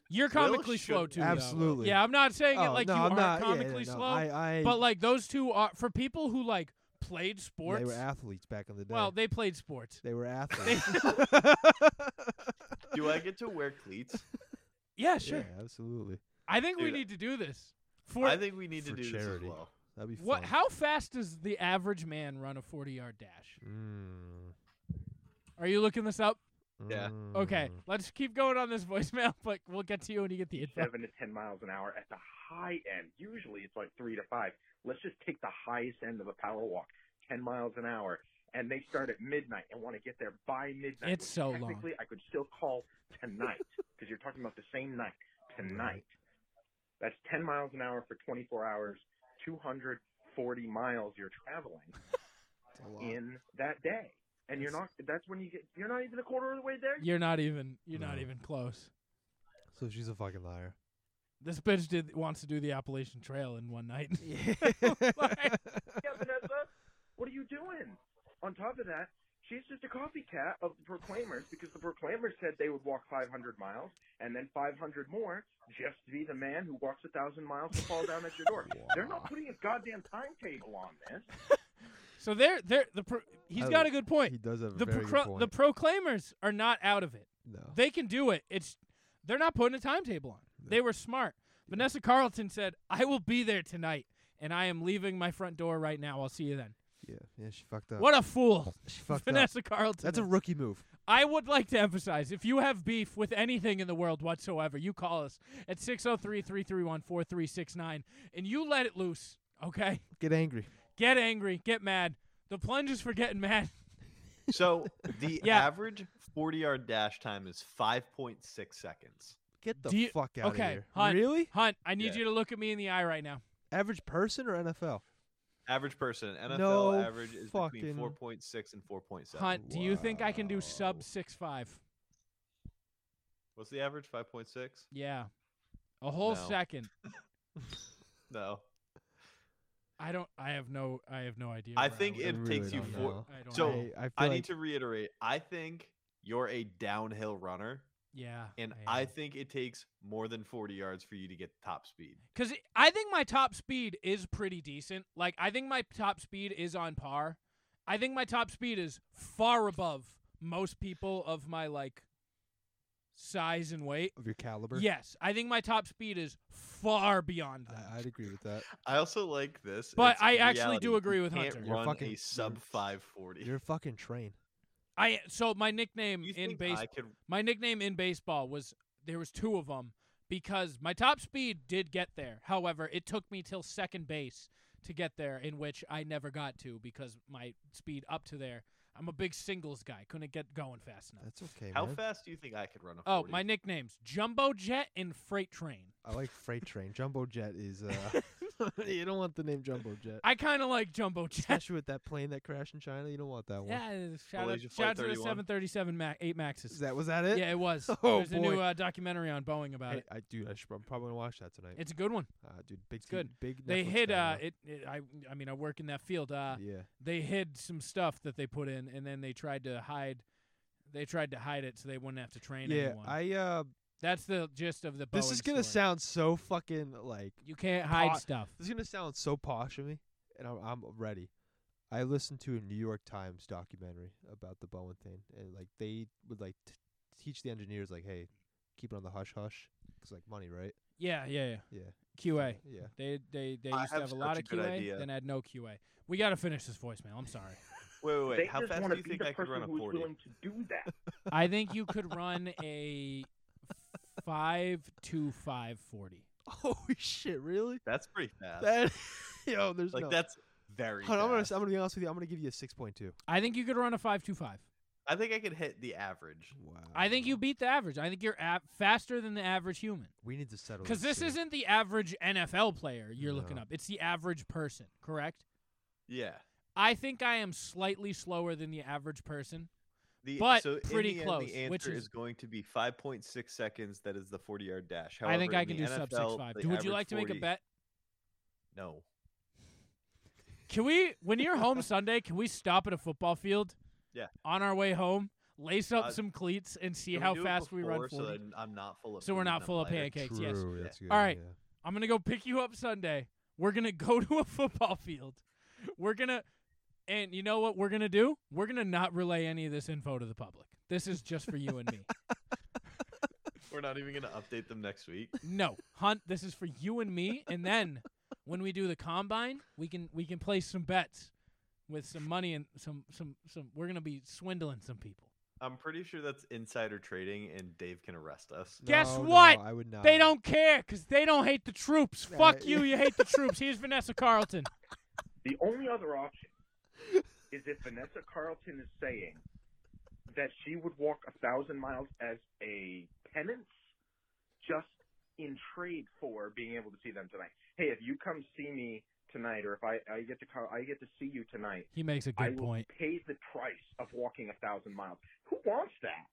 [SPEAKER 3] You're
[SPEAKER 7] Will
[SPEAKER 3] comically slow
[SPEAKER 7] should-
[SPEAKER 3] too. though.
[SPEAKER 4] Absolutely.
[SPEAKER 3] Yeah, I'm not saying it
[SPEAKER 4] Oh,
[SPEAKER 3] like
[SPEAKER 4] no,
[SPEAKER 3] you
[SPEAKER 4] I'm
[SPEAKER 3] are
[SPEAKER 4] not. yeah,
[SPEAKER 3] comically
[SPEAKER 4] yeah, no,
[SPEAKER 3] slow,
[SPEAKER 4] I, I,
[SPEAKER 3] but like those two are for people who like played sports.
[SPEAKER 4] they were athletes back in the day.
[SPEAKER 3] well, they played sports. *laughs*
[SPEAKER 4] they were athletes.
[SPEAKER 7] Do I get to wear
[SPEAKER 4] *laughs*
[SPEAKER 7] cleats?
[SPEAKER 3] Yeah, sure.
[SPEAKER 4] Yeah, absolutely.
[SPEAKER 3] I think we
[SPEAKER 7] Dude,
[SPEAKER 3] need to do this. For
[SPEAKER 7] I think we need to
[SPEAKER 4] for
[SPEAKER 7] do this
[SPEAKER 4] charity.
[SPEAKER 7] as well.
[SPEAKER 4] That'd be fun.
[SPEAKER 3] What? How fast does the average man run a forty-yard dash?
[SPEAKER 4] Mm,
[SPEAKER 3] Are you looking this up?
[SPEAKER 7] Yeah.
[SPEAKER 3] Okay,
[SPEAKER 4] mm.
[SPEAKER 3] let's keep going on this *laughs* voicemail, but we'll get to you when you get the *laughs* info.
[SPEAKER 8] seven to ten miles an hour at the high end. Usually it's like three to five. Let's just take the highest end of a power walk, ten miles an hour, and they start at midnight and want to get there by midnight.
[SPEAKER 3] It's
[SPEAKER 8] which
[SPEAKER 3] so long.
[SPEAKER 8] technically I could still call tonight because you're talking about the same night tonight. That's ten miles an hour for 24 hours, 240 miles you're traveling
[SPEAKER 4] It's a lot.
[SPEAKER 8] in that day, and you're not. That's when you get. You're not even a quarter of the way there.
[SPEAKER 3] You're not even. You're not
[SPEAKER 4] No.
[SPEAKER 3] even close.
[SPEAKER 4] So she's a fucking liar.
[SPEAKER 3] This bitch did wants to do the Appalachian Trail in one night. *laughs* Like-
[SPEAKER 8] yeah, Vanessa, what are you doing? On top of that, she's just a copycat of the Proclaimers because the Proclaimers said they would walk 500 miles and then 500 more just to be the man who walks a thousand miles to fall down at your
[SPEAKER 7] *laughs*
[SPEAKER 8] door. They're not putting a goddamn timetable on this.
[SPEAKER 3] so there, there. The pro, he's
[SPEAKER 4] I
[SPEAKER 3] got
[SPEAKER 4] would-
[SPEAKER 3] a good point.
[SPEAKER 4] he does have a
[SPEAKER 3] the
[SPEAKER 4] very
[SPEAKER 3] procro-
[SPEAKER 4] good point. Oh.
[SPEAKER 3] the proclaimers are not out of it.
[SPEAKER 4] no.
[SPEAKER 3] They can do it. It's they're not putting a timetable on. it. They were smart. Vanessa Carlton said, "I will be there tonight, and I am leaving my front door right now. I'll see you then."
[SPEAKER 4] yeah, yeah, she fucked up.
[SPEAKER 3] What a fool, *laughs*
[SPEAKER 4] She fucked up.
[SPEAKER 3] Vanessa Carlton.
[SPEAKER 4] That's a
[SPEAKER 3] is.
[SPEAKER 4] rookie move.
[SPEAKER 3] I would like to emphasize if you have beef with anything in the world whatsoever, you call us at 603-331-4369 and you let it loose, okay?
[SPEAKER 4] Get angry.
[SPEAKER 3] Get angry, get mad. The plunge is for getting mad.
[SPEAKER 7] So the
[SPEAKER 4] *laughs*
[SPEAKER 3] Yeah.
[SPEAKER 7] average 40 yard dash time is 5.6 seconds.
[SPEAKER 4] Get the
[SPEAKER 3] Do you-
[SPEAKER 4] fuck out
[SPEAKER 3] okay,
[SPEAKER 4] of here.
[SPEAKER 3] Hunt,
[SPEAKER 4] Really?
[SPEAKER 3] Hunt, I need
[SPEAKER 7] Yeah.
[SPEAKER 3] you to look at me in the eye right now.
[SPEAKER 4] Average person or NFL?
[SPEAKER 7] Average person, NFL
[SPEAKER 4] No
[SPEAKER 7] average is
[SPEAKER 4] fucking-
[SPEAKER 7] between 4.6 and 4.7.
[SPEAKER 3] Hunt, do you think I can do sub
[SPEAKER 4] Wow.
[SPEAKER 3] 6'5"?
[SPEAKER 7] What's the average? 5.6?
[SPEAKER 3] Yeah. A whole
[SPEAKER 7] No.
[SPEAKER 3] second.
[SPEAKER 7] No.
[SPEAKER 3] I don't I have no I have no idea.
[SPEAKER 7] I
[SPEAKER 3] where
[SPEAKER 7] think
[SPEAKER 3] would-
[SPEAKER 7] it
[SPEAKER 4] really
[SPEAKER 7] takes you
[SPEAKER 4] don't
[SPEAKER 7] four.
[SPEAKER 4] know.
[SPEAKER 3] I don't
[SPEAKER 7] So,
[SPEAKER 3] know.
[SPEAKER 4] I, I, feel
[SPEAKER 7] I
[SPEAKER 4] like-
[SPEAKER 7] need to reiterate. I think you're a downhill runner,
[SPEAKER 3] Yeah.
[SPEAKER 7] and
[SPEAKER 3] yeah.
[SPEAKER 7] I think it takes more than 40 yards for you to get top speed.
[SPEAKER 3] Because I think my top speed is pretty decent. Like, I think my top speed is on par. I think my top speed is far above most people of my, like, size and weight.
[SPEAKER 4] of your caliber.
[SPEAKER 3] Yes, I think my top speed is far beyond that.
[SPEAKER 4] I, I'd agree
[SPEAKER 7] *laughs*
[SPEAKER 4] with that.
[SPEAKER 7] I also like this.
[SPEAKER 3] But
[SPEAKER 7] it's
[SPEAKER 3] I actually do
[SPEAKER 7] reality.
[SPEAKER 3] agree
[SPEAKER 7] You
[SPEAKER 3] with
[SPEAKER 7] can't
[SPEAKER 3] Hunter.
[SPEAKER 4] You're
[SPEAKER 7] Run
[SPEAKER 4] fucking-
[SPEAKER 7] a
[SPEAKER 4] you're-
[SPEAKER 7] sub 540.
[SPEAKER 4] You're a fucking train.
[SPEAKER 3] I so my nickname
[SPEAKER 7] You
[SPEAKER 3] in
[SPEAKER 7] think
[SPEAKER 3] baseball.
[SPEAKER 7] I could
[SPEAKER 3] My nickname in baseball was there was two of them because my top speed did get there. However, it took me till second base to get there, in which I never got to because my speed up to there. I'm a big singles guy. Couldn't get going fast enough.
[SPEAKER 4] That's okay.
[SPEAKER 7] How
[SPEAKER 4] man.
[SPEAKER 7] fast do you think I could run a 40?
[SPEAKER 3] Oh, my nicknames: Jumbo Jet and Freight Train.
[SPEAKER 4] I like freight train. Jumbo jet is.
[SPEAKER 7] *laughs*
[SPEAKER 4] uh *laughs* You don't want the name jumbo jet,
[SPEAKER 3] I *laughs* kind of like Jumbo
[SPEAKER 4] *laughs*
[SPEAKER 3] Jet.
[SPEAKER 4] especially with that plane that crashed in China. You don't want that one.
[SPEAKER 3] Yeah, shout out,
[SPEAKER 7] Malaysia Flight
[SPEAKER 3] shout out to the
[SPEAKER 7] 31.
[SPEAKER 3] 737 Mac, 8
[SPEAKER 4] Is
[SPEAKER 3] Maxes.
[SPEAKER 4] that was that it?
[SPEAKER 3] Yeah, it was.
[SPEAKER 4] *laughs* Oh,
[SPEAKER 3] There's a new
[SPEAKER 4] boy.
[SPEAKER 3] uh, documentary on Boeing about
[SPEAKER 4] Hey,
[SPEAKER 3] it.
[SPEAKER 4] I dude, I should, I'm probably gonna watch that tonight.
[SPEAKER 3] It's a good one.
[SPEAKER 4] uh, dude, big, t-
[SPEAKER 3] good.
[SPEAKER 4] big.
[SPEAKER 3] They
[SPEAKER 4] Netflix
[SPEAKER 3] hid.
[SPEAKER 4] guy
[SPEAKER 3] Uh,
[SPEAKER 4] now.
[SPEAKER 3] it, it. I. I mean, I work in that field. Uh,
[SPEAKER 4] yeah.
[SPEAKER 3] they hid some stuff that they put in, and then they tried to hide. They tried to hide it so they wouldn't have to train
[SPEAKER 4] Yeah,
[SPEAKER 3] anyone.
[SPEAKER 4] I uh
[SPEAKER 3] That's the gist of the.
[SPEAKER 4] this
[SPEAKER 3] Boeing
[SPEAKER 4] is gonna
[SPEAKER 3] story.
[SPEAKER 4] sound so fucking like
[SPEAKER 3] You can't hide
[SPEAKER 4] po-
[SPEAKER 3] stuff.
[SPEAKER 4] this is gonna sound so posh of me, and I'm I'm ready. I listened to a New York Times documentary about the Boeing thing, and like they would like t- teach the engineers like, hey, keep it on the hush hush, 'cause like money, right?
[SPEAKER 3] Yeah, yeah, yeah.
[SPEAKER 4] Yeah,
[SPEAKER 3] QA.
[SPEAKER 4] yeah.
[SPEAKER 3] They they they
[SPEAKER 7] I
[SPEAKER 3] used to
[SPEAKER 7] have
[SPEAKER 3] have a
[SPEAKER 7] such
[SPEAKER 3] lot
[SPEAKER 7] a
[SPEAKER 3] of
[SPEAKER 7] good
[SPEAKER 3] QA,
[SPEAKER 7] idea.
[SPEAKER 3] then had no QA. We got to finish this voicemail. I'm sorry.
[SPEAKER 7] Wait, wait, wait.
[SPEAKER 8] They
[SPEAKER 7] How
[SPEAKER 8] just
[SPEAKER 7] fast
[SPEAKER 8] wanna
[SPEAKER 7] do you
[SPEAKER 8] be
[SPEAKER 7] think
[SPEAKER 8] the
[SPEAKER 7] I could
[SPEAKER 8] person
[SPEAKER 7] run a
[SPEAKER 8] who's
[SPEAKER 7] 40?
[SPEAKER 8] willing to do that.
[SPEAKER 3] I think you could run a five to five forty.
[SPEAKER 4] *laughs* Holy shit, really?
[SPEAKER 7] That's pretty fast.
[SPEAKER 4] That *laughs* yo, there's
[SPEAKER 7] like
[SPEAKER 4] no.
[SPEAKER 7] that's very
[SPEAKER 4] Hold on, I'm gonna
[SPEAKER 7] fast.
[SPEAKER 4] I'm gonna be honest with you. I'm gonna give you a six point two.
[SPEAKER 3] I think you could run a five to five.
[SPEAKER 7] I think I could hit the average.
[SPEAKER 4] Wow.
[SPEAKER 3] I think you beat the average. I think you're ab- faster than the average human.
[SPEAKER 4] We need to settle
[SPEAKER 3] Because this
[SPEAKER 4] soon.
[SPEAKER 3] isn't the average NFL player you're looking
[SPEAKER 4] No.
[SPEAKER 3] up. It's the average person, correct?
[SPEAKER 7] Yeah.
[SPEAKER 3] I think I am slightly slower than the average person.
[SPEAKER 7] The,
[SPEAKER 3] But
[SPEAKER 7] so in
[SPEAKER 3] pretty
[SPEAKER 7] the end,
[SPEAKER 3] close,
[SPEAKER 7] the answer
[SPEAKER 3] which is-
[SPEAKER 7] is going to be 5.6 seconds. That is the 40 yard dash.
[SPEAKER 3] I think
[SPEAKER 7] However,
[SPEAKER 3] I
[SPEAKER 7] in
[SPEAKER 3] can do
[SPEAKER 7] the
[SPEAKER 3] sub six
[SPEAKER 7] NFL,
[SPEAKER 3] five.
[SPEAKER 7] they
[SPEAKER 3] Would you
[SPEAKER 7] average
[SPEAKER 3] like to make a
[SPEAKER 7] 40.
[SPEAKER 3] bet?
[SPEAKER 7] No.
[SPEAKER 3] Can we, when you're
[SPEAKER 7] *laughs*
[SPEAKER 3] home Sunday, can we stop at a football field?
[SPEAKER 7] Yeah.
[SPEAKER 3] On our way home, lace up
[SPEAKER 7] Uh,
[SPEAKER 3] some cleats and see
[SPEAKER 7] Can
[SPEAKER 3] how
[SPEAKER 7] we do it
[SPEAKER 3] fast we run
[SPEAKER 7] before So
[SPEAKER 3] 40?
[SPEAKER 7] that I'm not full of.
[SPEAKER 3] So we're
[SPEAKER 7] food
[SPEAKER 3] not
[SPEAKER 7] and
[SPEAKER 3] full
[SPEAKER 7] I'm
[SPEAKER 3] of
[SPEAKER 7] lighter?
[SPEAKER 3] pancakes, yes.
[SPEAKER 4] True, That's good.
[SPEAKER 3] All right.
[SPEAKER 4] yeah.
[SPEAKER 3] I'm gonna go pick you up Sunday. We're gonna go *laughs* to a football field. We're gonna, and you know what we're gonna do? We're gonna not relay any of this info to the public. This is just for you and me.
[SPEAKER 7] We're not even going to update them next week.
[SPEAKER 3] No, Hunt, this is for you and me. And then when we do the combine, we can we can place some bets with some money and some some some. We're gonna be swindling some people.
[SPEAKER 7] I'm pretty sure that's insider trading, and Dave can arrest us.
[SPEAKER 3] Guess
[SPEAKER 4] No, no,
[SPEAKER 3] what?
[SPEAKER 4] I would not.
[SPEAKER 3] They don't care because they don't hate the troops.
[SPEAKER 4] Nah,
[SPEAKER 3] Fuck
[SPEAKER 4] it-
[SPEAKER 3] you. You hate the troops. Here's Vanessa Carlton.
[SPEAKER 8] The only other option is if Vanessa Carlton is saying that she would walk a thousand miles as a penance, just in trade for being able to see them tonight. Hey, if you come see me tonight, or if I, I get to come, I get to see you tonight.
[SPEAKER 3] He makes a
[SPEAKER 8] I
[SPEAKER 3] good
[SPEAKER 8] will
[SPEAKER 3] point.
[SPEAKER 8] pay the price of walking a thousand miles. Who wants that?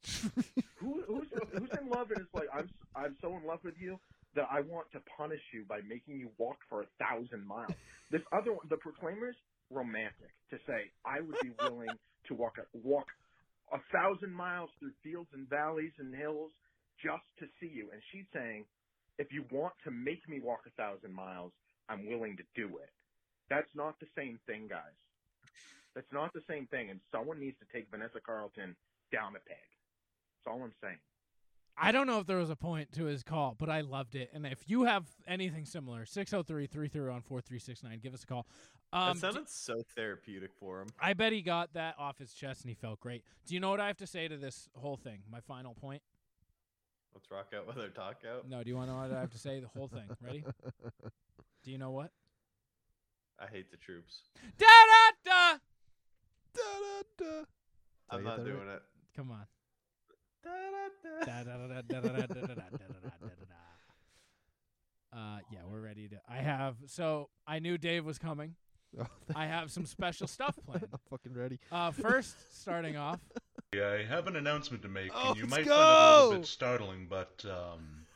[SPEAKER 3] *laughs*
[SPEAKER 8] Who, who's, who's in love and is like, I'm I'm so in love with you that I want to punish you by making you walk for a thousand miles. This other one, the Proclaimers, romantic to say I would be
[SPEAKER 3] *laughs*
[SPEAKER 8] willing to walk a, walk a thousand miles through fields and valleys and hills just to see you. And she's saying, if you want to make me walk a thousand miles, I'm willing to do it. That's not the same thing, guys. That's not the same thing, and someone needs to take Vanessa Carlton down a peg. That's all I'm saying.
[SPEAKER 3] I don't know if there was a point to his call, but I loved it. And if you have anything similar, 603-331-4369, give us a call. Um, d-
[SPEAKER 7] that sounded so therapeutic for him.
[SPEAKER 3] I bet he got that off his chest and he felt great. Do you know what I have to say to this whole thing? My final point?
[SPEAKER 7] Let's rock out with our talk out.
[SPEAKER 3] No, do you want to know what I have to say? The whole thing. Ready? Do you know what?
[SPEAKER 7] I hate the troops.
[SPEAKER 3] Da da da!
[SPEAKER 4] *laughs* Da-da-da. I
[SPEAKER 7] I'm
[SPEAKER 4] get
[SPEAKER 7] not
[SPEAKER 4] that right?
[SPEAKER 7] doing it.
[SPEAKER 3] Come on.
[SPEAKER 7] Da-da-da.
[SPEAKER 3] Da da da da da da da da da da da da da da. Uh, yeah, we're ready to. I have. So I knew Dave was coming.
[SPEAKER 4] *laughs* Oh,
[SPEAKER 3] I have some special stuff
[SPEAKER 4] *laughs*
[SPEAKER 3] planned.
[SPEAKER 4] I'm fucking ready.
[SPEAKER 3] Uh, first, starting off,
[SPEAKER 9] I have an announcement to make,
[SPEAKER 4] Oh,
[SPEAKER 9] and you
[SPEAKER 4] let's
[SPEAKER 9] might find it a
[SPEAKER 4] go!
[SPEAKER 9] little bit startling, but um,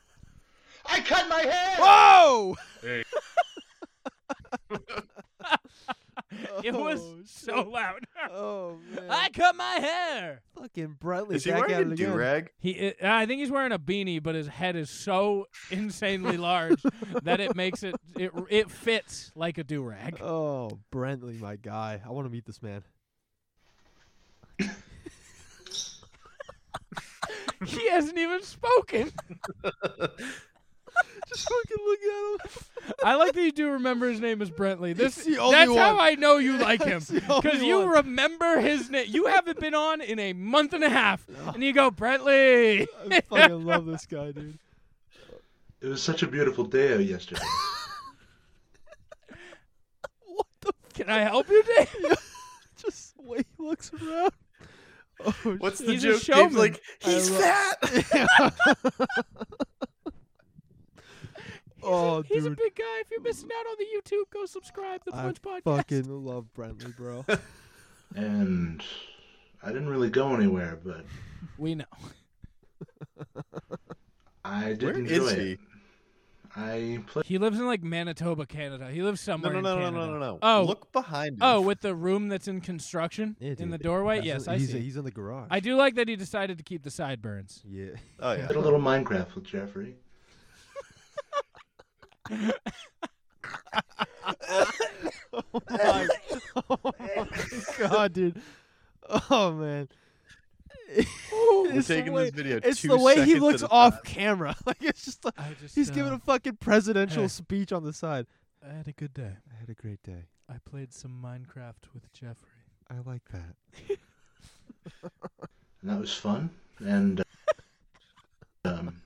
[SPEAKER 9] I cut my hair.
[SPEAKER 4] Whoa!
[SPEAKER 3] it was
[SPEAKER 4] Oh,
[SPEAKER 3] so
[SPEAKER 4] shit.
[SPEAKER 3] loud.
[SPEAKER 4] Oh man!
[SPEAKER 3] I cut my hair.
[SPEAKER 4] fucking brightly
[SPEAKER 7] Is he
[SPEAKER 4] back at
[SPEAKER 7] wearing
[SPEAKER 4] it
[SPEAKER 7] a
[SPEAKER 4] again.
[SPEAKER 7] do rag?
[SPEAKER 3] He, I I think he's wearing a beanie, but his head is so insanely large that it makes it it it fits like a do rag.
[SPEAKER 4] Oh, Brentley, my guy. I want to meet this man.
[SPEAKER 3] he hasn't even spoken.
[SPEAKER 4] Just fucking look at him.
[SPEAKER 3] *laughs* I like that you do remember his name is Brentley. This
[SPEAKER 4] It's the only
[SPEAKER 3] that's how
[SPEAKER 4] one.
[SPEAKER 3] I know
[SPEAKER 4] *laughs*
[SPEAKER 3] you like him
[SPEAKER 4] It's the
[SPEAKER 3] because
[SPEAKER 4] only
[SPEAKER 3] you
[SPEAKER 4] one.
[SPEAKER 3] remember his name. You haven't been on in a month and a half, and you go Brentley.
[SPEAKER 4] I fucking love this guy, dude.
[SPEAKER 9] It was such a beautiful day yesterday.
[SPEAKER 4] What the?
[SPEAKER 3] Can I help you,
[SPEAKER 4] *laughs*
[SPEAKER 3] Dave?
[SPEAKER 4] Just the way he looks around. Oh, *laughs*
[SPEAKER 2] What's
[SPEAKER 4] shit.
[SPEAKER 2] the
[SPEAKER 3] He's a
[SPEAKER 2] joke? Dave's
[SPEAKER 3] showman.
[SPEAKER 2] like he's
[SPEAKER 4] lo-
[SPEAKER 2] fat.
[SPEAKER 4] oh,
[SPEAKER 3] He's a
[SPEAKER 4] dude.
[SPEAKER 3] big guy. If you're missing out on the YouTube, go subscribe the
[SPEAKER 4] I
[SPEAKER 3] Punch Podcast.
[SPEAKER 4] fucking love Brentley, bro.
[SPEAKER 9] and I didn't really go anywhere, but
[SPEAKER 3] We know.
[SPEAKER 9] I did
[SPEAKER 7] Where
[SPEAKER 9] enjoy
[SPEAKER 7] is
[SPEAKER 9] it.
[SPEAKER 7] he?
[SPEAKER 9] I played.
[SPEAKER 3] He lives in like Manitoba, Canada. He lives
[SPEAKER 7] No,
[SPEAKER 3] somewhere
[SPEAKER 7] no, no,
[SPEAKER 3] in
[SPEAKER 7] no,
[SPEAKER 3] Canada.
[SPEAKER 7] no, no, no.
[SPEAKER 3] Oh,
[SPEAKER 7] look behind. Him.
[SPEAKER 3] oh, with the room that's in construction
[SPEAKER 4] Yeah,
[SPEAKER 3] in
[SPEAKER 4] dude.
[SPEAKER 3] the doorway.
[SPEAKER 4] That's
[SPEAKER 3] yes,
[SPEAKER 4] in-
[SPEAKER 3] I
[SPEAKER 4] he's,
[SPEAKER 3] see.
[SPEAKER 4] He's in the garage.
[SPEAKER 3] I do like that he decided to keep the sideburns.
[SPEAKER 4] Yeah.
[SPEAKER 9] *laughs*
[SPEAKER 7] oh yeah.
[SPEAKER 9] Did a little Minecraft with Jeffrey.
[SPEAKER 4] my, oh my *laughs* god, dude. Oh man.
[SPEAKER 7] We're
[SPEAKER 4] It's the
[SPEAKER 7] taking
[SPEAKER 4] way-
[SPEAKER 7] this video.
[SPEAKER 4] It's
[SPEAKER 7] two
[SPEAKER 4] the way he
[SPEAKER 7] seconds
[SPEAKER 4] looks
[SPEAKER 7] at a
[SPEAKER 4] off
[SPEAKER 7] time. uh,
[SPEAKER 4] camera. *laughs* Like it's just uh, like
[SPEAKER 3] I just
[SPEAKER 4] he's giving a fucking presidential
[SPEAKER 7] eh.
[SPEAKER 3] hey.
[SPEAKER 4] speech on the side.
[SPEAKER 3] I had a good day.
[SPEAKER 4] I had a great day.
[SPEAKER 3] I played some Minecraft with Jeffrey.
[SPEAKER 4] I like that.
[SPEAKER 9] and that was fun. And uh, *laughs* um,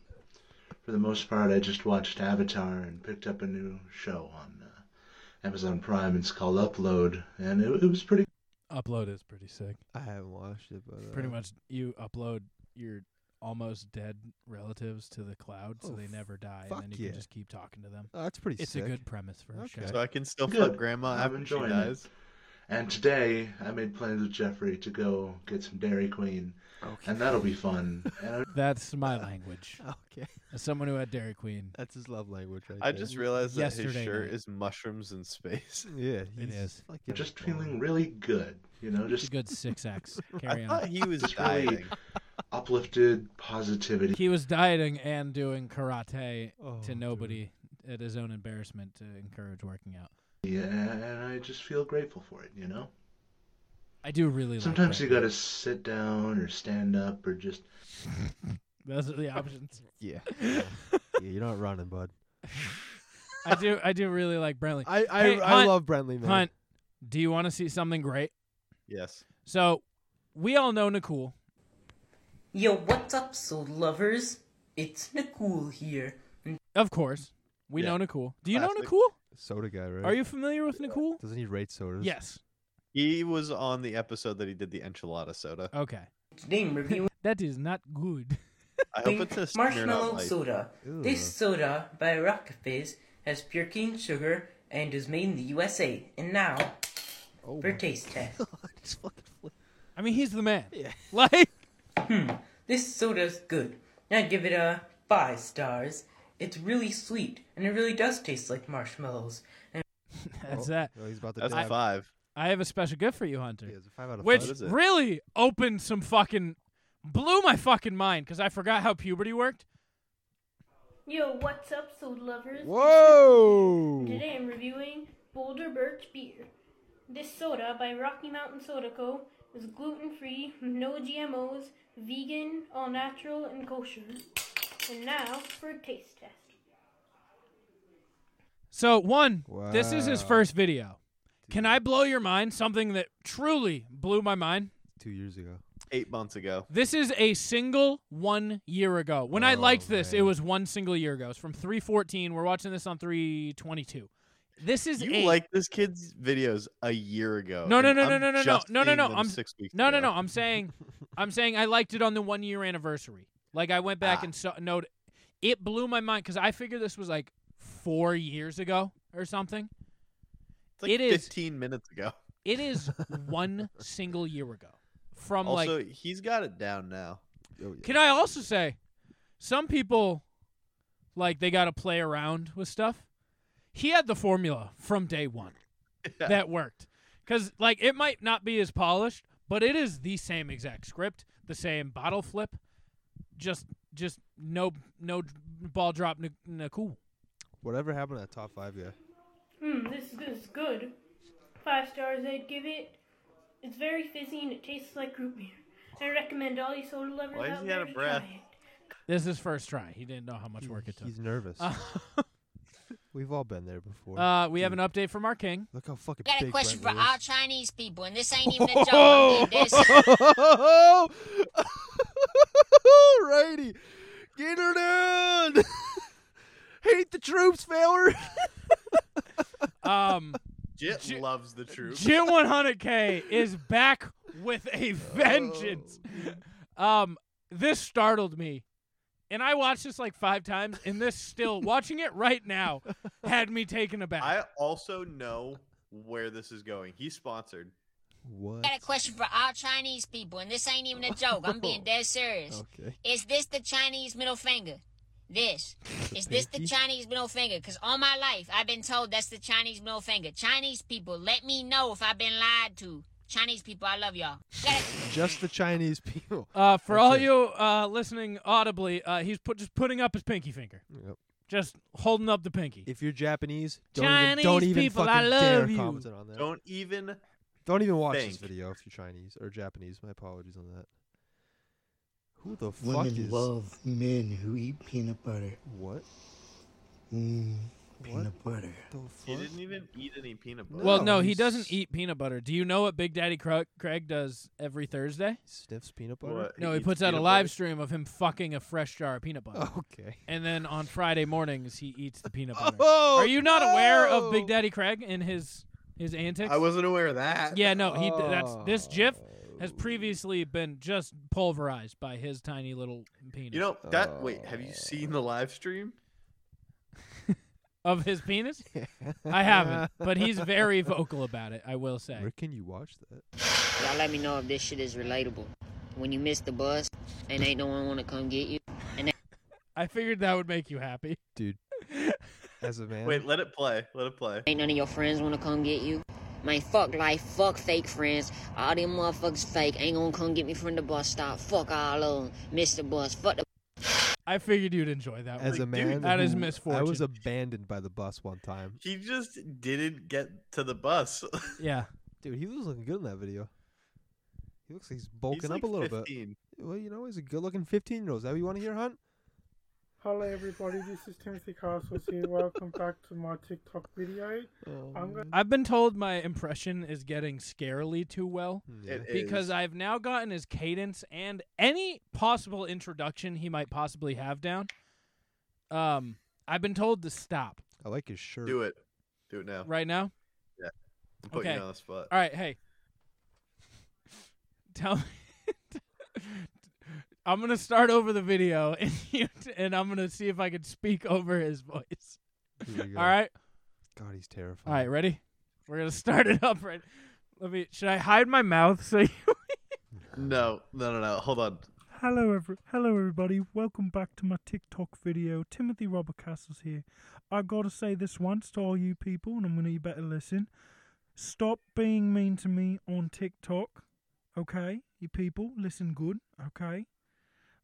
[SPEAKER 9] for the most part, I just watched Avatar and picked up a new show on uh, Amazon Prime. It's called Upload, and it, it was pretty.
[SPEAKER 3] Upload is pretty sick.
[SPEAKER 4] I haven't watched it, but uh,
[SPEAKER 3] Pretty much, you upload your almost dead relatives to the cloud, so
[SPEAKER 4] Oh,
[SPEAKER 3] they never die,
[SPEAKER 4] fuck
[SPEAKER 3] and then you
[SPEAKER 4] yeah.
[SPEAKER 3] can just keep talking to them.
[SPEAKER 4] Oh, that's pretty.
[SPEAKER 3] It's
[SPEAKER 4] sick.
[SPEAKER 3] a good premise for a
[SPEAKER 4] Okay.
[SPEAKER 3] show.
[SPEAKER 7] So I can still
[SPEAKER 9] Good.
[SPEAKER 7] fuck grandma
[SPEAKER 9] I'm
[SPEAKER 7] after she
[SPEAKER 9] enjoying it.
[SPEAKER 7] dies.
[SPEAKER 9] And today, I made plans with Jeffrey to go get some Dairy Queen, and that'll be fun. And I
[SPEAKER 3] That's my language.
[SPEAKER 4] *laughs* Okay,
[SPEAKER 3] As someone who had Dairy Queen,
[SPEAKER 4] that's his love language. Right
[SPEAKER 7] I
[SPEAKER 4] there.
[SPEAKER 7] just realized that
[SPEAKER 3] Yesterday
[SPEAKER 7] his shirt
[SPEAKER 3] night.
[SPEAKER 7] is mushrooms in space. *laughs*
[SPEAKER 4] yeah, he's
[SPEAKER 3] is.
[SPEAKER 4] fucking
[SPEAKER 9] I'm just
[SPEAKER 4] balling.
[SPEAKER 9] feeling really good, you know,
[SPEAKER 3] it's a
[SPEAKER 9] just
[SPEAKER 3] good
[SPEAKER 4] *laughs*
[SPEAKER 3] six X.
[SPEAKER 7] I
[SPEAKER 3] Carry on.
[SPEAKER 7] thought he was
[SPEAKER 9] Just really-
[SPEAKER 7] dying.
[SPEAKER 9] uplifted positivity.
[SPEAKER 3] He was dieting and doing karate
[SPEAKER 4] Oh,
[SPEAKER 3] to
[SPEAKER 4] dude.
[SPEAKER 3] nobody at his own embarrassment to encourage working out.
[SPEAKER 9] Yeah, and I just feel grateful for it, you know?
[SPEAKER 3] I do really
[SPEAKER 9] Sometimes you
[SPEAKER 3] like
[SPEAKER 9] gotta sit down or stand up or just.
[SPEAKER 3] you got those are the options. *laughs*
[SPEAKER 4] Yeah. yeah, you're not running, bud.
[SPEAKER 3] I do I do really like Brentley.
[SPEAKER 4] I I,
[SPEAKER 3] Hey,
[SPEAKER 4] I
[SPEAKER 3] Hunt.
[SPEAKER 4] love Brentley, man.
[SPEAKER 3] Hunt, do you want to see something great?
[SPEAKER 7] Yes.
[SPEAKER 3] So we all know Nicole.
[SPEAKER 10] Yo, what's up, soul lovers? It's Nicole here.
[SPEAKER 3] Of course. We
[SPEAKER 7] Yeah.
[SPEAKER 3] know Nicole. Do you know
[SPEAKER 7] Classic.
[SPEAKER 3] Nicole?
[SPEAKER 4] Soda guy, right?
[SPEAKER 3] Are you familiar with Nicole?
[SPEAKER 4] Doesn't he rate sodas?
[SPEAKER 11] *laughs*
[SPEAKER 3] Yes.
[SPEAKER 7] He was on the episode that he did the enchilada soda.
[SPEAKER 3] Okay.
[SPEAKER 10] Today
[SPEAKER 4] *laughs*
[SPEAKER 10] I'm reviewing
[SPEAKER 3] That is not good. *laughs*
[SPEAKER 7] I hope it's a Smirnoff
[SPEAKER 10] marshmallow
[SPEAKER 7] Light.
[SPEAKER 10] soda.
[SPEAKER 4] Ew.
[SPEAKER 10] This soda by Rockafizz has pure cane sugar and is made in the USA. And now
[SPEAKER 4] Oh
[SPEAKER 10] for
[SPEAKER 4] my
[SPEAKER 10] taste test.
[SPEAKER 4] God, he's fucking flipping.
[SPEAKER 3] I mean he's the man. *laughs* Like
[SPEAKER 10] This soda's good. I give it a five stars. It's really sweet and it really does taste like marshmallows. And
[SPEAKER 3] that's
[SPEAKER 4] Oh,
[SPEAKER 3] that.
[SPEAKER 4] oh, he's about to
[SPEAKER 7] That's a
[SPEAKER 4] dive.
[SPEAKER 7] five.
[SPEAKER 3] I have a special gift for you, Hunter.
[SPEAKER 4] Yeah, it's a five out of
[SPEAKER 3] which
[SPEAKER 4] five.
[SPEAKER 7] is it?
[SPEAKER 3] really opened some fucking blew my fucking mind because I forgot how puberty worked.
[SPEAKER 12] Yo, what's up, soul lovers?
[SPEAKER 4] Whoa!
[SPEAKER 12] Today I'm reviewing Boulder Birch Beer. This soda by Rocky Mountain Soda Co. is gluten free, no GMOs, vegan, all natural, and kosher. And now for a taste test.
[SPEAKER 3] So one, this is his
[SPEAKER 4] Wow.
[SPEAKER 3] first video. Can I blow your mind? Something that truly blew my mind.
[SPEAKER 4] Two years ago.
[SPEAKER 7] Eight months ago.
[SPEAKER 3] This is a single one year ago. When I
[SPEAKER 4] Oh,
[SPEAKER 3] liked this, it
[SPEAKER 4] man.
[SPEAKER 3] was one single year ago. It's from 314. We're watching this on 322. This is
[SPEAKER 7] You
[SPEAKER 3] a
[SPEAKER 7] like this kid's videos a year ago.
[SPEAKER 3] No, no,
[SPEAKER 7] and
[SPEAKER 3] no, no,
[SPEAKER 7] I'm
[SPEAKER 3] no, no, no,
[SPEAKER 7] just
[SPEAKER 3] no, no,
[SPEAKER 7] seeing
[SPEAKER 3] no,
[SPEAKER 7] them
[SPEAKER 3] I'm-
[SPEAKER 7] six weeks
[SPEAKER 3] No, no,
[SPEAKER 7] ago.
[SPEAKER 3] no. I'm
[SPEAKER 7] *laughs*
[SPEAKER 3] saying, I'm saying I liked it on the one year anniversary. Like I went back
[SPEAKER 7] Ah.
[SPEAKER 3] and so, no, it blew my mind because I figured this was like four years ago or something.
[SPEAKER 7] It's like
[SPEAKER 3] It is-
[SPEAKER 7] 15 minutes ago.
[SPEAKER 3] It
[SPEAKER 7] *laughs*
[SPEAKER 3] is one single year ago. From
[SPEAKER 7] Also,
[SPEAKER 3] like,
[SPEAKER 7] he's got it down now.
[SPEAKER 4] Oh, yeah.
[SPEAKER 3] can I also say, some people, like they got to play around with stuff. He had the formula from day one
[SPEAKER 7] Yeah.
[SPEAKER 3] that worked because like it might not be as polished, but it is the same exact script, the same bottle flip, just just no no ball drop n- n- cool.
[SPEAKER 4] Whatever happened to that top five guy?
[SPEAKER 12] Hmm, this is, this is good. Five stars, I'd give it. It's very fizzy and it tastes like root beer. I recommend all you soda lovers
[SPEAKER 7] Why is
[SPEAKER 12] out
[SPEAKER 7] he
[SPEAKER 12] there
[SPEAKER 7] out of
[SPEAKER 12] to
[SPEAKER 7] breath?
[SPEAKER 12] try it.
[SPEAKER 3] This is first try. He didn't know how much
[SPEAKER 4] He's-
[SPEAKER 3] work it took.
[SPEAKER 4] He's nervous.
[SPEAKER 3] Uh,
[SPEAKER 4] *laughs* We've all been there before.
[SPEAKER 3] uh, we have an update from our king.
[SPEAKER 4] Look how fucking
[SPEAKER 11] I got a
[SPEAKER 4] big
[SPEAKER 11] question for
[SPEAKER 4] Brent
[SPEAKER 11] all Chinese people, and this ain't even a joke.
[SPEAKER 4] Oh!
[SPEAKER 11] I'm dead serious.
[SPEAKER 4] *laughs* Alrighty. Get her down. *laughs* Hate the troops, failure.
[SPEAKER 3] um,
[SPEAKER 7] Jit loves the troops.
[SPEAKER 3] Jit 100K is back with a
[SPEAKER 7] Oh,
[SPEAKER 3] vengeance. um, this startled me, and I watched this like five times, and this
[SPEAKER 7] *laughs*
[SPEAKER 3] still watching it right now had me taken aback.
[SPEAKER 7] I also know where this is going. He's sponsored.
[SPEAKER 4] What?
[SPEAKER 11] I got a question for all Chinese people, and this ain't even a joke. I'm
[SPEAKER 4] *laughs*
[SPEAKER 11] being dead serious.
[SPEAKER 4] Okay.
[SPEAKER 11] Is this the Chinese middle finger? This. Is this the
[SPEAKER 4] pinky?
[SPEAKER 11] Chinese middle finger? Because all my life I've been told that's the Chinese middle finger. Chinese people, let me know if I've been lied to. Chinese people, I love y'all. Got a-
[SPEAKER 4] Just the Chinese people.
[SPEAKER 3] *laughs* Uh, for
[SPEAKER 4] That's
[SPEAKER 3] all
[SPEAKER 4] it.
[SPEAKER 3] you uh, listening audibly, uh, he's put, just putting up his pinky finger,
[SPEAKER 4] Yep.
[SPEAKER 3] just holding up the pinky.
[SPEAKER 4] If you're Japanese, don't even,
[SPEAKER 3] Chinese
[SPEAKER 4] don't even
[SPEAKER 3] people, I
[SPEAKER 4] fucking dare
[SPEAKER 3] love you.
[SPEAKER 4] comment on that.
[SPEAKER 7] Don't even
[SPEAKER 4] Don't even watch this
[SPEAKER 7] think.
[SPEAKER 4] video if you're Chinese or Japanese. My apologies on that. Who the fuck
[SPEAKER 13] Women
[SPEAKER 4] is
[SPEAKER 13] love men who eat peanut butter.
[SPEAKER 4] What?
[SPEAKER 13] Mm, peanut butter.
[SPEAKER 7] He didn't e- even eat any peanut butter.
[SPEAKER 3] well, no, he doesn't eat peanut butter. Do you know what Big Daddy Craig, Craig does every Thursday?
[SPEAKER 4] sniffs peanut butter?
[SPEAKER 7] What?
[SPEAKER 3] No, he
[SPEAKER 7] eats
[SPEAKER 3] puts out a
[SPEAKER 7] peanut
[SPEAKER 3] live
[SPEAKER 7] butter?
[SPEAKER 3] stream of him fucking a fresh jar of peanut butter.
[SPEAKER 4] *laughs* Okay.
[SPEAKER 3] And then on Friday mornings he eats the peanut butter.
[SPEAKER 4] *laughs* Oh,
[SPEAKER 3] Are you not aware of Big
[SPEAKER 4] no.
[SPEAKER 3] Daddy Craig and his his antics?
[SPEAKER 7] I wasn't aware of that.
[SPEAKER 3] Yeah, no, he that's this GIF has previously been just pulverized by his tiny little penis.
[SPEAKER 7] You know that. Wait, have
[SPEAKER 3] Oh.
[SPEAKER 7] you seen the live stream?
[SPEAKER 3] of his penis? I haven't, but he's very vocal about it. I will say.
[SPEAKER 4] Where can you watch that?
[SPEAKER 11] Y'all let me know if this shit is relatable. When you miss the bus and ain't no one want to come get you. And
[SPEAKER 3] I figured that would make you happy.
[SPEAKER 4] Dude, as a man.
[SPEAKER 7] Wait, let it play. Let it play.
[SPEAKER 11] ain't none of your friends want to come get you. Man, fuck life, fuck fake friends. All them motherfuckers fake ain't gonna come get me from the bus stop. Fuck all of 'em. Miss the bus. Fuck the.
[SPEAKER 3] I figured you'd enjoy that.
[SPEAKER 4] As
[SPEAKER 3] one.
[SPEAKER 4] a man,
[SPEAKER 3] that is
[SPEAKER 4] who-
[SPEAKER 3] misfortune.
[SPEAKER 4] I was abandoned by the bus one time.
[SPEAKER 7] He just didn't get to the bus. *laughs*
[SPEAKER 3] yeah.
[SPEAKER 4] Dude, he was looking good in that video. He looks like he's bulking
[SPEAKER 7] He's
[SPEAKER 4] up
[SPEAKER 7] like
[SPEAKER 4] a little
[SPEAKER 7] 15.
[SPEAKER 4] bit. Well, you know, he's a good-looking 15-year-old. Is that what you want to hear, Hunt?
[SPEAKER 14] Hello everybody, this is Timothy Castles here. Welcome back to my TikTok video. I'm gonna
[SPEAKER 3] I've been told my impression is getting scarily too well
[SPEAKER 4] Mm,
[SPEAKER 7] It
[SPEAKER 3] because
[SPEAKER 7] is.
[SPEAKER 3] I've now gotten his cadence and any possible introduction he might possibly have down. Um, I've been told to stop
[SPEAKER 4] I like his shirt.
[SPEAKER 7] Do it. Do it now.
[SPEAKER 3] right now.
[SPEAKER 7] Yeah. I'm putting
[SPEAKER 3] Okay.
[SPEAKER 7] you on the spot.
[SPEAKER 3] All right, hey, *laughs* tell me. *laughs* I'm gonna start over the video *laughs* and you and I'm gonna see if I can speak over his voice. *laughs*
[SPEAKER 4] Here we go.
[SPEAKER 3] All right.
[SPEAKER 4] God, he's terrifying.
[SPEAKER 3] All right, ready? We're gonna start it up right. Let me. Should I hide my mouth so you?
[SPEAKER 7] No, no, no, no. Hold on.
[SPEAKER 14] Hello, every- hello everybody. Welcome back to my TikTok video. Timothy Robert Castles here. I gotta say this once to all you people, and I'm gonna you better listen. Stop being mean to me on TikTok, okay? You people, listen good, okay?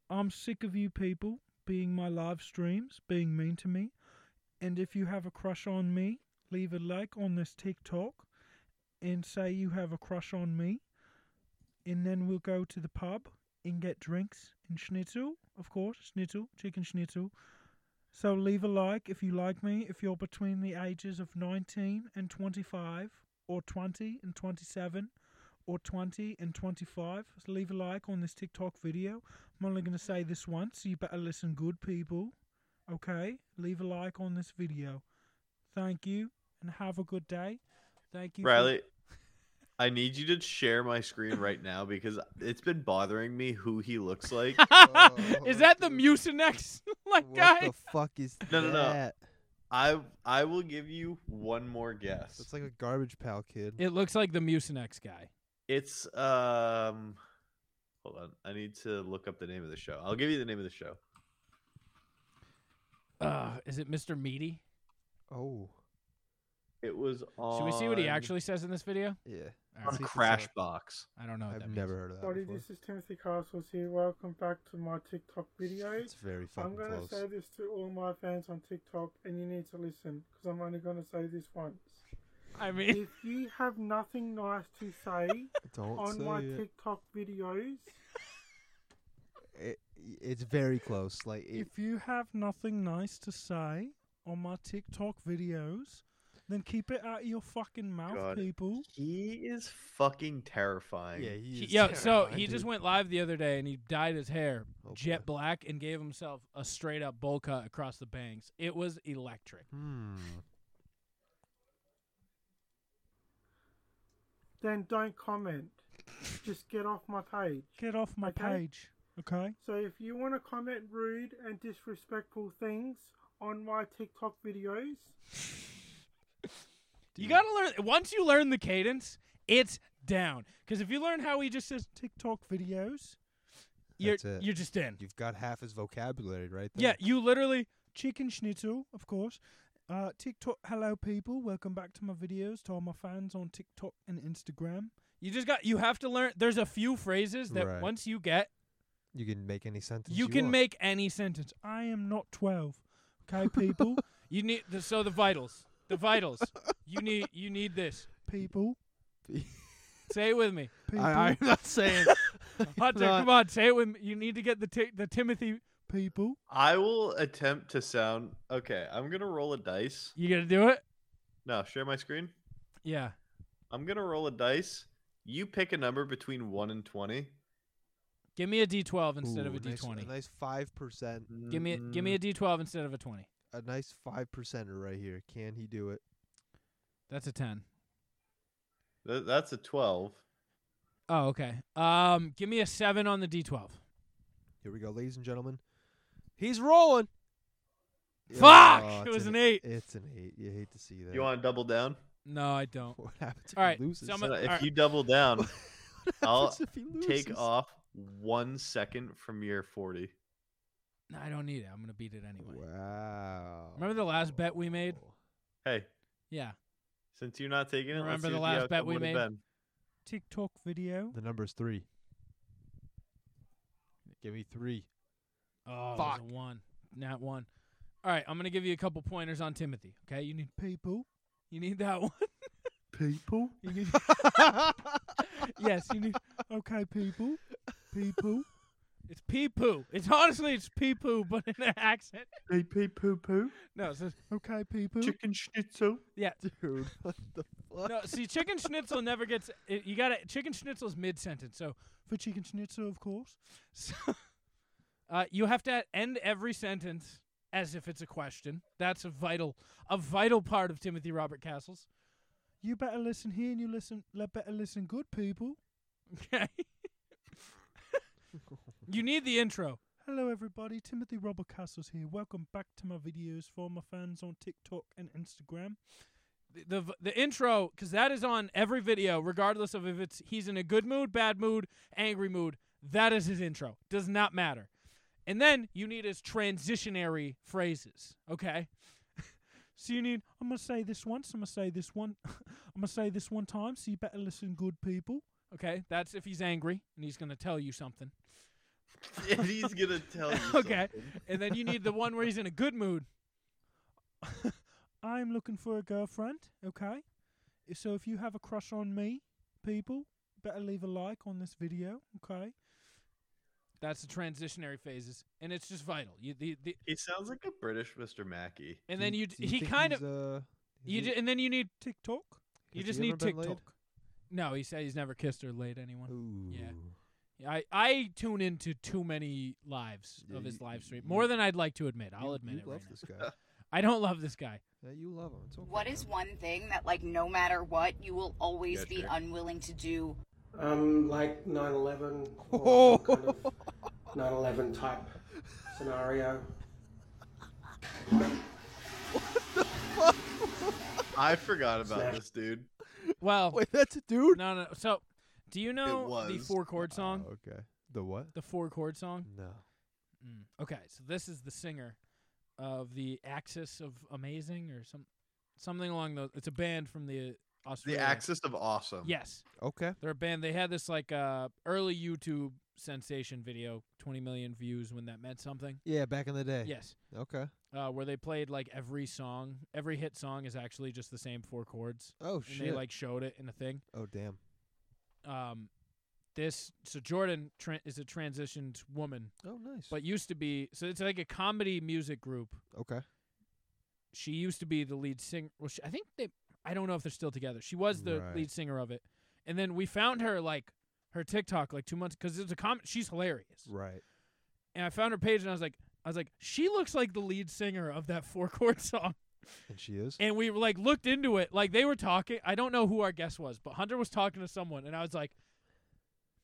[SPEAKER 14] I'm sick of you people being my live streams, being mean to me. And if you have a crush on me, leave a like on this TikTok and say you have a crush on me and then we'll go to the pub
[SPEAKER 3] Oh
[SPEAKER 14] and get drinks and schnitzel, of course, schnitzel, chicken schnitzel. So leave a like if you like me, if you're between the ages of 19 and 25, or 20 and 27, or 20 and 25. So leave a like on this TikTok video. I'm only going to say this once, so you better listen good, people. Okay? Leave a like on this video. Thank you, and have a good day. Thank you. for-
[SPEAKER 7] Riley,
[SPEAKER 3] *laughs*
[SPEAKER 7] I need you to share my screen right now because it's been bothering me who he looks
[SPEAKER 3] *laughs*
[SPEAKER 7] like.
[SPEAKER 3] Oh,
[SPEAKER 14] *laughs*
[SPEAKER 3] Is that the Mucinex like
[SPEAKER 4] What
[SPEAKER 3] guy?
[SPEAKER 4] the fuck is
[SPEAKER 7] *laughs* No, no, no.
[SPEAKER 4] that?
[SPEAKER 7] I I will give you one more guess.
[SPEAKER 4] It's like a garbage pal kid.
[SPEAKER 3] It looks like the Mucinex guy.
[SPEAKER 7] It's um hold on. I need to look up the name of the show. I'll give you the name of the show.
[SPEAKER 3] Uh, is it Mr. Meaty?
[SPEAKER 4] Oh,
[SPEAKER 7] It was on
[SPEAKER 3] Should we see what he actually says in this video?
[SPEAKER 4] yeah.
[SPEAKER 3] All
[SPEAKER 7] on
[SPEAKER 3] right.
[SPEAKER 7] Crash Box.
[SPEAKER 3] I don't know. What
[SPEAKER 4] I've
[SPEAKER 3] that means.
[SPEAKER 4] never heard of that
[SPEAKER 14] Buddy,
[SPEAKER 4] before.
[SPEAKER 14] this is Timothy Castles here. Welcome back to my TikTok video.
[SPEAKER 4] It's very
[SPEAKER 14] I'm
[SPEAKER 4] fucking
[SPEAKER 14] going to
[SPEAKER 4] close.
[SPEAKER 14] say this to all my fans on TikTok, and you need to listen because I'm only going to say this once.
[SPEAKER 3] I mean,
[SPEAKER 14] if you have nothing nice to say
[SPEAKER 4] *laughs* Don't
[SPEAKER 14] on my
[SPEAKER 4] say it.
[SPEAKER 14] TikTok videos,
[SPEAKER 4] It, it's very close. Like it,
[SPEAKER 14] If you have nothing nice to say on my TikTok videos, then keep it out of your fucking mouth,
[SPEAKER 7] God.
[SPEAKER 14] people.
[SPEAKER 7] He is fucking terrifying. Yeah,
[SPEAKER 3] He- Yo, so he just went live the other day and he dyed his hair jet black and gave himself a straight up bowl cut across the bangs. It was electric.
[SPEAKER 4] Hmm.
[SPEAKER 15] Then don't comment. Just get off my page.
[SPEAKER 14] Get off my
[SPEAKER 15] Okay?
[SPEAKER 14] page, okay?
[SPEAKER 15] So if you want to comment rude and disrespectful things on my TikTok videos,
[SPEAKER 3] You gotta learn. Once you learn the cadence, it's down. Because if you learn how he just says
[SPEAKER 14] TikTok videos,
[SPEAKER 3] you're
[SPEAKER 4] That's it.
[SPEAKER 3] you're just in.
[SPEAKER 4] You've got half his vocabulary right there.
[SPEAKER 3] Yeah, you literally
[SPEAKER 14] chicken schnitzel, of course. Uh, TikTok. Hello, people. Welcome back to my videos. To all my fans on TikTok and Instagram.
[SPEAKER 3] you just got you have to learn. There's a few phrases that
[SPEAKER 4] Right.
[SPEAKER 3] once you get,
[SPEAKER 4] You can make any sentence.
[SPEAKER 3] you can
[SPEAKER 4] want.
[SPEAKER 3] make any sentence.
[SPEAKER 14] I am not twelve. Okay, people.
[SPEAKER 3] You need the, so the vitals. The vitals. you need you need this.
[SPEAKER 14] people.
[SPEAKER 3] Say it with me.
[SPEAKER 14] People. I- I'm *laughs* not saying-
[SPEAKER 4] *laughs*
[SPEAKER 3] Hunter,
[SPEAKER 14] No, I-
[SPEAKER 3] come on, say it with me. You need to get the ti- the Timothy
[SPEAKER 14] people.
[SPEAKER 7] I will attempt to sound okay. I'm gonna roll a dice.
[SPEAKER 3] You gonna do it?
[SPEAKER 7] No, share my screen.
[SPEAKER 3] Yeah.
[SPEAKER 7] I'm gonna roll a dice. You pick a number between one and twenty.
[SPEAKER 3] Give me a D12 instead of
[SPEAKER 4] Ooh,
[SPEAKER 3] a
[SPEAKER 4] nice-
[SPEAKER 3] D20.
[SPEAKER 4] A nice five percent.
[SPEAKER 3] Give me a, give
[SPEAKER 4] Mm-hmm.
[SPEAKER 3] me a D12 instead of a 20.
[SPEAKER 4] a nice five percenter right here. Can he do it?
[SPEAKER 3] That's a ten.
[SPEAKER 7] Th- that's a twelve.
[SPEAKER 3] Oh, okay. Um, give me a 7 on the D12.
[SPEAKER 4] Here we go, ladies and gentlemen. He's rolling.
[SPEAKER 3] Fuck!
[SPEAKER 4] Oh,
[SPEAKER 3] It
[SPEAKER 4] it's
[SPEAKER 3] was an eight.
[SPEAKER 4] It's an eight. You hate to see that.
[SPEAKER 7] You want to double down?
[SPEAKER 3] No, I don't.
[SPEAKER 4] *laughs* What happens if
[SPEAKER 3] All
[SPEAKER 4] he
[SPEAKER 3] right,
[SPEAKER 4] loses?
[SPEAKER 3] so I'm
[SPEAKER 7] So
[SPEAKER 3] gonna-
[SPEAKER 7] if
[SPEAKER 3] all right.
[SPEAKER 4] *laughs*
[SPEAKER 7] you double down, I'll
[SPEAKER 4] happens if he loses?
[SPEAKER 7] take off one second from your forty.
[SPEAKER 3] No, I don't need it. I'm going to beat it anyway.
[SPEAKER 4] Wow. Oh.
[SPEAKER 3] Remember the last bet we made?
[SPEAKER 7] Hey,
[SPEAKER 3] Yeah.
[SPEAKER 7] since you're not taking it, let's
[SPEAKER 3] Remember
[SPEAKER 7] see
[SPEAKER 3] the
[SPEAKER 7] what
[SPEAKER 3] last bet
[SPEAKER 7] outcome
[SPEAKER 3] we
[SPEAKER 7] would've
[SPEAKER 3] made?
[SPEAKER 7] been.
[SPEAKER 14] TikTok video.
[SPEAKER 4] The number's three. Give me three.
[SPEAKER 3] Oh,
[SPEAKER 4] Fuck.
[SPEAKER 3] It was a 1. Not 1. All right, I'm going to give you a couple pointers on Timothy, okay? You need
[SPEAKER 4] *laughs*
[SPEAKER 14] people.
[SPEAKER 3] You need that *laughs* one.
[SPEAKER 14] People.
[SPEAKER 3] *laughs* yes, you need
[SPEAKER 14] Okay, people. People.
[SPEAKER 3] It's pee poo. It's honestly it's pee poo, but in an *laughs* accent.
[SPEAKER 14] Pee pee poo poo.
[SPEAKER 3] No, it's just,
[SPEAKER 14] okay, people.
[SPEAKER 7] Chicken schnitzel.
[SPEAKER 3] Yeah,
[SPEAKER 4] dude. What the
[SPEAKER 14] *laughs*
[SPEAKER 4] fuck?
[SPEAKER 3] No, see, chicken schnitzel never gets. It, you got to chicken schnitzel's mid sentence. So,
[SPEAKER 14] For chicken schnitzel, of course.
[SPEAKER 3] *laughs* so uh, you have to end every sentence as if it's a question. That's a vital, a vital part of Timothy Robert Castles.
[SPEAKER 14] You better listen here, and you listen. Le- better listen, good people.
[SPEAKER 3] Okay. *laughs* you need the intro.
[SPEAKER 14] Hello, everybody. Timothy Robert Castles here. Welcome back to my videos for my fans on TikTok and Instagram.
[SPEAKER 3] The- The v- the intro because that is on every video, regardless of if it's he's in a good mood, bad mood, angry mood. That is his intro. Does not matter. And then you need his transitionary phrases. Okay. *laughs*
[SPEAKER 14] So you need. I'm gonna say this once. I'm gonna say this
[SPEAKER 3] *laughs*
[SPEAKER 14] one. I'm gonna say this one time. So you better listen, good people.
[SPEAKER 3] Okay, that's if he's angry and he's going to tell you something. *laughs*
[SPEAKER 7] *laughs* If he's gonna tell you.
[SPEAKER 3] okay,
[SPEAKER 7] something.
[SPEAKER 3] and then you need the one where he's in a good mood.
[SPEAKER 14] *laughs* I'm looking for a girlfriend. Okay. If- So if you have a crush on me, people, better leave a like on this video. Okay.
[SPEAKER 3] That's the transitionary phases, and it's just vital. You the, the
[SPEAKER 7] He sounds like a British Mr. Mackey.
[SPEAKER 3] *laughs* and then you, d
[SPEAKER 4] do you
[SPEAKER 3] he
[SPEAKER 4] think
[SPEAKER 3] kind
[SPEAKER 4] he's,
[SPEAKER 3] of
[SPEAKER 4] uh,
[SPEAKER 3] you
[SPEAKER 4] he-
[SPEAKER 3] ju- and then you need
[SPEAKER 14] TikTok.
[SPEAKER 3] You
[SPEAKER 4] Has
[SPEAKER 3] just
[SPEAKER 4] he
[SPEAKER 3] need
[SPEAKER 4] ever been laid?
[SPEAKER 3] TikTok. No, he said he's never kissed or laid anyone. Yeah. I I tune into too many lives
[SPEAKER 4] Yeah,
[SPEAKER 3] of his
[SPEAKER 4] you-
[SPEAKER 3] live stream.
[SPEAKER 4] you-
[SPEAKER 3] More than I'd like to admit. I'll
[SPEAKER 4] you-
[SPEAKER 3] admit
[SPEAKER 4] you
[SPEAKER 3] it
[SPEAKER 4] love
[SPEAKER 3] right
[SPEAKER 4] this
[SPEAKER 3] now.
[SPEAKER 4] guy.
[SPEAKER 3] I don't love this
[SPEAKER 7] *laughs*
[SPEAKER 3] guy.
[SPEAKER 4] *laughs* Yeah, you love him. It's okay.
[SPEAKER 16] What is one thing that, like, no matter what, you will always
[SPEAKER 4] Yeah,
[SPEAKER 16] be
[SPEAKER 4] sure.
[SPEAKER 16] unwilling to do?
[SPEAKER 15] um, like 9/11 or some kind of
[SPEAKER 3] *laughs*
[SPEAKER 15] 9/11 type scenario.
[SPEAKER 7] I forgot about
[SPEAKER 15] Snap.
[SPEAKER 7] this dude.
[SPEAKER 3] Well,
[SPEAKER 4] *laughs* wait, that's a *laughs* dude.
[SPEAKER 3] No, no. So, do you know the
[SPEAKER 7] was. uh,
[SPEAKER 3] four chord song?
[SPEAKER 4] Okay. The what?
[SPEAKER 3] The four chord song.
[SPEAKER 4] No.
[SPEAKER 3] Mm. Okay, so this is the singer of the Axis of Amazing or some something along those. It's a band from the
[SPEAKER 7] The
[SPEAKER 3] Australia.
[SPEAKER 7] Axis of Awesome.
[SPEAKER 3] Yes,
[SPEAKER 4] Okay.
[SPEAKER 3] they're a band. They had this like uh, early YouTube sensation video, 20 million views when that meant something.
[SPEAKER 4] Yeah, back in the day.
[SPEAKER 3] Yes.
[SPEAKER 4] Okay.
[SPEAKER 3] Uh, where they played like every song, every hit song is actually just the same four chords.
[SPEAKER 4] Oh,
[SPEAKER 3] and They
[SPEAKER 4] shit.
[SPEAKER 3] like showed it in a thing.
[SPEAKER 4] Oh damn.
[SPEAKER 3] Um, this so Jordan tra- is a transitioned woman.
[SPEAKER 4] Oh, nice.
[SPEAKER 3] But used to be so it's like a comedy music group.
[SPEAKER 4] Okay.
[SPEAKER 3] She used to be the lead singer. Well, she, I think they. I don't know if they're still together. She was the
[SPEAKER 4] Right.
[SPEAKER 3] lead singer of it, and then we found her like her TikTok like two months because it's a com. She's hilarious,
[SPEAKER 4] Right.
[SPEAKER 3] and I found her page and I was like, I was like, she looks like the lead singer of that four chord *laughs* song.
[SPEAKER 4] And she is.
[SPEAKER 3] And we like looked into it. Like they were talking. I don't know who our guest was, but Hunter was talking to someone, and I was like,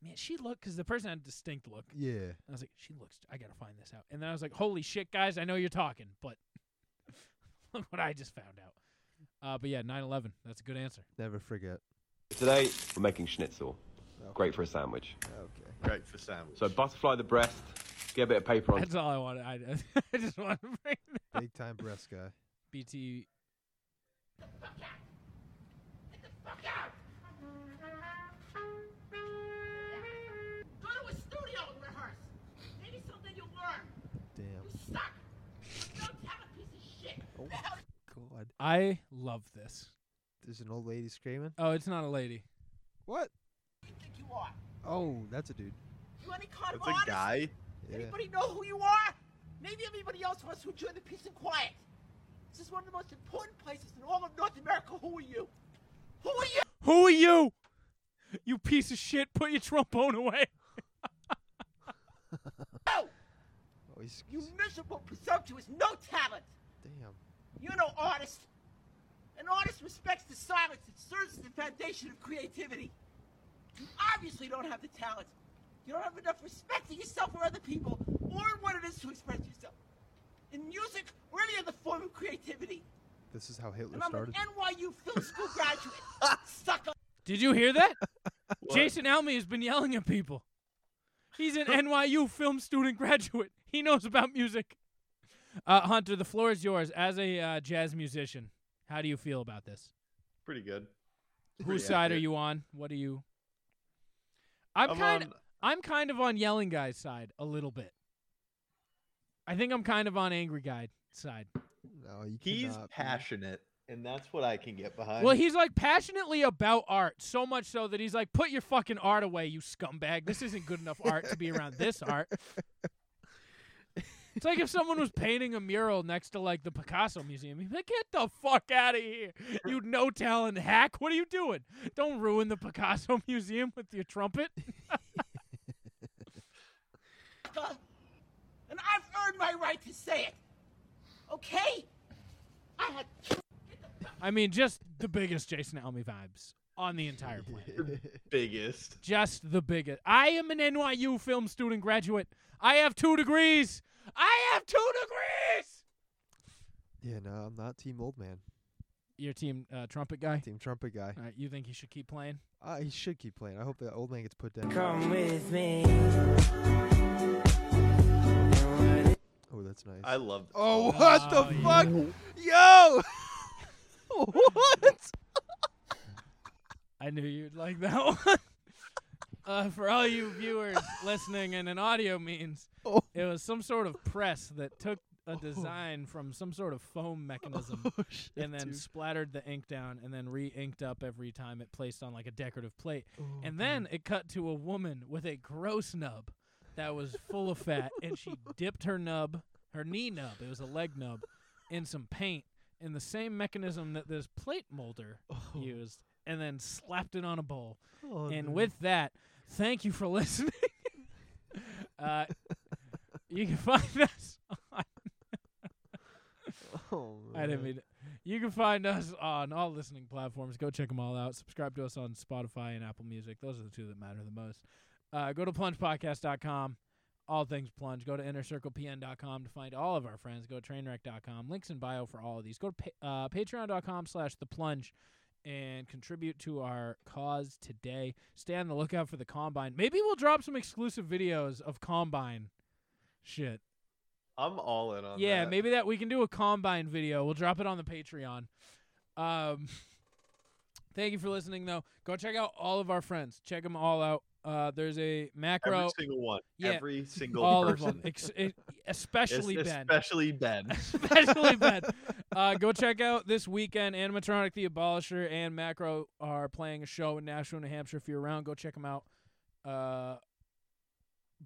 [SPEAKER 3] "Man, she looked because the person had a distinct look."
[SPEAKER 4] Yeah.
[SPEAKER 3] And I was like, "She looks. I gotta find this out." And then I was like, "Holy shit, guys! I know you're talking, but *laughs* look what I just found out." Uh, but yeah, 9/11. That's a good answer. *laughs*
[SPEAKER 4] Never forget.
[SPEAKER 17] Today, we're making schnitzel. Great for a sandwich.
[SPEAKER 4] Okay.
[SPEAKER 7] Great for sandwich.
[SPEAKER 17] So butterfly the breast, get a bit of paper on.
[SPEAKER 3] That's all I wanted. I, *laughs* I just wanted to bring that.
[SPEAKER 4] Big time breast guy.
[SPEAKER 3] BT.
[SPEAKER 6] Go to a studio and rehearse. Maybe something you'll learn.
[SPEAKER 4] Damn.
[SPEAKER 6] Suck. No talent, piece of shit.
[SPEAKER 4] God.
[SPEAKER 3] I love this.
[SPEAKER 4] There's an old lady screaming.
[SPEAKER 3] Oh, it's not a lady.
[SPEAKER 4] What?
[SPEAKER 6] You think you are?
[SPEAKER 4] Oh, that's a dude.
[SPEAKER 6] You any kind of artist?
[SPEAKER 4] Yeah.
[SPEAKER 6] Anybody know who you are? Maybe everybody else wants to enjoy the peace and quiet. This is one of the most important places in all of North America. Who are you? Who are you?
[SPEAKER 3] Who are you? You piece of shit! Put your trombone away.
[SPEAKER 4] Oh, he's
[SPEAKER 6] You miserable, presumptuous, no talent.
[SPEAKER 4] damn.
[SPEAKER 6] You're no artist. An artist respects the silence that serves as the foundation of creativity. You obviously don't have the talent. You don't have enough respect for yourself or other people, or what it is to express yourself. In music or any other form of creativity.
[SPEAKER 4] This is how Hitler
[SPEAKER 6] And I'm an
[SPEAKER 4] started.
[SPEAKER 6] NYU film school graduate. Sucker.
[SPEAKER 3] Did you hear
[SPEAKER 7] *laughs*
[SPEAKER 3] that? Jason Alme has been yelling at people. He's
[SPEAKER 7] *laughs*
[SPEAKER 3] an NYU film student graduate. He knows about music. Uh, Hunter, the floor is yours. As a uh, jazz musician, how do you feel about
[SPEAKER 7] *laughs*
[SPEAKER 3] this?
[SPEAKER 7] Pretty good.
[SPEAKER 3] Whose
[SPEAKER 7] Pretty
[SPEAKER 3] side are
[SPEAKER 7] accurate.
[SPEAKER 3] you on? What are you? I'm,
[SPEAKER 7] I'm
[SPEAKER 3] kind.
[SPEAKER 7] on-
[SPEAKER 3] I'm kind of on yelling guy's side a little bit. I think I'm kind of on angry guy side.
[SPEAKER 4] No, you
[SPEAKER 7] He's
[SPEAKER 4] cannot be-
[SPEAKER 7] passionate, and that's what I can get behind.
[SPEAKER 3] Well, he's like passionately about art, so much so that he's like, "Put your fucking art away, you scumbag! This isn't good enough art to be around this art." It's like if someone was painting a mural next to like the Picasso Museum. He'd be like, "Get the fuck out of here, you no talent hack! What are you doing? Don't ruin the Picasso Museum with your trumpet."
[SPEAKER 6] And I've earned my right to say it. Okay? I had
[SPEAKER 3] I mean, just the biggest Jason Alme vibes on the entire planet.
[SPEAKER 7] biggest.
[SPEAKER 3] Just the biggest. I am an NYU film student graduate. I have two degrees. I have two degrees.
[SPEAKER 4] Yeah, no, I'm not team old man.
[SPEAKER 3] Your team uh, trumpet guy.
[SPEAKER 4] Team trumpet guy.
[SPEAKER 3] All right, you think he should keep playing?
[SPEAKER 4] Uh, he should keep playing. I hope that old man gets put down.
[SPEAKER 3] Come with me.
[SPEAKER 4] Oh, that's nice.
[SPEAKER 7] I love.
[SPEAKER 4] Oh,
[SPEAKER 7] song.
[SPEAKER 4] what the fuck, yo!
[SPEAKER 3] *laughs*
[SPEAKER 4] what?
[SPEAKER 3] I knew you'd like that *laughs* one. uh, for all you viewers listening in an audio means, it was some sort of press that took a design from some sort of foam mechanism
[SPEAKER 4] *laughs*
[SPEAKER 3] and then
[SPEAKER 4] Oh, dude.
[SPEAKER 3] splattered the ink down and then re-inked up every time it placed on like a decorative plate. and then it cut to a woman with a gross nub that was full of
[SPEAKER 4] *laughs*
[SPEAKER 3] fat and she dipped her nub, her knee nub, it was a leg nub, in some paint in the same mechanism that this plate molder used and then slapped it on a bowl.
[SPEAKER 4] Oh,
[SPEAKER 3] and
[SPEAKER 4] no.
[SPEAKER 3] with that, thank you for *laughs* listening. uh, you can find *laughs* us on
[SPEAKER 4] *laughs* Oh,
[SPEAKER 3] I didn't
[SPEAKER 4] man. *laughs*
[SPEAKER 3] mean. You can find us on all listening platforms. Go check them all out. Subscribe to us on Spotify and Apple Music. Those are the two that matter the most. Uh, go to plungepodcast.com. All things plunge. Go to innercirclepn.com to find all of our friends. Go to trainwreck.com. Links in bio for all of these. Go to pa- uh, patreon.com slash the plunge and contribute to our cause today. Stay on the lookout for the combine. Maybe we'll drop some exclusive videos of combine shit.
[SPEAKER 7] I'm all in on
[SPEAKER 3] Yeah,
[SPEAKER 7] that.
[SPEAKER 3] maybe that we can do a combine video. We'll drop it on the Patreon. Um, *laughs* thank you for listening, though. Go check out all of our friends. Check them all out. Uh, there's a macro.
[SPEAKER 7] Every single one.
[SPEAKER 3] Yeah,
[SPEAKER 7] Every single
[SPEAKER 3] all
[SPEAKER 7] person.
[SPEAKER 3] Of them. Ex- e- especially
[SPEAKER 7] *laughs* Es-
[SPEAKER 3] Ben.
[SPEAKER 7] Especially Ben.
[SPEAKER 3] *laughs* Especially Ben. Uh, go check out this weekend. Animatronic the Abolisher and Macro are playing a show in Nashville, New Hampshire. If you're around, go check them out. Uh,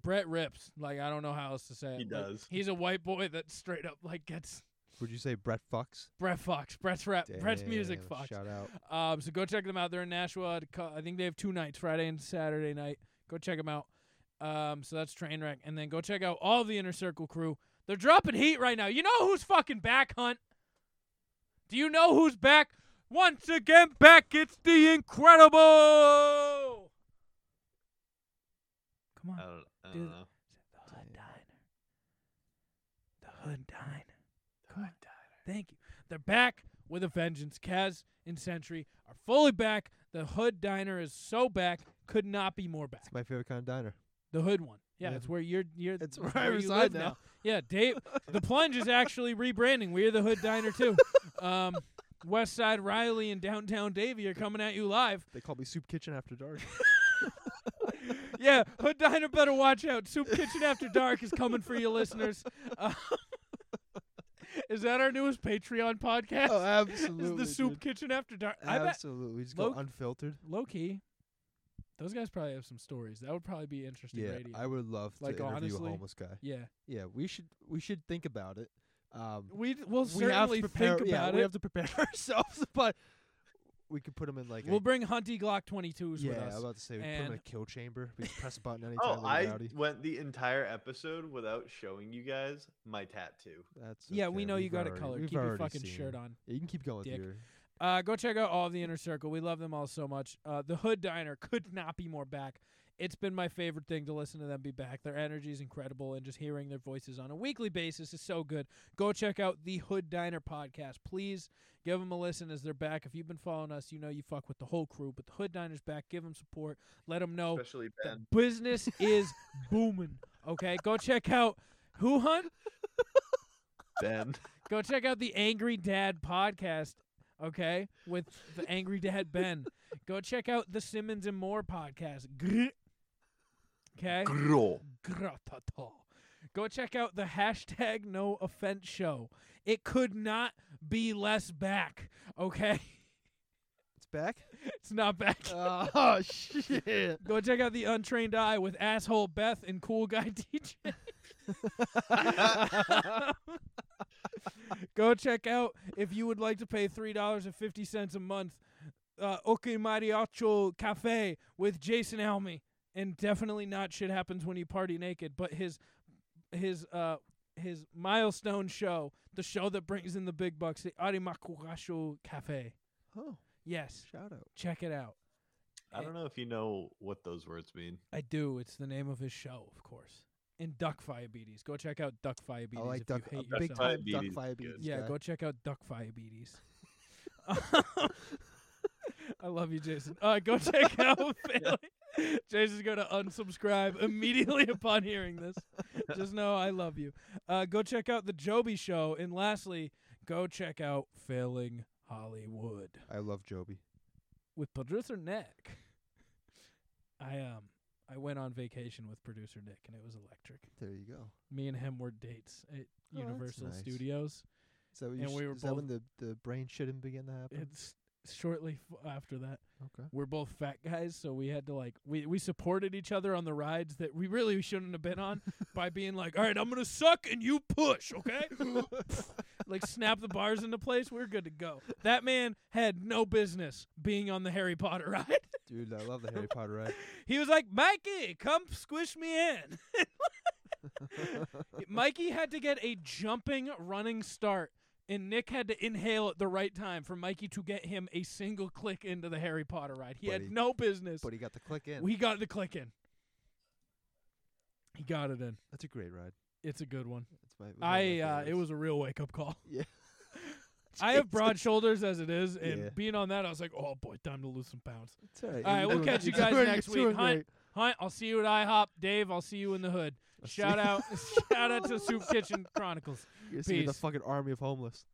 [SPEAKER 3] Brett rips. Like I don't know how else to say it.
[SPEAKER 7] He
[SPEAKER 3] Like,
[SPEAKER 7] does.
[SPEAKER 3] he's a white boy that straight up like gets
[SPEAKER 4] Would you say Brett Fox?
[SPEAKER 3] Brett Fox. Brett's rap. Brett's music.
[SPEAKER 4] Damn,
[SPEAKER 3] Fox.
[SPEAKER 4] shout out.
[SPEAKER 3] Um, so go check them out. They're in Nashua. To co- I think they have two nights, Friday and Saturday night. Go check them out. Um, so that's Trainwreck, and then go check out all the Inner Circle crew. They're dropping heat right now. You know who's fucking back, Hunt? Do you know who's back? Once again, back it's the Incredible. Come on,
[SPEAKER 7] I don't, I
[SPEAKER 3] do
[SPEAKER 7] don't
[SPEAKER 3] it.
[SPEAKER 7] know.
[SPEAKER 3] The Hood Diner. The Hood Diner. Come on. Thank you. They're back with a vengeance. Kaz and Sentry are fully back. The Hood Diner is so back. Could not be more back.
[SPEAKER 4] It's my favorite kind of diner.
[SPEAKER 3] The Hood one. Yeah,
[SPEAKER 4] Yeah.
[SPEAKER 3] it's where you're. you're it's
[SPEAKER 4] where I
[SPEAKER 3] you live
[SPEAKER 4] reside now.
[SPEAKER 3] Yeah, Dave. *laughs* the Plunge is actually rebranding. We're the Hood Diner *laughs* too. Um, West Side Riley and Downtown Davy are coming at you live.
[SPEAKER 4] They call me Soup Kitchen
[SPEAKER 3] *laughs*
[SPEAKER 4] after dark. *laughs* Oh,
[SPEAKER 3] yeah, Hood Diner better watch out. Soup Kitchen After Dark is coming for you, listeners. Uh, is that our newest Patreon podcast?
[SPEAKER 4] Oh, absolutely,
[SPEAKER 3] Is the Soup
[SPEAKER 4] dude.
[SPEAKER 3] Kitchen After Dark? I bet-
[SPEAKER 4] Absolutely. Just go
[SPEAKER 3] Low-
[SPEAKER 4] unfiltered.
[SPEAKER 3] Low key, those guys probably have some stories. That would probably be interesting
[SPEAKER 4] Yeah,
[SPEAKER 3] radio.
[SPEAKER 4] I would love to
[SPEAKER 3] like,
[SPEAKER 4] interview
[SPEAKER 3] honestly,
[SPEAKER 4] a homeless guy.
[SPEAKER 3] Yeah.
[SPEAKER 4] yeah. We should we should think about it. Um,
[SPEAKER 3] We d- we'll
[SPEAKER 4] we have
[SPEAKER 3] certainly
[SPEAKER 4] to prepare,
[SPEAKER 3] think
[SPEAKER 4] yeah,
[SPEAKER 3] about
[SPEAKER 4] We
[SPEAKER 3] it.
[SPEAKER 4] have to prepare *laughs* ourselves, but we could put him in like
[SPEAKER 3] We'll
[SPEAKER 4] a,
[SPEAKER 3] bring Hunty Glock 22s
[SPEAKER 4] yeah.
[SPEAKER 3] with us.
[SPEAKER 4] I was about to say we put him in
[SPEAKER 3] and
[SPEAKER 4] a kill chamber. We just press
[SPEAKER 3] *laughs*
[SPEAKER 4] a button anytime.
[SPEAKER 7] Oh,
[SPEAKER 4] they're
[SPEAKER 7] I
[SPEAKER 4] rowdy.
[SPEAKER 7] went the entire episode without showing you guys my tattoo.
[SPEAKER 4] That's
[SPEAKER 3] Yeah, we
[SPEAKER 4] okay,
[SPEAKER 3] know you
[SPEAKER 4] we've
[SPEAKER 3] got it
[SPEAKER 4] already-
[SPEAKER 3] colored.
[SPEAKER 4] we've
[SPEAKER 3] Keep your
[SPEAKER 4] already
[SPEAKER 3] fucking
[SPEAKER 4] seen
[SPEAKER 3] shirt
[SPEAKER 4] him.
[SPEAKER 3] on,
[SPEAKER 4] Yeah, you can keep going
[SPEAKER 3] dick. *laughs*
[SPEAKER 4] through.
[SPEAKER 3] Uh, go check out all of the inner circle. We love them all so much. Uh, the Hood Diner *laughs* could not be more back. It's been my favorite thing to listen to them be back. Their energy is incredible, and just hearing their voices on a weekly basis is so good. Go check out the Hood Diner podcast. Please give them a listen as they're back. If you've been following us, you know you fuck with the whole crew, but the Hood Diner's back. Give them support. Let them know
[SPEAKER 7] Especially
[SPEAKER 3] that
[SPEAKER 7] Ben.
[SPEAKER 3] business is booming. Okay, go check out Who Hunt
[SPEAKER 7] *laughs* Ben.
[SPEAKER 3] go check out the Angry Dad podcast, okay? With the Angry Dad Ben. Go check out the Simmons and Moore podcast. Grr. Okay? *laughs*
[SPEAKER 7] Grow.
[SPEAKER 3] Grr-ta-ta. Go check out the hashtag no offense show. It could not be less back, okay?
[SPEAKER 4] It's back.
[SPEAKER 3] It's not back.
[SPEAKER 4] Oh
[SPEAKER 3] *laughs*
[SPEAKER 4] shit.
[SPEAKER 3] Go check out the Untrained Eye with asshole Beth and cool guy *laughs* DJ. Go check out if you would like to pay three dollars and fifty cents a month. Uh, okay Mariacho Cafe with Jason Almy, and definitely not shit happens when you party naked. But his his uh his milestone show, the show that brings in the big bucks, the Arimakuracho Cafe.
[SPEAKER 4] *laughs* Oh,
[SPEAKER 3] yes,
[SPEAKER 4] shout out.
[SPEAKER 3] Check it out.
[SPEAKER 7] I don't know if you know what those words mean.
[SPEAKER 3] I do. It's the name of his show, of course. And Duck Fiabetes. Go check out Duck Fiabetes
[SPEAKER 4] like
[SPEAKER 3] if
[SPEAKER 4] Oh, Duck-
[SPEAKER 3] you hate
[SPEAKER 4] a big
[SPEAKER 3] yourself.
[SPEAKER 4] time Duck Fiabetes is Fiabetes good.
[SPEAKER 3] Yeah,
[SPEAKER 4] guy.
[SPEAKER 3] go check out Duck
[SPEAKER 4] *laughs*
[SPEAKER 3] Fiabetes. *laughs* I love you, Jason. Uh, go
[SPEAKER 4] *laughs*
[SPEAKER 3] check out Family. Jason's going to unsubscribe immediately upon hearing this. Just know I love you. Uh, go check out The Joby Show. And lastly, go check out Failing Hollywood
[SPEAKER 4] I love Joby.
[SPEAKER 3] with producer Nick. I um I went on vacation with producer Nick and it was electric.
[SPEAKER 4] There you go.
[SPEAKER 3] Me and him were dates at
[SPEAKER 4] Oh, that's
[SPEAKER 3] Universal
[SPEAKER 4] nice.
[SPEAKER 3] Studios.
[SPEAKER 4] Is that, what you
[SPEAKER 3] and
[SPEAKER 4] sh-
[SPEAKER 3] we were
[SPEAKER 4] is that
[SPEAKER 3] both
[SPEAKER 4] when the, the brain shitting began to happen?
[SPEAKER 3] it's shortly f- after that.
[SPEAKER 4] Okay.
[SPEAKER 3] We're both fat guys, so we had to like we we supported each other on the rides that we really shouldn't have been on by being like, "All right, I'm going to suck and you push, okay?" *laughs* like snap the bars into place, we're good to go. That man had no business being on the Harry Potter ride.
[SPEAKER 4] Dude, I love the Harry Potter ride.
[SPEAKER 3] He was like, Mikey, come squish me
[SPEAKER 4] *laughs*
[SPEAKER 3] in. Mikey had to get a jumping running start, and Nick had to inhale at the right time for Mikey to get him a single click into the Harry Potter ride. He
[SPEAKER 4] But
[SPEAKER 3] had
[SPEAKER 4] he-
[SPEAKER 3] no business.
[SPEAKER 4] But he got the click in.
[SPEAKER 3] We got the click in. He got it in.
[SPEAKER 4] That's a great ride.
[SPEAKER 3] It's a good one.
[SPEAKER 4] It's my, it was one of
[SPEAKER 3] I
[SPEAKER 4] my
[SPEAKER 3] uh, it
[SPEAKER 4] favorites.
[SPEAKER 3] was a real wake up call.
[SPEAKER 4] *laughs* Yeah.
[SPEAKER 3] I
[SPEAKER 4] *laughs*
[SPEAKER 3] have broad shoulders as it is, and
[SPEAKER 4] Yeah.
[SPEAKER 3] being on that, I was like, "Oh boy, time to lose some pounds."
[SPEAKER 4] It's all right.
[SPEAKER 3] All right,
[SPEAKER 4] You're
[SPEAKER 3] we'll
[SPEAKER 4] doing- *laughs*
[SPEAKER 3] catch you
[SPEAKER 4] you're
[SPEAKER 3] guys
[SPEAKER 4] doing-
[SPEAKER 3] next
[SPEAKER 4] you're doing
[SPEAKER 3] week. Hunt,
[SPEAKER 4] great.
[SPEAKER 3] Hunt, I'll see you at IHOP. Dave, I'll see you in the hood. Shout
[SPEAKER 4] you- *laughs*
[SPEAKER 3] out, shout out to Soup Kitchen Chronicles.
[SPEAKER 4] You're gonna see me in the
[SPEAKER 3] Peace.
[SPEAKER 4] fucking army of homeless.